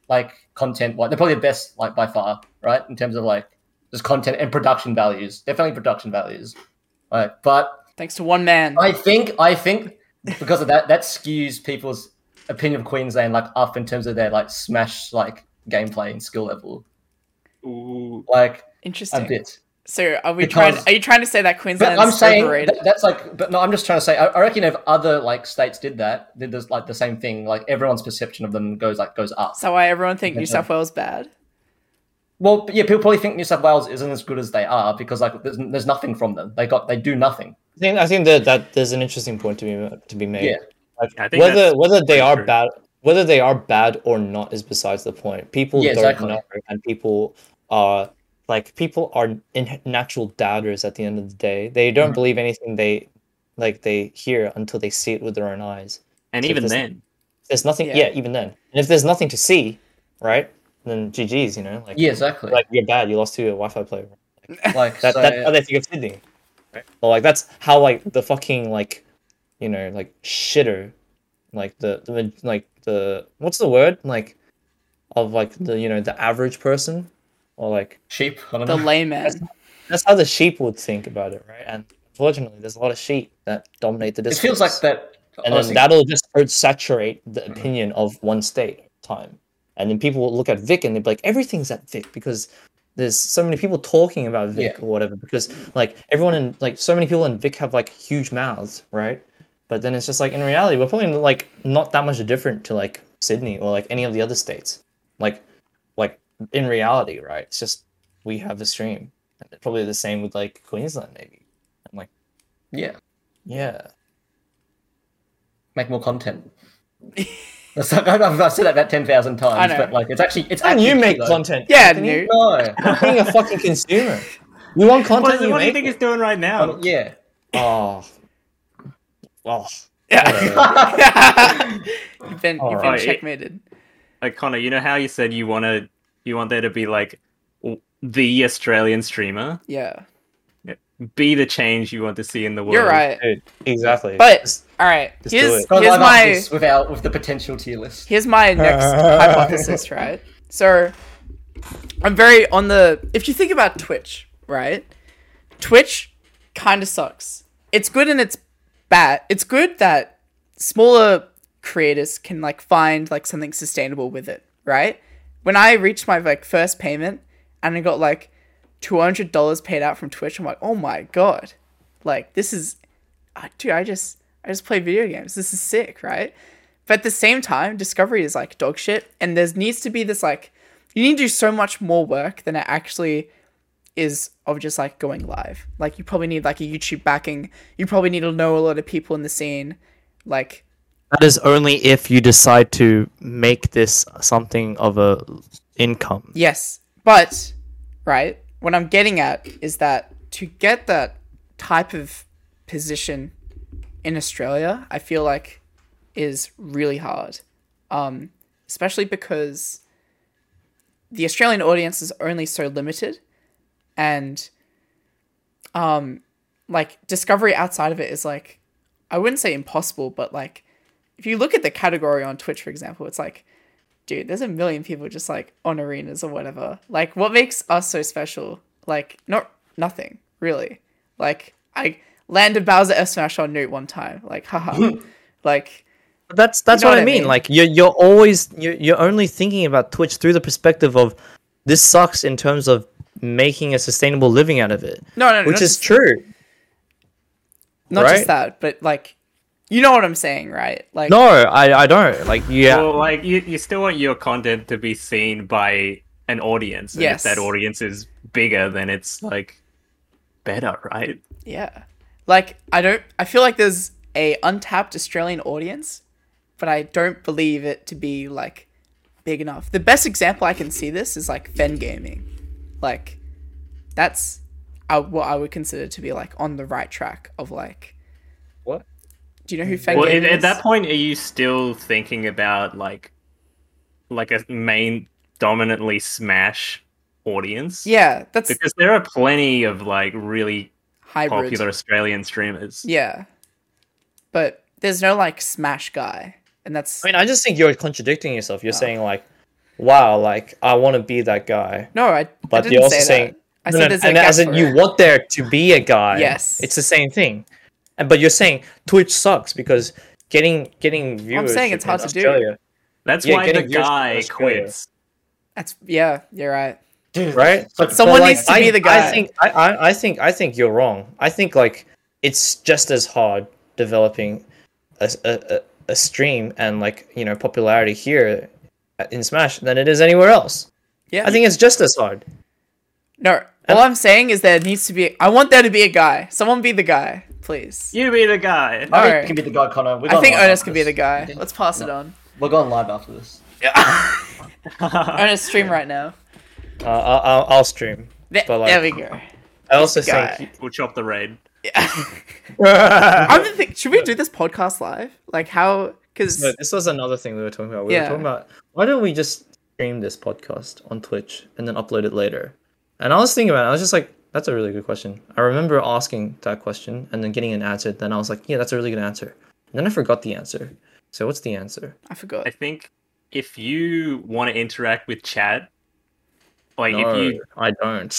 Speaker 3: like content. Like they're probably the best, like by far, right? In terms of like just content and production values, definitely production values, right? But
Speaker 1: Thanks to one man.
Speaker 3: I think I think because of that that skews people's opinion of Queensland like up in terms of their like smash like gameplay and skill level
Speaker 2: Ooh.
Speaker 3: like a
Speaker 1: Interesting.
Speaker 3: bit.
Speaker 1: So are we trying?
Speaker 3: Because-
Speaker 1: Are you trying to say that Queensland
Speaker 3: But I'm
Speaker 1: is
Speaker 3: saying
Speaker 1: overrated?
Speaker 3: that- that's like but no I'm just trying to say I, I reckon if other like states did that did this like the same thing like everyone's perception of them goes like goes up.
Speaker 1: so why everyone think New
Speaker 3: Okay.
Speaker 1: South Wales bad?
Speaker 3: Well yeah people probably think New South Wales isn't as good as they are because like there's, there's nothing from them they got they do nothing.
Speaker 4: I think, I think that, that there's an interesting point to be to be made.
Speaker 3: Yeah.
Speaker 4: Like,
Speaker 2: I think
Speaker 4: whether
Speaker 2: that's
Speaker 4: whether they
Speaker 2: pretty
Speaker 4: are
Speaker 2: true.
Speaker 4: bad whether they are bad or not is besides the point. People
Speaker 3: Yeah,
Speaker 4: don't
Speaker 3: exactly.
Speaker 4: know, and people are like people are in natural doubters. At the end of the day, they
Speaker 3: Mm-hmm.
Speaker 4: don't believe anything they like they hear until they see it with their own eyes.
Speaker 2: And
Speaker 4: So
Speaker 2: even
Speaker 4: does-
Speaker 2: then,
Speaker 4: there's nothing
Speaker 1: Yeah.
Speaker 4: yeah. even then and if there's nothing to see right then gg's you know like
Speaker 3: Yeah exactly.
Speaker 4: like you're bad you lost to a wi-fi player
Speaker 3: Like
Speaker 4: that,
Speaker 3: so,
Speaker 4: that's how they think of sydney right or like that's how like the fucking like you know like shitter like the, the like the what's the word like of like the you know the average person or like
Speaker 3: cheap I don't
Speaker 4: (laughs)
Speaker 1: The
Speaker 3: know.
Speaker 1: layman.
Speaker 4: that's how the sheep would think about it right and unfortunately there's a lot of sheep that dominate the
Speaker 3: it
Speaker 4: discourse
Speaker 3: feels like that
Speaker 4: and
Speaker 3: honestly, Mm-hmm.
Speaker 4: then that'll just hurt- saturate the opinion of one state at a time. And then people will look at Vic and they'll be like, everything's at Vic because there's so many people talking about Vic
Speaker 3: Yeah.
Speaker 4: or whatever. Because like everyone in like so many people in Vic have like huge mouths, right? But then it's just like in reality, we're probably like not that much different to like Sydney or like any of the other states. Like like in reality, right? It's just we have a stream. And Probably the same with like Queensland maybe. And like,
Speaker 3: yeah
Speaker 4: yeah.
Speaker 3: make more content. That's like, I've, I've said that about ten thousand times,
Speaker 1: I know.
Speaker 3: but like it's actually it's
Speaker 4: And
Speaker 3: actually
Speaker 4: you
Speaker 3: true,
Speaker 4: make
Speaker 3: though.
Speaker 4: content.
Speaker 1: Yeah,
Speaker 4: Anthony.
Speaker 1: no. (laughs)
Speaker 3: No, (laughs)
Speaker 4: being a fucking consumer. You want
Speaker 2: what,
Speaker 4: content,
Speaker 2: is it-
Speaker 4: you
Speaker 2: what do you
Speaker 4: make.
Speaker 2: think it's doing right now?
Speaker 3: Um,
Speaker 4: (laughs)
Speaker 3: yeah.
Speaker 4: oh, oh,
Speaker 1: Yeah. you've been you've been
Speaker 2: Alright.
Speaker 1: checkmated.
Speaker 2: like Connor, you know how you said you want to you want there to be like w- the Australian streamer,
Speaker 1: Yeah.
Speaker 2: be the change you want to see in the world.
Speaker 1: You're right.
Speaker 4: dude, exactly.
Speaker 1: But all right.
Speaker 4: just do
Speaker 1: Here's
Speaker 4: it.
Speaker 3: God,
Speaker 1: here's
Speaker 3: I've asked
Speaker 1: my
Speaker 3: this with our with the potential tier list.
Speaker 1: here's my next hypothesis, right? So I'm very on the if you think about Twitch, right? Twitch kind of sucks. It's good and it's bad. It's good that smaller creators can like find like something sustainable with it, right? When I reached my like first payment and I got like $200 paid out from Twitch, I'm like, "Oh my god." Like this is I- dude, I just I just play video games. This is sick, right? But at the same time, discovery is like dog shit, and there needs to be this like you need to do so much more work than it actually is of just like going live. Like you probably need like a YouTube backing. You probably need to know a lot of people in the scene. Like
Speaker 4: That is only if you decide to make this something of a income.
Speaker 1: Yes, but right, what I'm getting at is that to get that type of position in Australia, I feel like is really hard. Um, especially because the Australian audience is only so limited and um like discovery outside of it is like I wouldn't say impossible, but like if you look at the category on Twitch, for example, it's like dude, there's a million people just like on arenas or whatever. Like, what makes us so special? Like, not nothing really. Like, I landed Bowser F Smash on Newt one time. Like, haha. like,
Speaker 4: But That's that's
Speaker 1: know
Speaker 4: what,
Speaker 1: what
Speaker 4: I
Speaker 1: I
Speaker 4: mean.
Speaker 1: mean?
Speaker 4: Like you're you're always you're, you're only thinking about Twitch through the perspective of this sucks in terms of making a sustainable living out of it,
Speaker 1: no, no, no
Speaker 4: which
Speaker 1: not
Speaker 4: is
Speaker 1: just-
Speaker 4: true.
Speaker 1: not
Speaker 4: right?
Speaker 1: just that, but like, you know what I'm saying, right? Like,
Speaker 4: No, I I don't like yeah.
Speaker 2: Well, like you, you still want your content to be seen by an audience. And
Speaker 1: Yes.
Speaker 2: If that audience is bigger, then it's like better, right?
Speaker 1: Yeah. Like I don't I feel like there's a untapped Australian audience, but I don't believe it to be like big enough. The best example I can see this is like Fen Gaming. Like that's uh, what I would consider to be like on the right track of like
Speaker 4: What?
Speaker 1: Do you know who Fen
Speaker 2: well,
Speaker 1: Gaming
Speaker 2: at, at
Speaker 1: is?
Speaker 2: that point, are you still thinking about like like a main dominantly Smash audience?
Speaker 1: yeah, that's
Speaker 2: Because there are plenty of like really
Speaker 1: hybrid.
Speaker 2: popular Australian streamers.
Speaker 1: Yeah. But there's no like smash guy. And that's
Speaker 4: I mean, I just think you're contradicting yourself. You're saying like, wow, like I want to be that guy.
Speaker 1: no, I, I
Speaker 4: But
Speaker 1: didn't
Speaker 4: you're also
Speaker 1: say
Speaker 4: saying-
Speaker 1: that. I
Speaker 4: No,
Speaker 1: said
Speaker 4: no,
Speaker 1: there's a
Speaker 4: and
Speaker 1: gap
Speaker 4: as in
Speaker 1: for
Speaker 4: you
Speaker 1: it.
Speaker 4: want there to be a guy.
Speaker 1: Yes.
Speaker 4: it's the same thing. And but you're saying Twitch suks because getting getting viewers.
Speaker 1: saying it's hard to do.
Speaker 2: That's
Speaker 4: Yeah,
Speaker 2: why the
Speaker 4: getting viewers from
Speaker 2: guy
Speaker 4: Australia.
Speaker 2: quits.
Speaker 1: That's yeah, you're right.
Speaker 3: Dude,
Speaker 4: Right?
Speaker 3: so-
Speaker 1: But (laughs) someone
Speaker 3: like,
Speaker 1: needs to be the guy.
Speaker 4: I think I, I, I think I think you're wrong. I think like it's just as hard developing a, a, a- a stream and like you know popularity here in Smash than it is anywhere else.
Speaker 1: yeah,
Speaker 4: I think it's just as hard.
Speaker 1: No, all I'm saying is there needs to be. I want there to be a guy. Someone be the guy, please.
Speaker 2: You be the guy.
Speaker 1: All
Speaker 3: I think
Speaker 1: right.
Speaker 3: you can be the guy, Connor. We're
Speaker 1: I
Speaker 3: going
Speaker 1: think
Speaker 3: live
Speaker 1: Ernest
Speaker 3: after
Speaker 1: can be the
Speaker 3: this.
Speaker 1: guy.
Speaker 3: Okay.
Speaker 1: Let's pass it on.
Speaker 3: We're going live after this.
Speaker 1: Ernest, stream right now.
Speaker 4: Uh, I'll, I'll, I'll stream.
Speaker 1: There,
Speaker 4: But, like,
Speaker 1: there we go.
Speaker 4: I also
Speaker 1: guy.
Speaker 4: think
Speaker 2: we'll chop the raid.
Speaker 4: (laughs)
Speaker 1: I'm thinking, should we do this podcast live? Like how? Because
Speaker 4: No, this was another thing we were talking about. We
Speaker 1: Yeah.
Speaker 4: were talking about why don't we just stream this podcast on Twitch and then upload it later? And I was thinking about it, I was just like, that's a really good question. I remember asking that question and then getting an answer. Then I was like, yeah, that's a really good answer. And then I forgot the answer. So what's the answer?
Speaker 1: I forgot.
Speaker 2: I think if you want to interact with chat, like
Speaker 4: No,
Speaker 2: if (laughs) you
Speaker 4: I don't.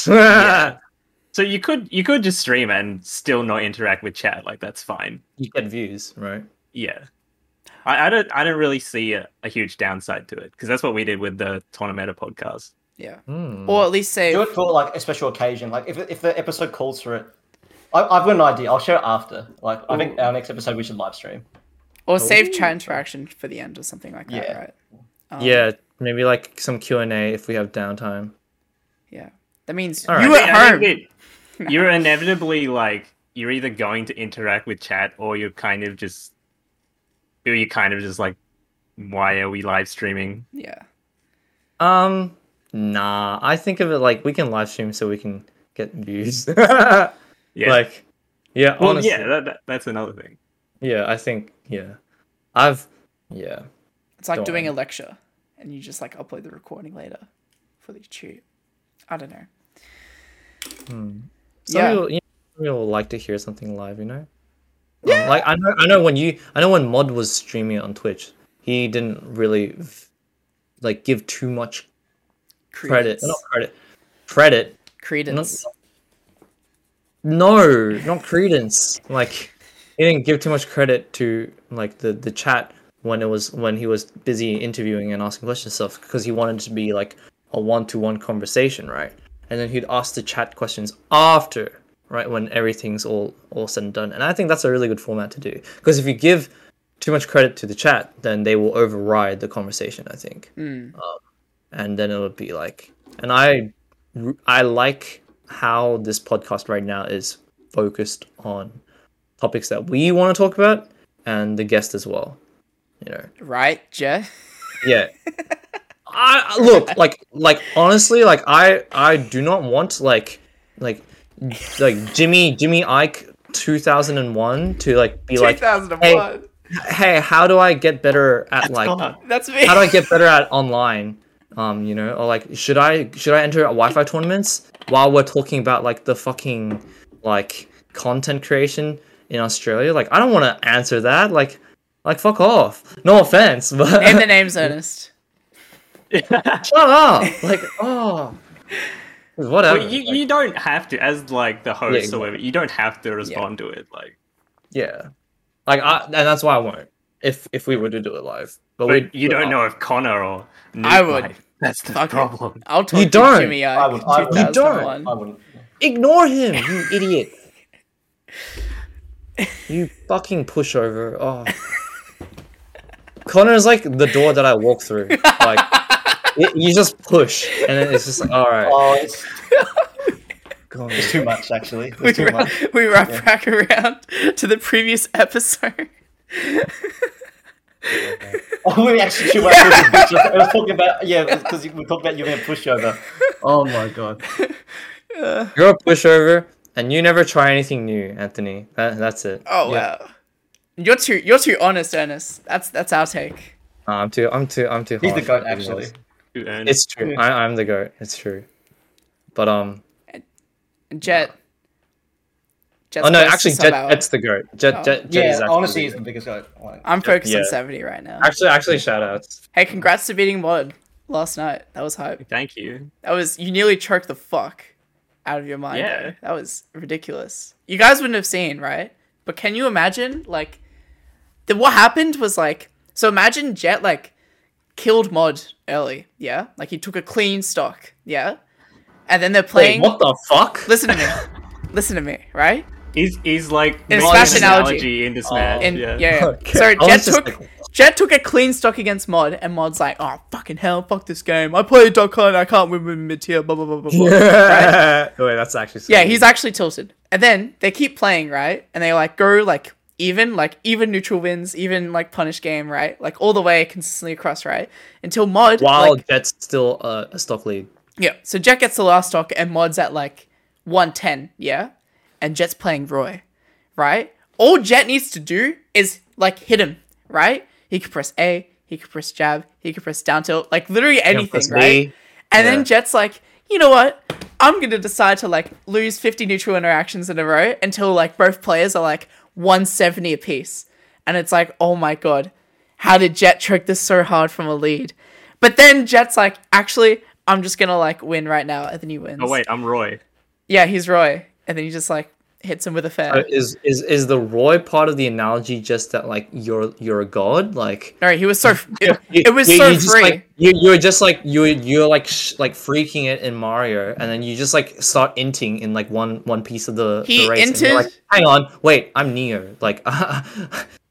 Speaker 4: (laughs)
Speaker 2: so you could you could just stream and still not interact with chat, like that's fine.
Speaker 4: You get views, right?
Speaker 2: Yeah. I, I don't I don't really see a, a huge downside to it because that's what we did with the Tornameta podcast.
Speaker 1: Yeah.
Speaker 4: Hmm.
Speaker 1: Or at least say
Speaker 3: Do it for like a special occasion. Like if, if the episode calls for it, I, I've got an idea. I'll share it after. Like I think our next episode we should live stream.
Speaker 1: or save chat interaction for the end or something like that.
Speaker 3: Yeah.
Speaker 1: Right. Um,
Speaker 4: yeah, maybe like some Q and A if we have downtime.
Speaker 1: Yeah. That means
Speaker 4: All right.
Speaker 1: you
Speaker 2: I think- I
Speaker 1: at home.
Speaker 2: think that You're inevitably like you're either going to interact with chat or you're kind of just or you're kind of just like why are we live streaming?
Speaker 1: Yeah.
Speaker 4: Um, nah. I think of it like we can live stream so we can get views. (laughs)
Speaker 2: Yeah.
Speaker 4: Like, yeah,
Speaker 2: well,
Speaker 4: honestly,
Speaker 2: yeah,
Speaker 4: yeah.
Speaker 2: that, that, that's another thing.
Speaker 4: I think, yeah, I've, yeah,
Speaker 1: It's like
Speaker 4: Don't
Speaker 1: doing
Speaker 4: worry.
Speaker 1: a lecture, and you just like upload the recording later for the tube. I don't know.
Speaker 4: some
Speaker 1: Yeah.
Speaker 4: people, you know, some people like to hear something live, you know. Yeah. like I know, I know when you, I know when Mod was streaming it on Twitch, he didn't really, v- like, give too much credit,
Speaker 1: Credits.
Speaker 4: not credit, credit.
Speaker 1: Credence.
Speaker 4: No, not credence. Like, he didn't give too much credit to like the the chat when it was when he was busy interviewing and asking questions and stuff because he wanted it to be like a one to one conversation, right? And then he'd ask the chat questions after, right, when everything's all all said and done. And I think that's a really good format to do because if you give too much credit to the chat, then they will override the conversation. I think, um, and then it'll be like, and I, I like how this podcast right now is focused on topics that we want to talk about and the guest as well. You know,
Speaker 1: Right, Jeff?
Speaker 4: yeah. I I- look like like honestly like I I do not want like like like Jimmy Jimmy Ike 2001 to like be like
Speaker 1: 2001.
Speaker 4: hey how do I get better at like
Speaker 2: not-
Speaker 1: That's me.
Speaker 4: how
Speaker 1: (laughs)
Speaker 4: do I get better at online? Um, you know, or like, should I should I enter Wi-Fi tournaments while we're talking about like the fucking like content creation in Australia? Like, I don't want to answer that. Like, like fuck off. No offense, but
Speaker 1: Name the
Speaker 4: (laughs)
Speaker 1: names, Ernest.
Speaker 4: shut up. Like, oh, whatever.
Speaker 2: But you, you don't have to, as like the host
Speaker 4: exactly.
Speaker 2: or whatever, you don't have to respond to it. Like,
Speaker 4: yeah, like I, and that's why I won't. If if we were to do it live, but,
Speaker 2: but you don't
Speaker 4: know.
Speaker 2: know if Connor or Nick
Speaker 1: I would.
Speaker 2: might. That's the
Speaker 1: Fuck it.
Speaker 2: problem.
Speaker 1: I'll talk
Speaker 4: You
Speaker 1: to
Speaker 4: don't.
Speaker 1: Jimmy Ike.
Speaker 3: I would- I would-
Speaker 4: You don't.
Speaker 1: 2001. (laughs)
Speaker 3: I wouldn't.
Speaker 4: Ignore
Speaker 3: (laughs)
Speaker 4: him, you idiot. you fucking pushover. Oh. Connor is like the door that I walk through.
Speaker 3: (laughs)
Speaker 4: Like y- you just push and then it's just like all right.
Speaker 3: Oh, it's
Speaker 4: God.
Speaker 3: it's too much actually.
Speaker 1: (laughs) We,
Speaker 3: It's too
Speaker 1: ra-
Speaker 3: much.
Speaker 1: we wrap back around to the previous episode.
Speaker 3: Oh, we actually too
Speaker 1: (laughs)
Speaker 3: much. I was talking about yeah, because we talked about you being a pushover. Oh my god.
Speaker 4: You're a pushover and you never try anything new, Anthony. That, that's it.
Speaker 1: (laughs) Oh wow. You're too you're too honest, Ernest. That's that's our take.
Speaker 4: Uh, I'm too I'm too I'm too
Speaker 3: He's the
Speaker 4: hard.
Speaker 3: goat actually.
Speaker 2: You earn
Speaker 4: It's true. I, I'm the goat. It's true. But um
Speaker 1: And Jet. Jet's
Speaker 4: Oh no,
Speaker 1: close to
Speaker 4: actually Jet,
Speaker 1: Sabawa.
Speaker 4: Jet's the goat. Jet Jet, Jet
Speaker 3: Oh. Yeah,
Speaker 4: is actually
Speaker 3: honestly,
Speaker 4: the
Speaker 3: he's
Speaker 4: goat.
Speaker 3: the biggest goat. Like,
Speaker 1: I'm focused on
Speaker 4: Yeah.
Speaker 1: 70 right now.
Speaker 4: actually actually shout outs.
Speaker 1: Hey, congrats to beating Mod last night. That was hype.
Speaker 2: Thank you.
Speaker 1: That was you nearly choked the fuck out of your mind.
Speaker 2: Yeah.
Speaker 1: though. That was ridiculous. You guys wouldn't have seen, right? But can you imagine like the what happened was like so imagine Jet like killed Mod early, yeah? Like he took a clean stock, yeah? And then they're
Speaker 4: Wait,
Speaker 1: playing
Speaker 4: what the fuck?
Speaker 1: (laughs) Listen to me. Listen to me, right?
Speaker 2: He's he's like
Speaker 1: In
Speaker 2: making
Speaker 1: Smash
Speaker 2: an
Speaker 1: analogy.
Speaker 2: into
Speaker 4: Oh,
Speaker 2: Smash.
Speaker 1: And
Speaker 2: yeah.
Speaker 1: yeah. yeah.
Speaker 4: (laughs) Okay. I
Speaker 1: So
Speaker 4: was
Speaker 1: Jet
Speaker 4: just
Speaker 1: took
Speaker 4: like-
Speaker 1: Jet took a clean stock against Mod, and Mod's like, "Oh fucking hell, fuck this game. I played Dokkan, I can't win with mid tier." Blah blah blah
Speaker 4: (laughs)
Speaker 1: blah. (laughs) blah.
Speaker 4: Wait, that's actually.
Speaker 1: yeah, he's actually tilted. And then they keep playing, right? And they like go like even, like even neutral wins, even like punish game, right? Like all the way consistently across, right? Until Mod
Speaker 4: While
Speaker 1: like,
Speaker 4: Jet's still uh, a stock lead.
Speaker 1: yeah. So Jet gets the last stock and Mod's at like 110, yeah? And Jet's playing Roy, right? All Jet needs to do is like hit him, right? He could press A, he could press jab, he could press down tilt, like literally anything,
Speaker 4: press
Speaker 1: right?
Speaker 4: B.
Speaker 1: And
Speaker 4: Yeah.
Speaker 1: then Jet's like, you know what? I'm gonna decide to like lose 50 neutral interactions in a row until like both players are like 170 apiece. And it's like, oh my god, how did Jet trick this so hard from a lead? But then Jet's like, actually, I'm just gonna like win right now, and then he wins.
Speaker 2: Oh wait, I'm Roy.
Speaker 1: Yeah, he's Roy. And then he just like hits him with a fair.
Speaker 4: Uh, Is is is the Roy part of the analogy just that like you're you're a god like?
Speaker 1: No, he was so it,
Speaker 4: you-
Speaker 1: it was
Speaker 4: you-
Speaker 1: so
Speaker 4: you just,
Speaker 1: free.
Speaker 4: like- you, you're just like you you're like sh- like freaking it in Mario, and then you just like start inting in like one one piece of the,
Speaker 1: He
Speaker 4: the race. and you're
Speaker 1: inted-
Speaker 4: like, Hang on, wait, I'm Neo. Like, (laughs)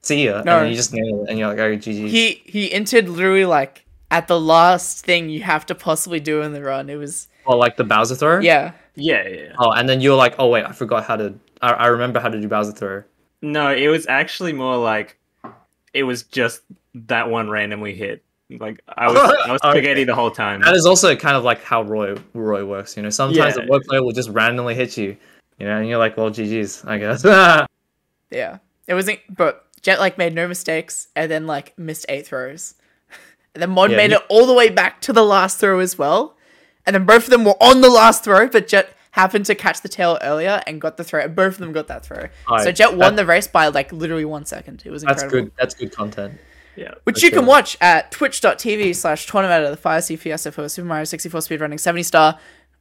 Speaker 4: see
Speaker 1: No.
Speaker 4: ya. And then you just nail it, and you're like, oh, GG.
Speaker 1: he he entered literally like at the last thing you have to possibly do in the run. It was
Speaker 4: or Oh, like the Bowser throw.
Speaker 1: yeah.
Speaker 2: Yeah, yeah. yeah.
Speaker 4: Oh, and then you're like, oh wait, I forgot how to. I, I remember how to do Bowser throw.
Speaker 2: No, it was actually more like it was just that one randomly hit. Like
Speaker 1: (laughs)
Speaker 2: I was I was
Speaker 4: Okay.
Speaker 2: spaghetti the whole time.
Speaker 4: That is also kind of like how Roy Roy works. You know, sometimes
Speaker 2: Yeah.
Speaker 4: the Roy player will just randomly hit you. You know, and you're like, well, GG's, I guess. (laughs) yeah,
Speaker 1: Yeah. It wasn't but Jet like made no mistakes and then like missed eight throws. (laughs) And then Mod
Speaker 4: Yeah,
Speaker 1: made
Speaker 4: he-
Speaker 1: it all the way back to the last throw as well. And then both of them were on the last throw, but Jet happened to catch the tail earlier and got the throw. And both of them got that throw. so
Speaker 4: Alright,
Speaker 1: Jet won
Speaker 4: that-
Speaker 1: the race by like literally one second. It was
Speaker 4: that's
Speaker 1: incredible.
Speaker 4: good. That's good content.
Speaker 2: yeah.
Speaker 1: Which
Speaker 4: for
Speaker 1: you can
Speaker 4: sure.
Speaker 1: watch at twitch.tv slash tournament of the Fire CPS for Super Mario 64 speedrunning 70 star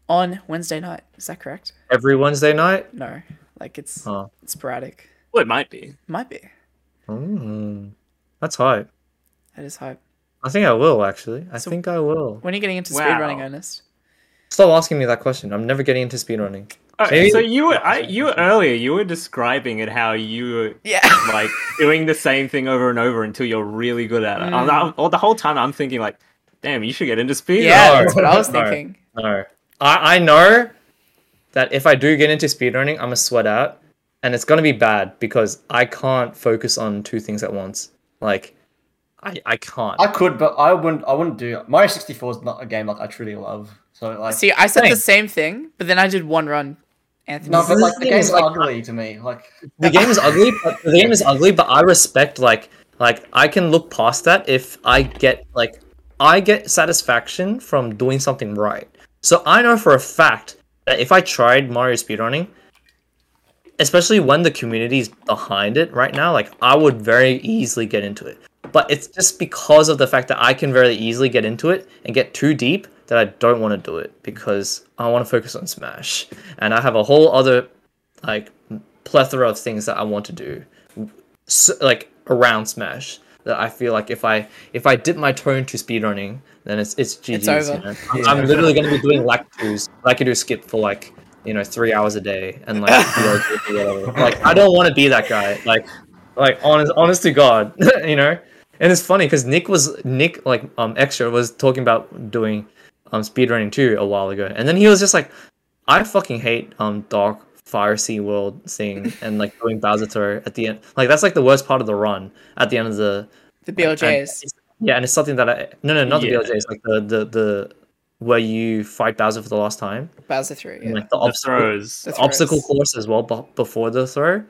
Speaker 1: on Wednesday night. Is that correct?
Speaker 4: Every Wednesday night.
Speaker 1: No. Like it's
Speaker 4: Oh,
Speaker 1: sporadic.
Speaker 2: Well, it might be.
Speaker 1: Might be.
Speaker 4: mm, that's hype.
Speaker 1: That is hype.
Speaker 4: I think I will actually. I
Speaker 1: So-
Speaker 4: think I will.
Speaker 1: When are you getting into
Speaker 2: Wow.
Speaker 1: speedrunning, Ernest?
Speaker 4: Stop asking me that question. I'm never getting into speedrunning.
Speaker 2: Oh,
Speaker 4: Maybe-
Speaker 2: so you were I, you were earlier you were describing it how you were
Speaker 4: (laughs)
Speaker 1: Yeah.
Speaker 2: like doing the same thing over and over until you're really good at it.
Speaker 1: Mm.
Speaker 2: And I'm, all the whole time I'm thinking like, damn, you should get into
Speaker 1: (laughs)
Speaker 2: speed.
Speaker 1: Yeah,
Speaker 4: are.
Speaker 1: that's what I was
Speaker 4: Are.
Speaker 1: thinking.
Speaker 4: No, I I know that if I do get into speedrunning, I'm gonna sweat out, and it's gonna be bad because I can't focus on two things at once. Like, I I can't.
Speaker 3: I could, but I wouldn't. I wouldn't do it. Mario sixty four is not a game like I truly love. So like,
Speaker 1: See, I said the same
Speaker 4: Same.
Speaker 1: thing, but then I did one run, Anthony.
Speaker 3: no, but like
Speaker 4: the
Speaker 3: the
Speaker 4: thing
Speaker 3: game's
Speaker 4: is, like,
Speaker 3: ugly to me. Like,
Speaker 4: the game is ugly, but the game is ugly, but I respect like like I can look past that if I get like I get satisfaction from doing something right. So I know for a fact that if I tried Mario speedrunning, especially when the community is behind it right now, like I would very easily get into it. But it's just because of the fact that I can very easily get into it and get too deep that I don't want to do it because I want to focus on Smash. And I have a whole other like plethora of things that I want to do, s like around Smash. That I feel like if I if I dip my toe into speedrunning, then it's it's GG's. you
Speaker 1: over.
Speaker 4: know? I'm, I'm literally going to be doing lactos. I could do skip for like you know three hours a day and like PRG or whatever. Like I don't want to be that guy. Like like honest honest to God, (laughs) you know. And it's funny because Nick was Nick like um extra was talking about doing um speedrunning too a while ago, and then he was just like, I fucking hate um dark fire sea world thing and like doing Bowser Tour at the end. Like that's like the worst part of the run at the end of the
Speaker 1: the
Speaker 4: and
Speaker 1: BLJs.
Speaker 4: it's- yeah, and it's something that I no no not
Speaker 2: Yeah.
Speaker 4: the BLJs like the the the where you fight Bowser for the last time
Speaker 1: Bowser 3. Yeah.
Speaker 4: and like the, (laughs)
Speaker 2: The
Speaker 4: obstacle
Speaker 2: throws.
Speaker 1: The throws.
Speaker 4: obstacle course as well b- before the throw.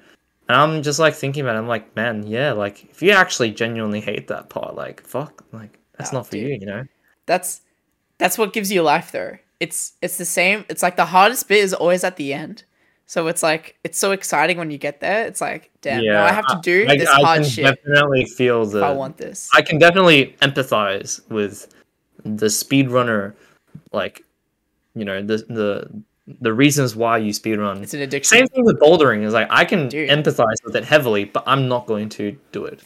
Speaker 4: And I'm just like thinking about it, I'm like, man, yeah, like if you actually genuinely hate that part, like fuck, like that's
Speaker 1: Oh,
Speaker 4: not for
Speaker 1: dude.
Speaker 4: you, you know?
Speaker 1: That's that's what gives you life though. It's it's the same. It's like the hardest bit is always at the end. So it's like it's so exciting when you get there. It's like, damn, now I have to do
Speaker 4: I,
Speaker 1: this
Speaker 4: I
Speaker 1: hard
Speaker 4: can
Speaker 1: shit
Speaker 4: definitely feel the
Speaker 1: if I want this.
Speaker 4: I can definitely empathize with the speedrunner, like you know the the the reasons why you speedrun.
Speaker 1: it's an addiction.
Speaker 4: Same thing with bouldering is like I can
Speaker 1: Dude.
Speaker 4: empathize with it heavily, but I'm not going to do it.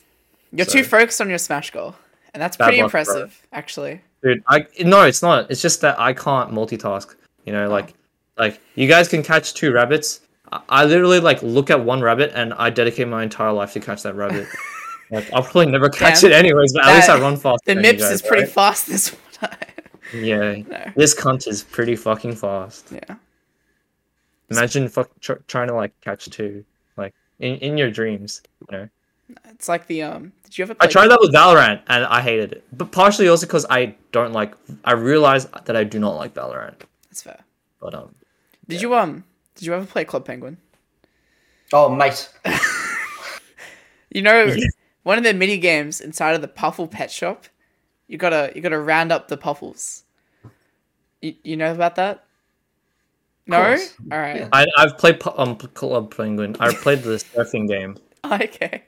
Speaker 1: You're
Speaker 4: so-
Speaker 1: too focused on your smash goal. And that's
Speaker 4: Bad
Speaker 1: pretty
Speaker 4: luck, bro.
Speaker 1: impressive, actually.
Speaker 4: Dude, I no, it's not. It's just that I can't multitask. You know, like like you guys can catch two rabbits. I, I literally like look at one rabbit and I dedicate my entire life to catch that
Speaker 1: (laughs)
Speaker 4: rabbit. like I'll probably never catch
Speaker 1: Damn.
Speaker 4: it anyways, but at least
Speaker 1: That-
Speaker 4: I run fast.
Speaker 1: The MIPS is pretty fast (laughs) this one.
Speaker 4: Yeah,
Speaker 1: No.
Speaker 4: this cunt is pretty fucking fast.
Speaker 1: yeah.
Speaker 4: Imagine fuck tr- trying to like catch two, like in, in your dreams. You know,
Speaker 1: It's like the um did you ever
Speaker 4: I
Speaker 1: play
Speaker 4: tried that with Valorant and I hated it, but partially also because I don't like. I realized that I do not like Valorant,
Speaker 1: that's fair.
Speaker 4: but um,
Speaker 1: Did you um did you ever play Club Penguin?
Speaker 3: oh mate,
Speaker 1: You
Speaker 4: (laughs)
Speaker 1: know, one of the mini games inside of the Puffle Pet Shop, you gotta you gotta round up the Puffles. You, you know about that? No.
Speaker 3: course.
Speaker 1: All right.
Speaker 3: Yeah.
Speaker 4: I I've played pu- um Club Penguin. I played the surfing game.
Speaker 1: (laughs) Okay.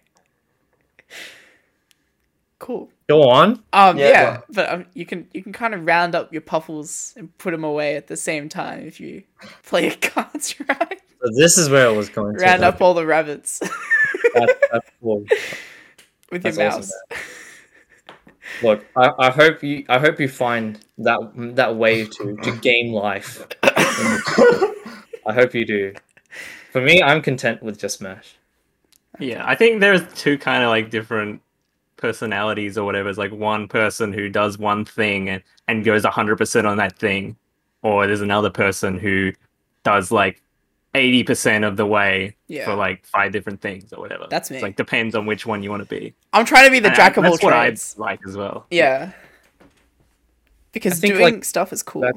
Speaker 1: Cool.
Speaker 4: Go on.
Speaker 1: Um. Yeah.
Speaker 3: Yeah, well-
Speaker 1: But um, you can you can kind of round up your Puffles and put them away at the same time if you play your (laughs) cards right.
Speaker 4: So this is where it was going. to
Speaker 1: round up all the rabbits (laughs)
Speaker 4: That- that's cool.
Speaker 1: with your
Speaker 4: That's awesome,
Speaker 1: mouse.
Speaker 4: Look, I, I hope you I hope you find that that way to to game life. I hope you do. For me, I'm content with just Smash.
Speaker 2: Yeah, I think there's two kind of like different personalities or whatever. It's like one person who does one thing and, and goes 100% on that thing, or there's another person who does like 80% of the way
Speaker 1: Yeah.
Speaker 2: for like five different things or whatever.
Speaker 1: That's me.
Speaker 2: It's like depends on which one you want to be.
Speaker 1: I'm trying to be the
Speaker 2: And
Speaker 1: jack of all
Speaker 2: that's what
Speaker 1: trades.
Speaker 2: I like as well.
Speaker 1: Yeah. Because
Speaker 4: think,
Speaker 1: doing
Speaker 4: like,
Speaker 1: stuff is cool.
Speaker 4: that-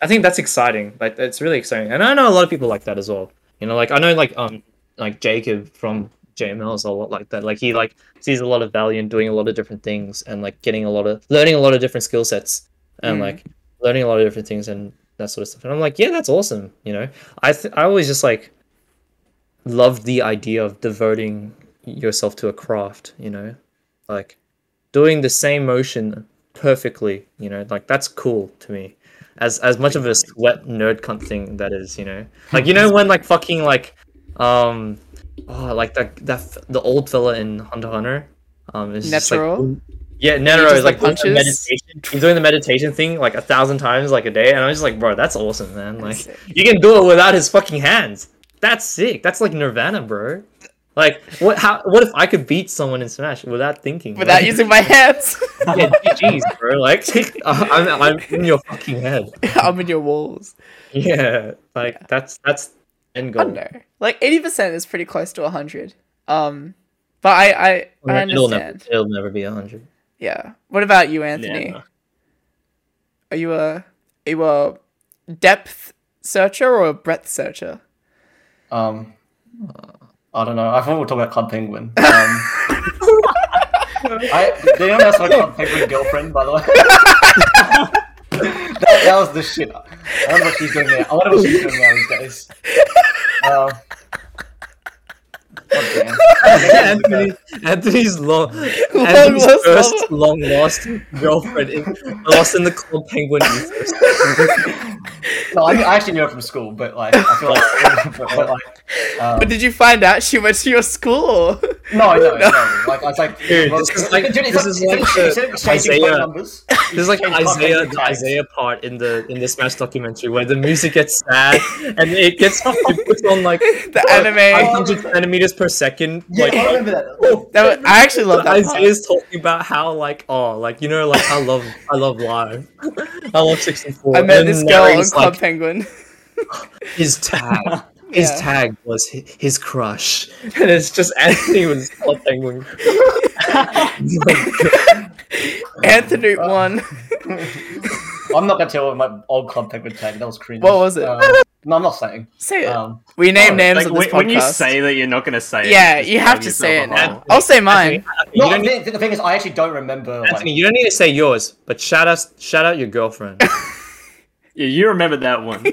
Speaker 4: I think that's exciting. Like it's really exciting, and I know a lot of people like that as well. You know, like I know like um like Jacob from JML is a lot like that. Like he like sees a lot of value in doing a lot of different things and like getting a lot of learning a lot of different skill sets and
Speaker 1: Mm.
Speaker 4: like learning a lot of different things and that sort of stuff. And I'm like, yeah, that's awesome. You know, I th- I always just like loved the idea of devoting yourself to a craft. You know, like doing the same motion perfectly. You know, like that's cool to me as as much of a sweat nerd cunt thing that is, you know. Like you know when like fucking like um oh like that that f- the old fella in Hunter x Hunter um is just, like,
Speaker 1: Natural.
Speaker 4: yeah, Netero
Speaker 1: just,
Speaker 4: is like,
Speaker 1: like,
Speaker 4: doing the
Speaker 1: punches.
Speaker 4: meditation. He's doing the meditation thing like a thousand times like a day, and I'm just like, bro, that's awesome, man. Like
Speaker 1: sick.
Speaker 4: you can do it without his fucking hands. That's sick. That's like Nirvana, bro. Like what? How? What if I could beat someone in Smash without thinking?
Speaker 1: without
Speaker 4: like,
Speaker 1: using my hands.
Speaker 4: (laughs)
Speaker 1: (laughs)
Speaker 4: yeah, GG's, bro. Like (laughs) I'm, I'm in your fucking head.
Speaker 1: I'm in your walls.
Speaker 4: Yeah, like that's that's end
Speaker 1: I
Speaker 4: goal.
Speaker 1: don't know. Like eighty percent is pretty close to hundred. Um, but I I, I
Speaker 4: It'll never,
Speaker 1: understand.
Speaker 4: it'll never be hundred.
Speaker 1: Yeah. What about you, Anthony?
Speaker 2: Yeah.
Speaker 1: Are you a are you a depth searcher or a breadth searcher?
Speaker 3: Um, I don't know. I thought we were talking about Club Penguin. Um, I, did anyone else have a Club Penguin girlfriend, by the way? (laughs) that, that was the shit. I wonder what she's doing now. I wonder what she's doing now these days. Uh, God damn.
Speaker 4: Anthony, Anthony's
Speaker 1: (laughs)
Speaker 4: long, Anthony's
Speaker 1: lost
Speaker 4: first long lost girlfriend in, lost in the cold penguin. ethos.
Speaker 3: No, I, I actually knew her from school, but like, I feel like, (laughs) but, but, like uh,
Speaker 1: But did you find out she went to your school? (laughs)
Speaker 3: no, no,
Speaker 4: (laughs)
Speaker 3: no. Like, I was like,
Speaker 4: Dude, this is like-
Speaker 3: Dude, it's
Speaker 4: this is like
Speaker 3: instead of-
Speaker 4: the
Speaker 3: instead of exchanging phone
Speaker 4: Isaiah-
Speaker 3: numbers, you
Speaker 4: There's like
Speaker 3: exchange contact
Speaker 4: Isaiah,
Speaker 3: with
Speaker 4: the
Speaker 3: tags.
Speaker 4: Isaiah part in the in the Smash documentary where the music gets sad and it gets it puts on like
Speaker 1: The (laughs) anime.
Speaker 4: 100 centimeters per second.
Speaker 3: Yeah,
Speaker 4: like,
Speaker 3: I remember
Speaker 4: (laughs)
Speaker 3: that. Oh,
Speaker 1: (laughs) That was, I actually love that. part.
Speaker 4: Isaiah's talking about how like oh like you know like I love I love live (laughs) I love 64
Speaker 1: I met
Speaker 4: and
Speaker 1: this
Speaker 4: then
Speaker 1: girl on
Speaker 4: narrates,
Speaker 1: Club
Speaker 4: like,
Speaker 1: Penguin. (laughs)
Speaker 4: his tag his
Speaker 1: Yeah.
Speaker 4: tag was hi- his crush (laughs) and it's just Anthony was Club
Speaker 1: (laughs)
Speaker 4: Penguin
Speaker 1: Anthony won.
Speaker 4: Oh.
Speaker 3: I'm not gonna tell you my old club penguin tag. That was cringe.
Speaker 1: What was it?
Speaker 3: Um, no, I'm not saying.
Speaker 1: Say it.
Speaker 3: Um,
Speaker 1: we name names
Speaker 2: Like,
Speaker 1: on this
Speaker 2: when,
Speaker 1: podcast.
Speaker 2: when you say that you're not going to say it,
Speaker 1: yeah,
Speaker 2: just
Speaker 1: you have
Speaker 2: dug
Speaker 1: to
Speaker 2: yourself
Speaker 1: say
Speaker 2: a
Speaker 1: it
Speaker 2: hole.
Speaker 1: now. I'll say mine.
Speaker 4: you
Speaker 3: no,
Speaker 4: don't need-
Speaker 3: the, the thing is, I actually don't remember.
Speaker 4: Anthony,
Speaker 3: like,
Speaker 4: you don't need to say yours, but shout out, shout out your (laughs) girlfriend.
Speaker 2: Yeah, you remember
Speaker 1: (laughs)
Speaker 2: that one.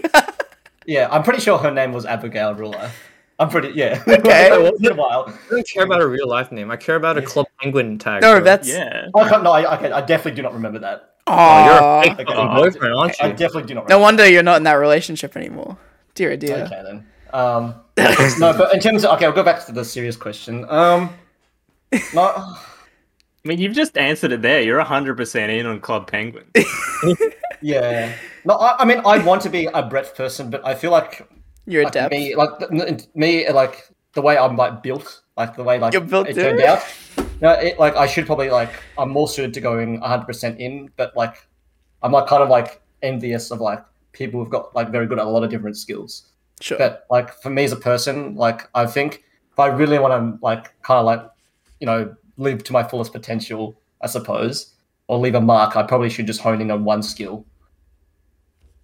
Speaker 3: yeah, I'm pretty sure her name was Abigail in real life. I'm pretty. Yeah. (laughs)
Speaker 1: Okay.
Speaker 3: it's been a while.
Speaker 4: I don't care about a real life name. I care about a Club Penguin tag.
Speaker 1: No,
Speaker 4: bro.
Speaker 1: that's.
Speaker 2: Yeah.
Speaker 3: I can't, no, I, okay, I definitely do not remember that.
Speaker 4: Oh, you're
Speaker 1: Aw.
Speaker 4: a fake fucking
Speaker 2: Aw.
Speaker 4: boyfriend, aren't
Speaker 3: I
Speaker 4: you?
Speaker 3: definitely do not.
Speaker 1: No
Speaker 3: remember
Speaker 1: wonder you're not in that relationship anymore. Dear, oh dear.
Speaker 3: Okay then. Um, (coughs) no, but in terms of okay, I'll go back to the serious question. Um, no,
Speaker 2: I mean, you've just answered it there. You're 100% in on Club
Speaker 1: (laughs)
Speaker 2: Penguin.
Speaker 3: yeah, no. I, I mean, I want to be a breadth person, but I feel like
Speaker 1: You're a
Speaker 3: like
Speaker 1: depth.
Speaker 3: me, like th- n- me, like the way I'm like built, like the way like
Speaker 1: You're built
Speaker 3: it
Speaker 1: different.
Speaker 3: turned out. No, it, like I should probably like I'm more suited to going 100 percent in, but like I'm like kind of like envious of like people who've got like very good at a lot of different skills.
Speaker 1: Sure.
Speaker 3: But like for me as a person, like I think if I really want to like kind of like you know live to my fullest potential, I suppose, or leave a mark, I probably should just hone in on one skill.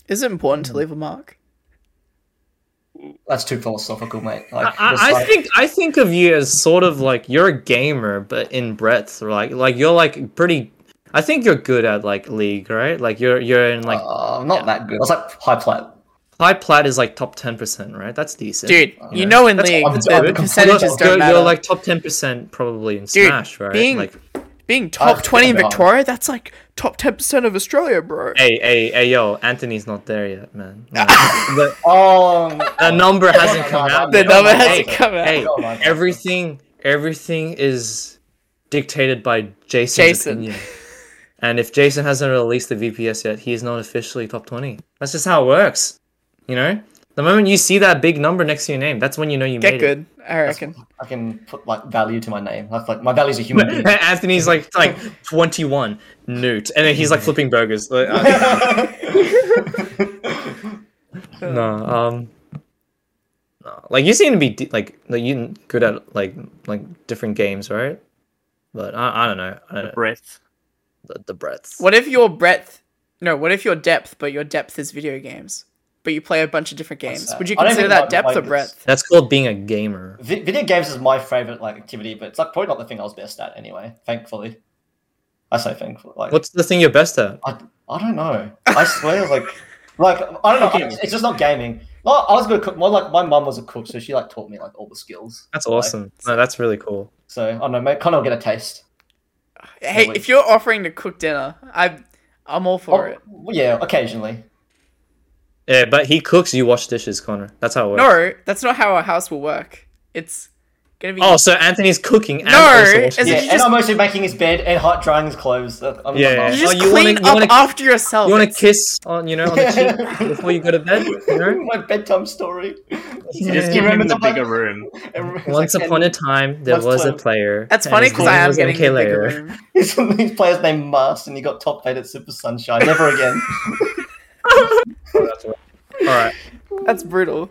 Speaker 1: Is it important to leave a mark?
Speaker 3: That's too philosophical, mate.
Speaker 4: I,
Speaker 3: Like, just,
Speaker 4: I, I
Speaker 3: like-
Speaker 4: think I think of you as sort of like you're a gamer, but in breadth, like like you're like pretty. I think you're good at like league, right? Like you're you're in like
Speaker 3: Uh, not that good. It's like high plat.
Speaker 4: high plat is like top ten percent, right? That's decent,
Speaker 1: Dude, you know in
Speaker 3: That's
Speaker 1: League,
Speaker 3: all- that's all
Speaker 1: the
Speaker 3: good.
Speaker 1: percentages
Speaker 4: You're,
Speaker 1: don't
Speaker 4: you're,
Speaker 1: matter.
Speaker 4: you're like top ten percent probably in
Speaker 1: Dude,
Speaker 4: Smash, right?
Speaker 1: being-
Speaker 4: Like
Speaker 1: Being top
Speaker 3: I've
Speaker 1: 20 in
Speaker 3: been on.
Speaker 1: Victoria, that's like top 10% of Australia, bro.
Speaker 4: hey hey hey yo, Anthony's not there
Speaker 1: (laughs)
Speaker 4: yet, man. Like, the,
Speaker 3: Um, (laughs)
Speaker 4: the number hasn't come
Speaker 3: no, no,
Speaker 4: out.
Speaker 1: The
Speaker 4: yet.
Speaker 3: no,
Speaker 1: number
Speaker 3: my
Speaker 1: has to
Speaker 3: God.
Speaker 1: come out.
Speaker 4: hey,
Speaker 3: Oh my God.
Speaker 4: everything, everything is dictated by Jason's
Speaker 1: Jason.
Speaker 4: opinion. And if Jason hasn't released the VPS yet, he is not officially top twenty. That's just how it works. You know, the moment you see that big number next to your name, that's when you know you
Speaker 1: Get
Speaker 4: made
Speaker 1: good, I reckon.
Speaker 3: I can put like value to my name. That's like my value's a human being.
Speaker 4: it. (laughs) Anthony's like like twenty one, Newt, and then he's like flipping burgers. Like, uh, no, um, no. Like you seem to be de- like like you good at like like different games, right? But I, I don't know. I don't know.
Speaker 2: Breath.
Speaker 4: the, the breadth.
Speaker 1: What if your breadth. No, what if your depth, but your depth is video games? But you play a bunch of different games.
Speaker 3: that?
Speaker 1: Would you
Speaker 3: I don't
Speaker 1: consider
Speaker 3: think
Speaker 1: that
Speaker 3: I'd
Speaker 1: depth
Speaker 3: like
Speaker 1: or
Speaker 3: this.
Speaker 1: breadth?
Speaker 4: That's called being a gamer.
Speaker 3: Vi- video games is my favorite like activity, but it's like probably not the thing I was best at anyway. Thankfully, I say thankful. Like
Speaker 4: What's the thing you're best at?
Speaker 3: I, I don't know. I swear, like, like I don't know. It's just not gaming. No, I was a good cook. More like my mum was a cook, so she like taught me like all the skills.
Speaker 4: That's
Speaker 3: Like,
Speaker 4: awesome. No, that's really cool.
Speaker 3: so I don't know. Mate, kind of get a taste.
Speaker 1: Hey,
Speaker 3: wait.
Speaker 1: if you're offering to cook dinner, I, I'm all for it.
Speaker 3: Oh, yeah, occasionally.
Speaker 4: Yeah, but he cooks, you wash dishes, Connor. That's how it works.
Speaker 1: No, that's not how our house will work. It's Gonna be
Speaker 4: Oh, so Anthony's cooking. And
Speaker 1: No,
Speaker 4: also
Speaker 1: it's-
Speaker 4: washing
Speaker 1: Yeah, you
Speaker 3: Yeah,
Speaker 4: dishes.
Speaker 3: and
Speaker 1: just-
Speaker 3: I'm mostly making his bed and hot drying his clothes. Look, I'm-
Speaker 4: Yeah,
Speaker 1: you
Speaker 4: yeah.
Speaker 1: just
Speaker 4: Oh, you wanna-
Speaker 1: clean
Speaker 4: you wanna-
Speaker 1: up after yourself.
Speaker 4: You want to
Speaker 1: It's-
Speaker 4: kiss on, you know, on the cheek before you go to bed.
Speaker 3: (laughs)
Speaker 4: (laughs) You know,
Speaker 3: My bedtime story.
Speaker 2: You just
Speaker 4: Yeah.
Speaker 2: give him
Speaker 3: Remember
Speaker 2: the
Speaker 3: the one-
Speaker 2: bigger room.
Speaker 3: Everyone's
Speaker 4: once
Speaker 3: like,
Speaker 4: upon a
Speaker 3: and
Speaker 4: time there
Speaker 3: Once
Speaker 4: was a
Speaker 3: upon a-
Speaker 4: player.
Speaker 1: That's
Speaker 4: and
Speaker 1: funny
Speaker 4: his
Speaker 1: because
Speaker 4: name
Speaker 1: I am
Speaker 4: was
Speaker 1: getting the bigger
Speaker 4: (laughs) Mkhilair.
Speaker 1: room.
Speaker 3: his, (laughs) his player's named Mast, and he got top eight at Super Sunshine. Never again.
Speaker 4: All right,
Speaker 1: That's brutal.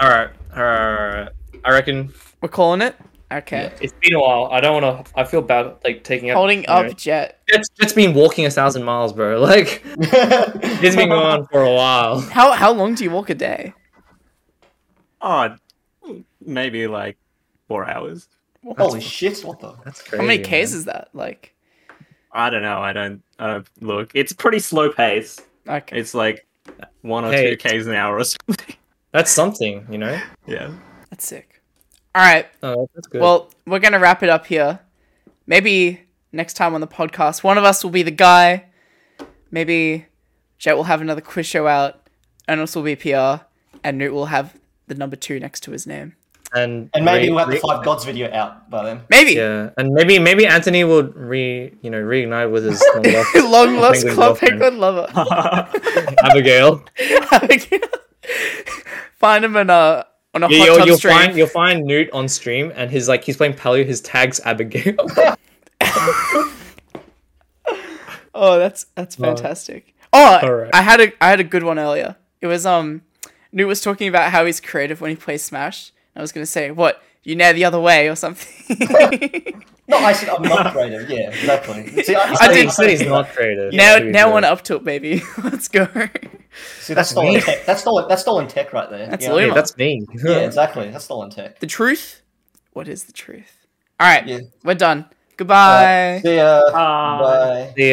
Speaker 4: all right, all right, all right. I reckon
Speaker 1: We're calling it. Okay.
Speaker 4: it's been a while. I don't want to. I feel bad like taking up.
Speaker 1: Holding
Speaker 4: you know,
Speaker 1: up Jet.
Speaker 4: Jet's, Jet's been walking a thousand miles, bro. (laughs) Like it's
Speaker 3: it's
Speaker 4: been going on for a
Speaker 1: (laughs)
Speaker 4: while.
Speaker 1: How how long do you walk a day?
Speaker 2: Oh, maybe like four hours.
Speaker 3: Holy shit! What the?
Speaker 4: That's crazy.
Speaker 1: How many
Speaker 4: man.
Speaker 1: Ks is that? Like
Speaker 2: I don't know. I don't. I don't look. It's pretty slow pace.
Speaker 1: okay.
Speaker 2: It's like one or
Speaker 4: Hey.
Speaker 2: two k's an hour or something. (laughs)
Speaker 4: That's something, you know.
Speaker 2: yeah. (laughs)
Speaker 1: That's sick. Alright.
Speaker 4: Oh, that's good.
Speaker 1: Well, we're gonna wrap it up here. Maybe next time on the podcast, one of us will be the guy. Maybe Jet will have another quiz show out. Ernest will be PR, and Newt will have the number two next to his name.
Speaker 4: and
Speaker 3: And maybe
Speaker 4: re-
Speaker 3: we'll have the
Speaker 4: re-
Speaker 3: Five Gods video out by then.
Speaker 1: Maybe (laughs)
Speaker 4: Yeah, and maybe maybe Anthony will re you know reunite with his long lost- (laughs)
Speaker 1: long lost
Speaker 4: Penguin
Speaker 1: club
Speaker 4: girlfriend.
Speaker 1: penguin lover.
Speaker 4: (laughs)
Speaker 1: (laughs)
Speaker 4: Abigail.
Speaker 1: find him in a on (laughs) a
Speaker 4: Yeah,
Speaker 1: hot
Speaker 4: you'll,
Speaker 1: tub
Speaker 4: you'll
Speaker 1: stream.
Speaker 4: find you'll find Newt on stream, and his like he's playing Palio. His tags Abigail.
Speaker 1: Oh, that's that's fantastic. Oh, I-
Speaker 4: Alright.
Speaker 1: I had a I had a good one earlier. It was um, Newt was talking about how he's creative when he plays Smash. I was gonna say what you know the other way or something.
Speaker 3: No, I said I'm not creative. Yeah, exactly. See, I,
Speaker 1: I
Speaker 4: (laughs) He
Speaker 1: did-
Speaker 4: said he's not creative.
Speaker 1: now
Speaker 4: That's what he
Speaker 1: now
Speaker 4: said.
Speaker 1: one up to it, baby. (laughs) Let's go.
Speaker 3: See, that's stolen tech. That's stolen. That's stolen tech right there.
Speaker 1: That's
Speaker 3: you know?
Speaker 1: lame.
Speaker 4: Hey, that's me.
Speaker 3: Yeah, exactly. That's stolen tech.
Speaker 1: The truth. What is the truth? All right,
Speaker 3: Yeah.
Speaker 1: we're done. Goodbye.
Speaker 3: See ya.
Speaker 2: Bye.
Speaker 3: Bye.